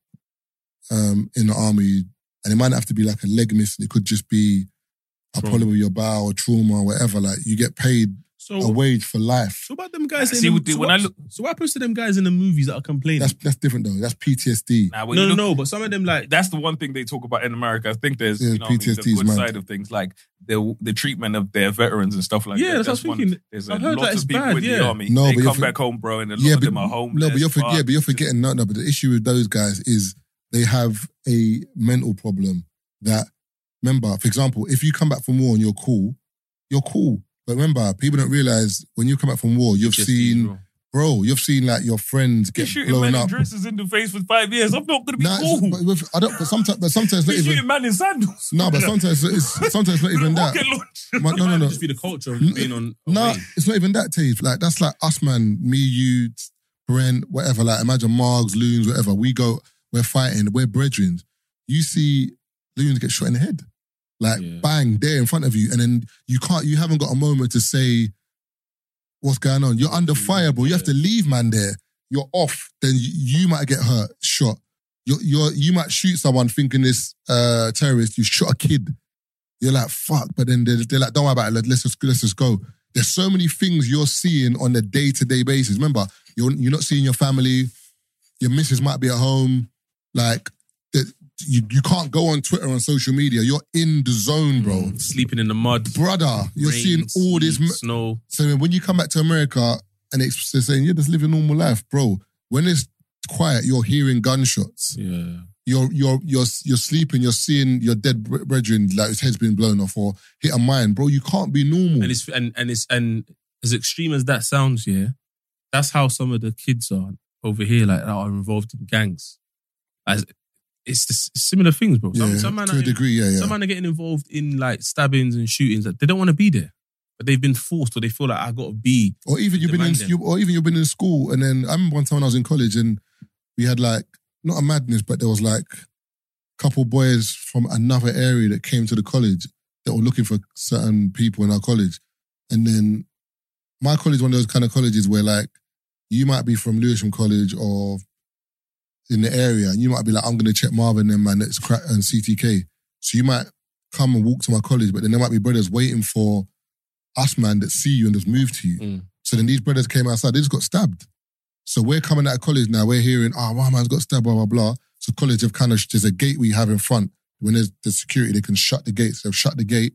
S4: um, in the army, and it might not have to be like a leg missing, it could just be a
S6: Trauma.
S4: problem with your bowel or trauma or whatever. Like you get paid
S6: time.
S4: a
S6: So,
S4: wage for life.
S6: so about them guys.
S4: Ah,
S8: See,
S6: in
S8: what
S6: the,
S8: they-
S6: so
S8: when
S6: what,
S8: I look-
S6: so what happens to them guys in the movies that are complaining?
S4: That's that's different though. That's PTSD.
S8: Nah, when
S6: no,
S8: you
S6: no,
S8: look-
S6: no. But some of them like
S8: That's the one thing they talk about in America. I think there's
S4: Yeah,
S8: you know what I mean,
S4: PTSD is
S8: the good
S4: mad.
S8: side of things, like the the treatment of their veterans and stuff like
S6: Yeah,
S8: that.
S6: that's what I was
S8: one-
S6: thinking.
S8: There's
S6: I've
S8: a
S6: heard
S8: lot
S6: that it's
S8: of people
S6: bad,
S8: in
S6: yeah.
S8: the army.
S4: No,
S8: they
S4: but you're
S8: come
S4: for-
S8: back home, bro, and a lot
S4: Yeah,
S8: of
S4: but-
S8: them are home.
S4: No, but you're, for, yeah, but you're forgetting no, no. But the issue with those guys is they have a mental problem. That remember, for example, if you come back from war and you're cool, you're cool. But remember, people don't realize when you come back from war, you've
S6: PTSD,
S4: seen,
S6: bro.
S4: bro, you've seen like your friends
S8: He's
S4: get
S8: shooting
S4: blown
S8: man in
S4: up.
S8: dresses in the face for five years. I'm not gonna be
S4: Nah, it's-
S8: cool.
S4: but, with, I don't, but sometimes, but sometimes not
S8: He's
S4: even.
S8: shooting man in sandals.
S4: No, but sometimes it's sometimes not even that.
S8: Rocket launch.
S4: My- no, no,
S6: might
S4: no.
S6: Just be the culture of
S4: N-
S6: being on.
S4: No,
S6: away.
S4: it's not even that, Tave. Like that's like us, man. Me, you, Brent, whatever. Like imagine Margs, Loons, whatever. We go, we're fighting, we're brethren. You see Loons get shot in the head, like
S6: Yeah.
S4: bang there in front of you, and then you can't, you haven't got a moment to say what's going on. You're under fire, bro. You have to leave, man. There, you're off. Then you, you might get hurt, shot. You're, you're, you might shoot someone thinking this uh, terrorist. You shot a kid. You're like fuck, but then they're, they're like, don't worry about it. Let- Let's just let's just go. There's so many things you're seeing on a day to day basis. Remember, you're you're not seeing your family. Your missus might be at home. Like that, you you can't go on Twitter on social media. You're in the zone, bro.
S6: Sleeping in the mud.
S4: Brother, you're seeing
S6: rain,
S4: all this.
S6: sleet,
S4: m-
S6: snow.
S4: so then when you come back to America and it's they're saying you're just living a normal life, bro. When it's quiet, you're hearing gunshots.
S6: Yeah.
S4: You're you're you're you're sleeping. You're seeing your dead bre- brethren like his head's been blown off or hit a mine, bro. You can't be normal.
S6: and it's and and it's and as extreme as that sounds, yeah, that's how some of the kids are over here, like that are involved in gangs. As it's the s- similar things, bro. Some,
S4: yeah,
S6: some man,
S4: to
S6: are,
S4: a degree, yeah, yeah.
S6: some man are getting involved in like stabbings and shootings. Like, they don't want to be there, but they've been forced, or they feel like I got to be.
S4: Or even you've been in,
S6: Demanding.
S4: you, or even you've been in school, and then I remember one time when I was in college, and we had like not a madness, but there was like a couple boys from another area that came to the college that were looking for certain people in our college, and then my college one of those kind of colleges where like you might be from Lewisham College or in the area, and you might be like, I'm gonna check Marvin and man, that's crack and CTK, so you might come and walk to my college, but then there might be brothers waiting for us man that see you and just move to you.
S6: Mm.
S4: So then these brothers came outside, they just got stabbed. So we're coming out of college now, we're hearing, oh, my man's got stabbed, blah, blah, blah. So college have kind of, there's a gate we have in front. When there's the security, they can shut the gates. They've shut the gate.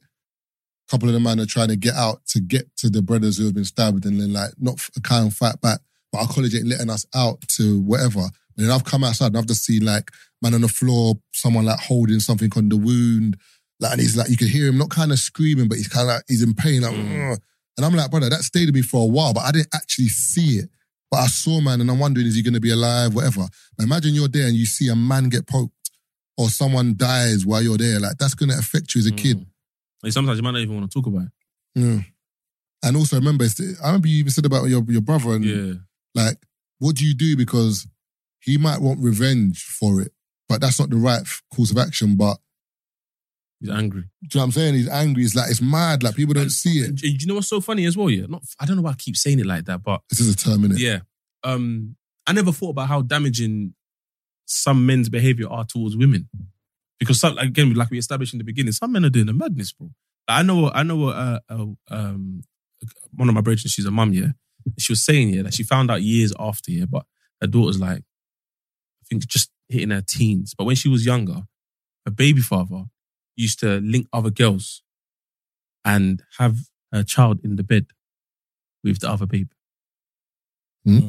S4: A couple of the men are trying to get out to get to the brothers who have been stabbed and then like not f- kind of fight back. But our college ain't letting us out to whatever. And then I've come outside and I've just seen like man on the floor, someone like holding something on the wound. Like, and he's like, you can hear him not kind of screaming, but he's kind of like, he's in pain. Like, "Ugh." And I'm like, brother, that stayed with me for a while, but I didn't actually see it. But I saw man and I'm wondering, is he going to be alive, whatever. But imagine you're there and you see a man get poked or someone dies while you're there. Like, that's going to affect you as a kid.
S6: Mm. Like, sometimes you might not even want to talk about it.
S4: Yeah. And also remember, it's- I remember you even said about your, your brother and
S6: Yeah,
S4: like, what do you do? Because he might want revenge for it, but that's not the right f- course of action. But
S6: he's angry.
S4: do you know what I'm saying? He's angry. It's like, it's mad. Like, people don't see
S6: And
S4: it.
S6: do you know what's so funny as well? Yeah, not I don't know why I keep saying it like that, but
S4: This is a term, innit?
S6: Yeah. Um, I never thought about how damaging some men's behavior are towards women. Because some, again, like we established in the beginning, some men are doing a madness, bro. Like I know, I know, uh, uh, um, one of my brothers, she's a mum, yeah. She was saying, yeah, that she found out years after, yeah, but her daughter's like, I think just hitting her teens. But when she was younger, her baby father used to link other girls and have her child in the bed with the other baby.
S4: Hmm?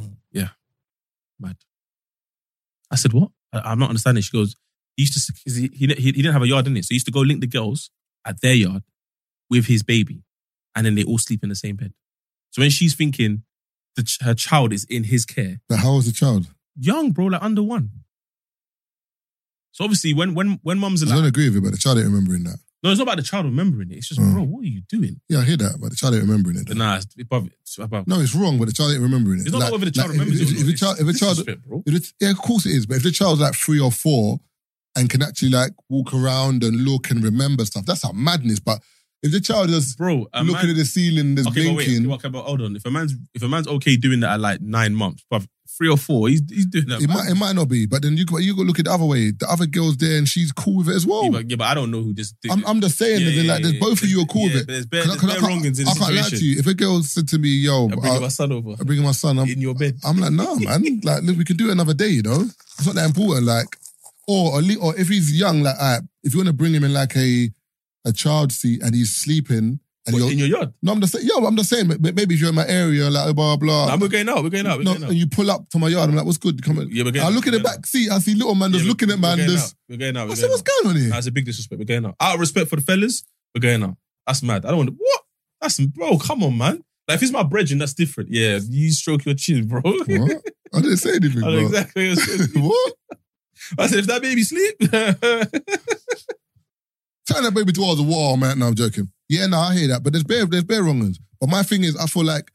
S6: Mad. I said, what? I, am not understanding. She goes, he used to, 'cause he, he, he didn't have a yard in it. So he used to go link the girls at their yard with his baby. And then they all sleep in the same bed. So when she's thinking the, ch- her child is in his care,
S4: Like, how was the child?
S6: young, bro, like under one. So obviously, when when when mum's
S4: I
S6: like,
S4: don't agree with you, but the child ain't remembering that.
S6: no, it's not about the child remembering it. It's just,
S4: Mm.
S6: bro, what are you doing?
S4: Yeah, I hear that, but the child ain't remembering it.
S6: But nah, it's above. It's above.
S4: No, it's wrong, but the child ain't remembering it.
S6: It's not
S4: Like-
S6: whether the
S4: like,
S6: child remembers
S4: if,
S6: it. or
S4: If,
S6: not.
S4: if a child, if a
S6: It's
S4: child,
S6: disrespect, bro.
S4: if the- yeah, of course it is. But if the child's like three or four and can actually like walk around and look and remember stuff, that's a madness. But if the child is
S6: Bro, a
S4: looking
S6: man-
S4: at the ceiling, there's
S6: okay, but wait,
S4: blinking,
S6: okay, but hold on. If a man's if a man's okay doing that at like nine months, but three or four, he's he's doing that.
S4: it
S6: man.
S4: might it might not be. But then you got you got to look at the other way. The other girl's there and she's cool with it as well.
S6: yeah, but, yeah, but I don't know who this.
S4: I'm, I'm just saying that like there's both of you are cool
S6: yeah,
S4: with it.
S6: But there's bare,
S4: 'Cause I-
S6: there's
S4: 'cause I
S6: bare
S4: can't-
S6: wrongings in
S4: I
S6: this
S4: can't lie
S6: situation.
S4: to you. If a girl said to me, "Yo,
S6: I'm
S4: I-
S6: bringing my son over
S4: I'm bringing my son. I'm,
S6: in your bed.
S4: I'm like, nah, man. Like, look, we can do it another day. You know, it's not that important. Like, or at least, or if he's young, like, all right, if you want to bring him in like a a child seat and he's sleeping, and
S6: What,
S4: you're
S6: in your yard.
S4: no, I'm just saying, yo, I'm just saying, but maybe if you're in my area, like blah blah.
S6: Nah, we're going out. We're going out. We're
S4: Uh, no,
S6: going out.
S4: and you pull up to my yard. I'm like, what's good? Come on.
S6: Yeah, we're going
S4: I
S6: out,
S4: look at
S6: we're
S4: the
S6: going
S4: back seat. I see little man
S6: Yeah,
S4: just
S6: we're-
S4: looking at
S6: we're
S4: man.
S6: going
S4: Just
S6: out. We're going out.
S4: I
S6: We're
S4: said,
S6: going
S4: what's
S6: out.
S4: going on here?
S6: That's a big disrespect. We're going out. Out of respect for the fellas, we're going out. That's mad. I don't want to. What? That's bro. Come on, man. Like if it's my brethren, that's different. Yeah, you stroke your chin, bro. I
S4: What? I didn't say anything.
S6: know
S4: bro.
S6: exactly. What you're saying.
S4: what?
S6: I said if that baby sleep,
S4: Turn that baby towards the wall, man. No, I'm joking. Yeah, no, I hear that. But there's bare there's bare wrongings. But my thing is, I feel like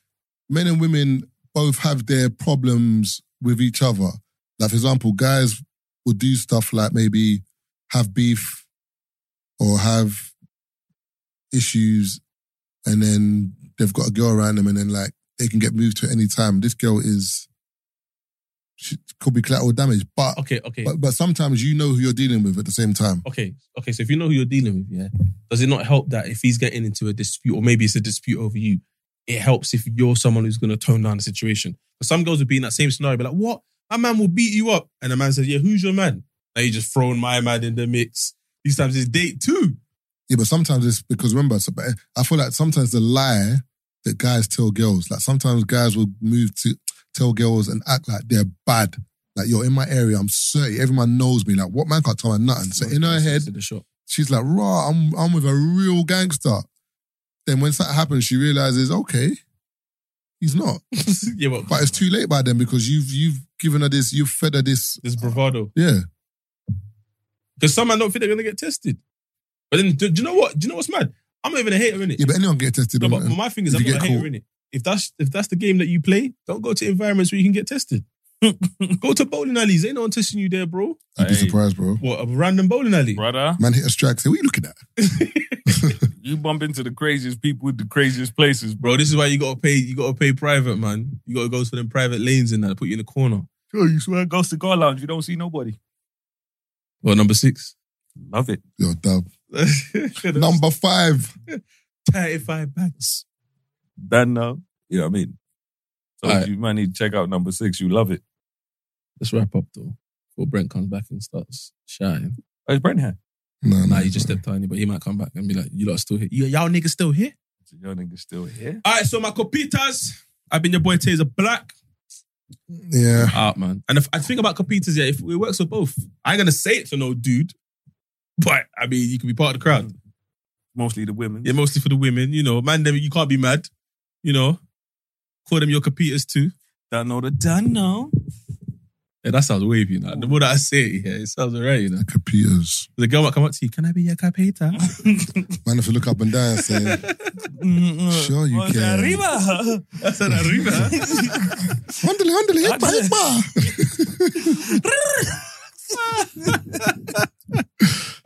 S4: men and women both have their problems with each other. Like, for example, guys will do stuff like maybe have beef or have issues, and then they've got a girl around them, and then like they can get moved to at any time. This girl is she could be collateral damage, but,
S6: okay, okay,
S4: but but sometimes you know who you're dealing with at the same time.
S6: okay, okay. So if you know who you're dealing with, yeah, does it not help that if he's getting into a dispute or maybe it's a dispute over you, it helps if you're someone who's going to tone down the situation. But some girls would be in that same scenario, be like, "What? My man will beat you up," and the man says, "Yeah, who's your man?" Now you just throwing my man in the mix. These times it's date two.
S4: Yeah, but sometimes it's because remember, so- but eh, I feel like sometimes the lie that guys tell girls, like sometimes guys will move to tell girls and act like they're bad. Like, yo, in my area, I'm 30. Everyone knows me. Like, what man can't tell her nothing? So in her head,
S6: To the shop.
S4: she's like, raw, I'm, I'm with a real gangster. Then when that happens, she realizes, okay, he's not.
S6: yeah, but,
S4: But it's too late by then because you've you've given her this, you've fed her this.
S6: There's bravado
S4: Yeah.
S6: because some man don't think they're gonna get tested. But then, do, do you know what? Do you know what's mad? I'm not even a hater in it.
S4: Yeah, but anyone get tested
S6: No,
S4: on
S6: but
S4: that.
S6: my thing is,
S4: If
S6: I'm
S4: you
S6: not a
S4: get
S6: hater
S4: caught.
S6: in it. If that's if that's the game that you play, don't go to environments where you can get tested. go to bowling alleys. Ain't no one testing you there, bro.
S4: You'd be
S5: Hey.
S4: surprised, bro.
S6: What a random bowling alley.
S5: brother.
S4: Man hit a strike, say, what are you looking at?
S5: You bump into the craziest people with the craziest places, bro.
S6: Bro, this is why you gotta pay. You gotta pay private, man. You gotta go to them private lanes and that put you in the corner.
S5: Sure, you swear, go cigar lounge, you don't see nobody.
S6: Well, number six.
S5: Love it.
S4: Yo, dub. Number five.
S6: Thirty-five bags.
S5: Then now, you know what I mean. So
S6: Alright.
S5: you might need to check out number six. You love it.
S6: Let's wrap up though. Before Brent comes back and starts shouting.
S5: Oh, it's Brent here.
S4: No, no,
S6: Nah, you
S4: no.
S6: just stepped on it, but he might come back and be like, "You lot are still here? You, y'all niggas still here?"
S5: So your nigga's still here.
S6: All right, so my copitas. I've been your boy Taser Black.
S4: Yeah.
S6: out, man. And if I think about competitors, yeah, if it works for both, I ain't gonna say it for no dude, but I mean, you can be part of the crowd.
S5: Mostly the women.
S6: Yeah, mostly for the women, you know, man. Them you can't be mad, you know. Call them your competitors too.
S5: Don't know the done know.
S6: Yeah, that sounds wavy, you know. The more that I say it, yeah, it sounds alright, you know.
S4: Computers.
S6: The girl might come up to you, can I be your competitor?
S4: Man, if you look up and down and say, sure you can.
S5: Arriba.
S6: That's an arriba.
S4: Handle, handle, hit my, hit my.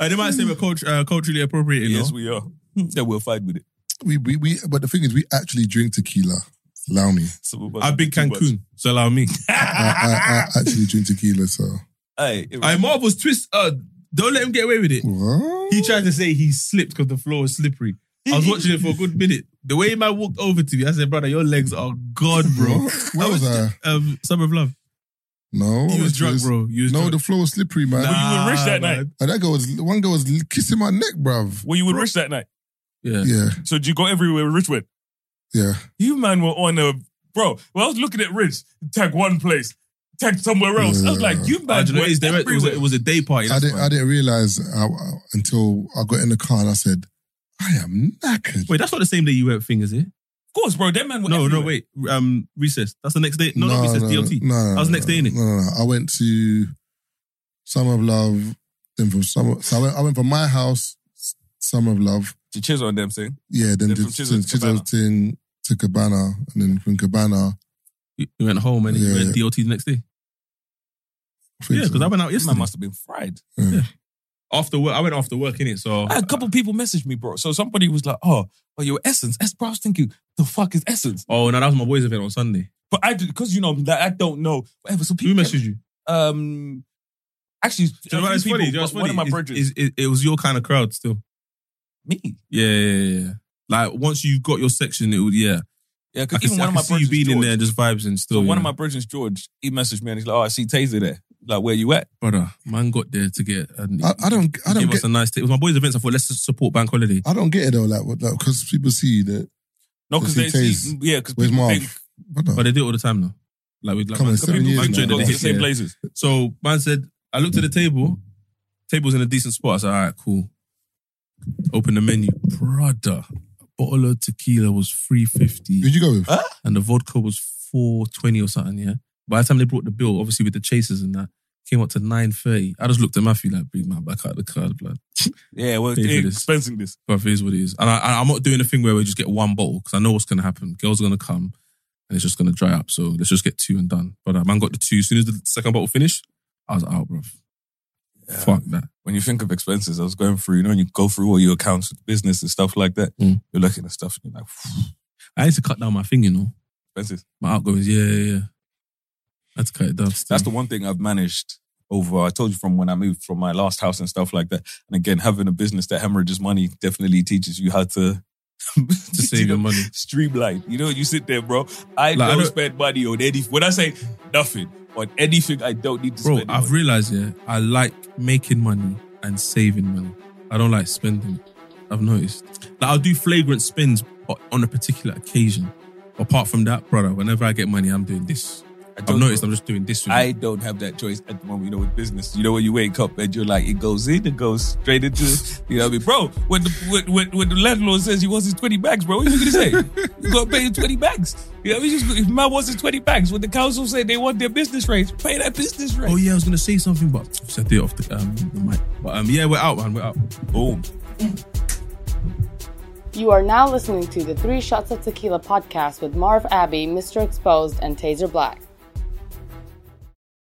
S6: Uh, they might say we're cult- uh, culturally appropriate, you
S5: Yes,
S6: know.
S5: we are. Yeah, we'll fight with it.
S4: We, we, we, but the thing is, we actually drink tequila. Allow me.
S5: Some of us
S6: I've been
S5: too much.
S6: Cancun, so allow me.
S4: I, I, I actually drink tequila, so.
S5: Hey, it-
S6: I Marvel's twist. Uh, don't let him get away with it.
S4: What?
S6: He tried to say he slipped because the floor was slippery. I was watching it for a good minute. The way man walked over to me, I said, "Brother, your legs are god, bro."
S4: Where was I?
S6: Um, Summer of Love.
S4: No.
S6: You
S4: it
S6: was drunk,
S4: just-
S6: bro. You was
S4: No,
S6: drunk.
S4: the floor was slippery, man.
S5: Well, you were rich that
S6: man.
S5: night.
S4: And that girl was, one girl was kissing my neck, bruv.
S5: well, you were rich that night.
S6: Yeah. Uh,
S4: Yeah,
S5: So did you go everywhere with Rich went?
S4: yeah.
S5: You man were on a bro. Well, I was looking at Rich tag one place, tagged somewhere else. I was
S4: Mm.
S5: like, you
S6: Uh,
S5: man,
S6: do you know what it is? They were- it, was a, it was a day party.
S4: I
S6: That's
S4: didn't.
S6: why.
S4: I didn't realize I, I- until I got in the car and I said, "I am knackered."
S6: Wait, that's not the same day you were at Thing, is it?
S5: of course, bro. That man. Were
S6: No, no,
S5: everywhere.
S6: wait. Um, recess. That's the next day. No, not recess. DLT.
S4: No, no,
S6: That was
S4: no,
S6: next day,
S4: no,
S6: innit?
S4: No, no, no. I went to Summer of Love, then from Summer. So I went, I went from my house, S- Summer of Love.
S5: Did Chisel and them thing.
S4: Yeah, then,
S5: Then
S4: to
S5: from Chisholm
S4: to
S5: to Cabana.
S4: Chiselton to Cabana, and then from Cabana.
S6: You you went home and then
S4: Yeah,
S6: you were
S4: yeah.
S6: at DLT the next day.
S4: I think
S6: Yeah, because
S4: so.
S6: I went out
S5: This man
S6: yesterday.
S5: must have been fried.
S6: After work, I went after work in it. So
S5: I had a couple people messaged me, bro. So somebody was like, "Oh, oh, your essence." Es- bro, I was thinking, the fuck is essence?
S6: oh no, that was my boys' event on Sunday.
S5: But I, because you know, like, I don't know. Whatever. So
S6: Who
S5: people,
S6: messaged you?
S5: um, actually,
S6: Do you know
S5: a
S6: what? It's
S5: few
S6: funny. Do you
S5: people,
S6: know what's
S5: one
S6: funny?
S5: of my
S6: Is-
S5: bridges,
S6: is- is- it was your kind of crowd still.
S5: me.
S6: Yeah, yeah, yeah, yeah. Like once you've got your section, it would yeah.
S5: Yeah,
S6: I
S5: because
S6: can,
S5: even
S6: see,
S5: one
S6: I
S5: of
S6: can
S5: my
S6: see you
S5: bridges,
S6: being in
S5: George,
S6: there just vibes and still.
S5: so one of
S6: you
S5: my
S6: know.
S5: bridges, George, he messaged me and he's like, "Oh, I see Taser there. Like, where you at?"
S6: brother, man got there to get. And
S4: I, I don't. I
S6: gave
S4: don't
S6: us
S4: get.
S6: a nice. T- it was my boys' events. I thought let's just support Bank Holiday.
S4: I don't get it though. Like, because people see that.
S5: No, because
S4: Does
S5: they
S4: he
S5: see, yeah, because
S4: Where's
S5: people
S4: Marv?
S5: think
S4: What the-
S6: But they do it all the time now. Like with like
S4: Come on,
S6: man-
S4: seven
S6: people
S4: years
S6: man
S4: now,
S5: they
S6: joined
S5: go
S6: the
S5: to the
S6: hit,
S5: same
S6: yeah.
S5: places.
S6: So man said, I looked at the table. Table's in a decent spot. I said, all right, cool. Open the menu, brother. A bottle of tequila was three fifty.
S4: Who'd you go with?
S6: and the vodka was four twenty or something. Yeah. By the time they brought the bill, obviously with the chasers and that, came up to nine thirty. I just looked at Matthew like, "Big man, back out the card, blood.
S5: Yeah, well,
S6: Pay for
S5: they're
S6: this.
S5: expensing this.
S6: But it is what it is." And I, I, I'm not doing a thing where we just get one bottle because I know what's going to happen. Girls are going to come, and it's just going to dry up. So let's just get two and done. But uh, man got the two. As soon as the second bottle finished, I was out, bro. Fuck that.
S5: When you think of expenses, I was going through, you know, when you go through all your accounts with business and stuff like that,
S6: Mm.
S5: you're looking at stuff and you're like,
S6: I had to cut down my thing, you know,
S5: expenses.
S6: my outgoings. Yeah, yeah, yeah. I had to cut it down.
S5: That's the one thing I've managed over. I told you from when I moved from my last house and stuff like that. And again, having a business that hemorrhages money definitely teaches you how to
S6: to save your money.
S5: streamline. You know, you sit there, bro. I
S6: Like, I
S5: don't
S6: don't-
S5: spend money on anything. When I say nothing, on anything I don't need to
S6: Bro,
S5: spend. it
S6: I've
S5: on.
S6: realized, yeah, I like making money and saving money. I don't like spending it. I've noticed. Like, I'll do flagrant spends but on a particular occasion. Apart from that, brother, whenever I get money, I'm doing this.
S5: I
S6: I've
S5: don't-
S6: noticed I'm just doing this. With
S5: I
S6: it.
S5: don't have that choice at the moment, you know, with business. You know, when you wake up and you're like, it goes in, it goes straight into, you know what I mean? Bro, when the, when, when, when the landlord says he wants his 20 bags, bro, what are you going to say? you got to pay him 20 bags. You know what I mean? Just- If man wants his 20 bags, when the council said they want their business rates, pay that business rate.
S6: Oh yeah, I was gonna say something, but I did it off the, um, the mic. But um, yeah, we're out, man. We're out.
S5: Boom.
S3: You are now listening to the Three Shots of Tequila podcast with Marv Abbey, Mr. Exposed, and Taser Black.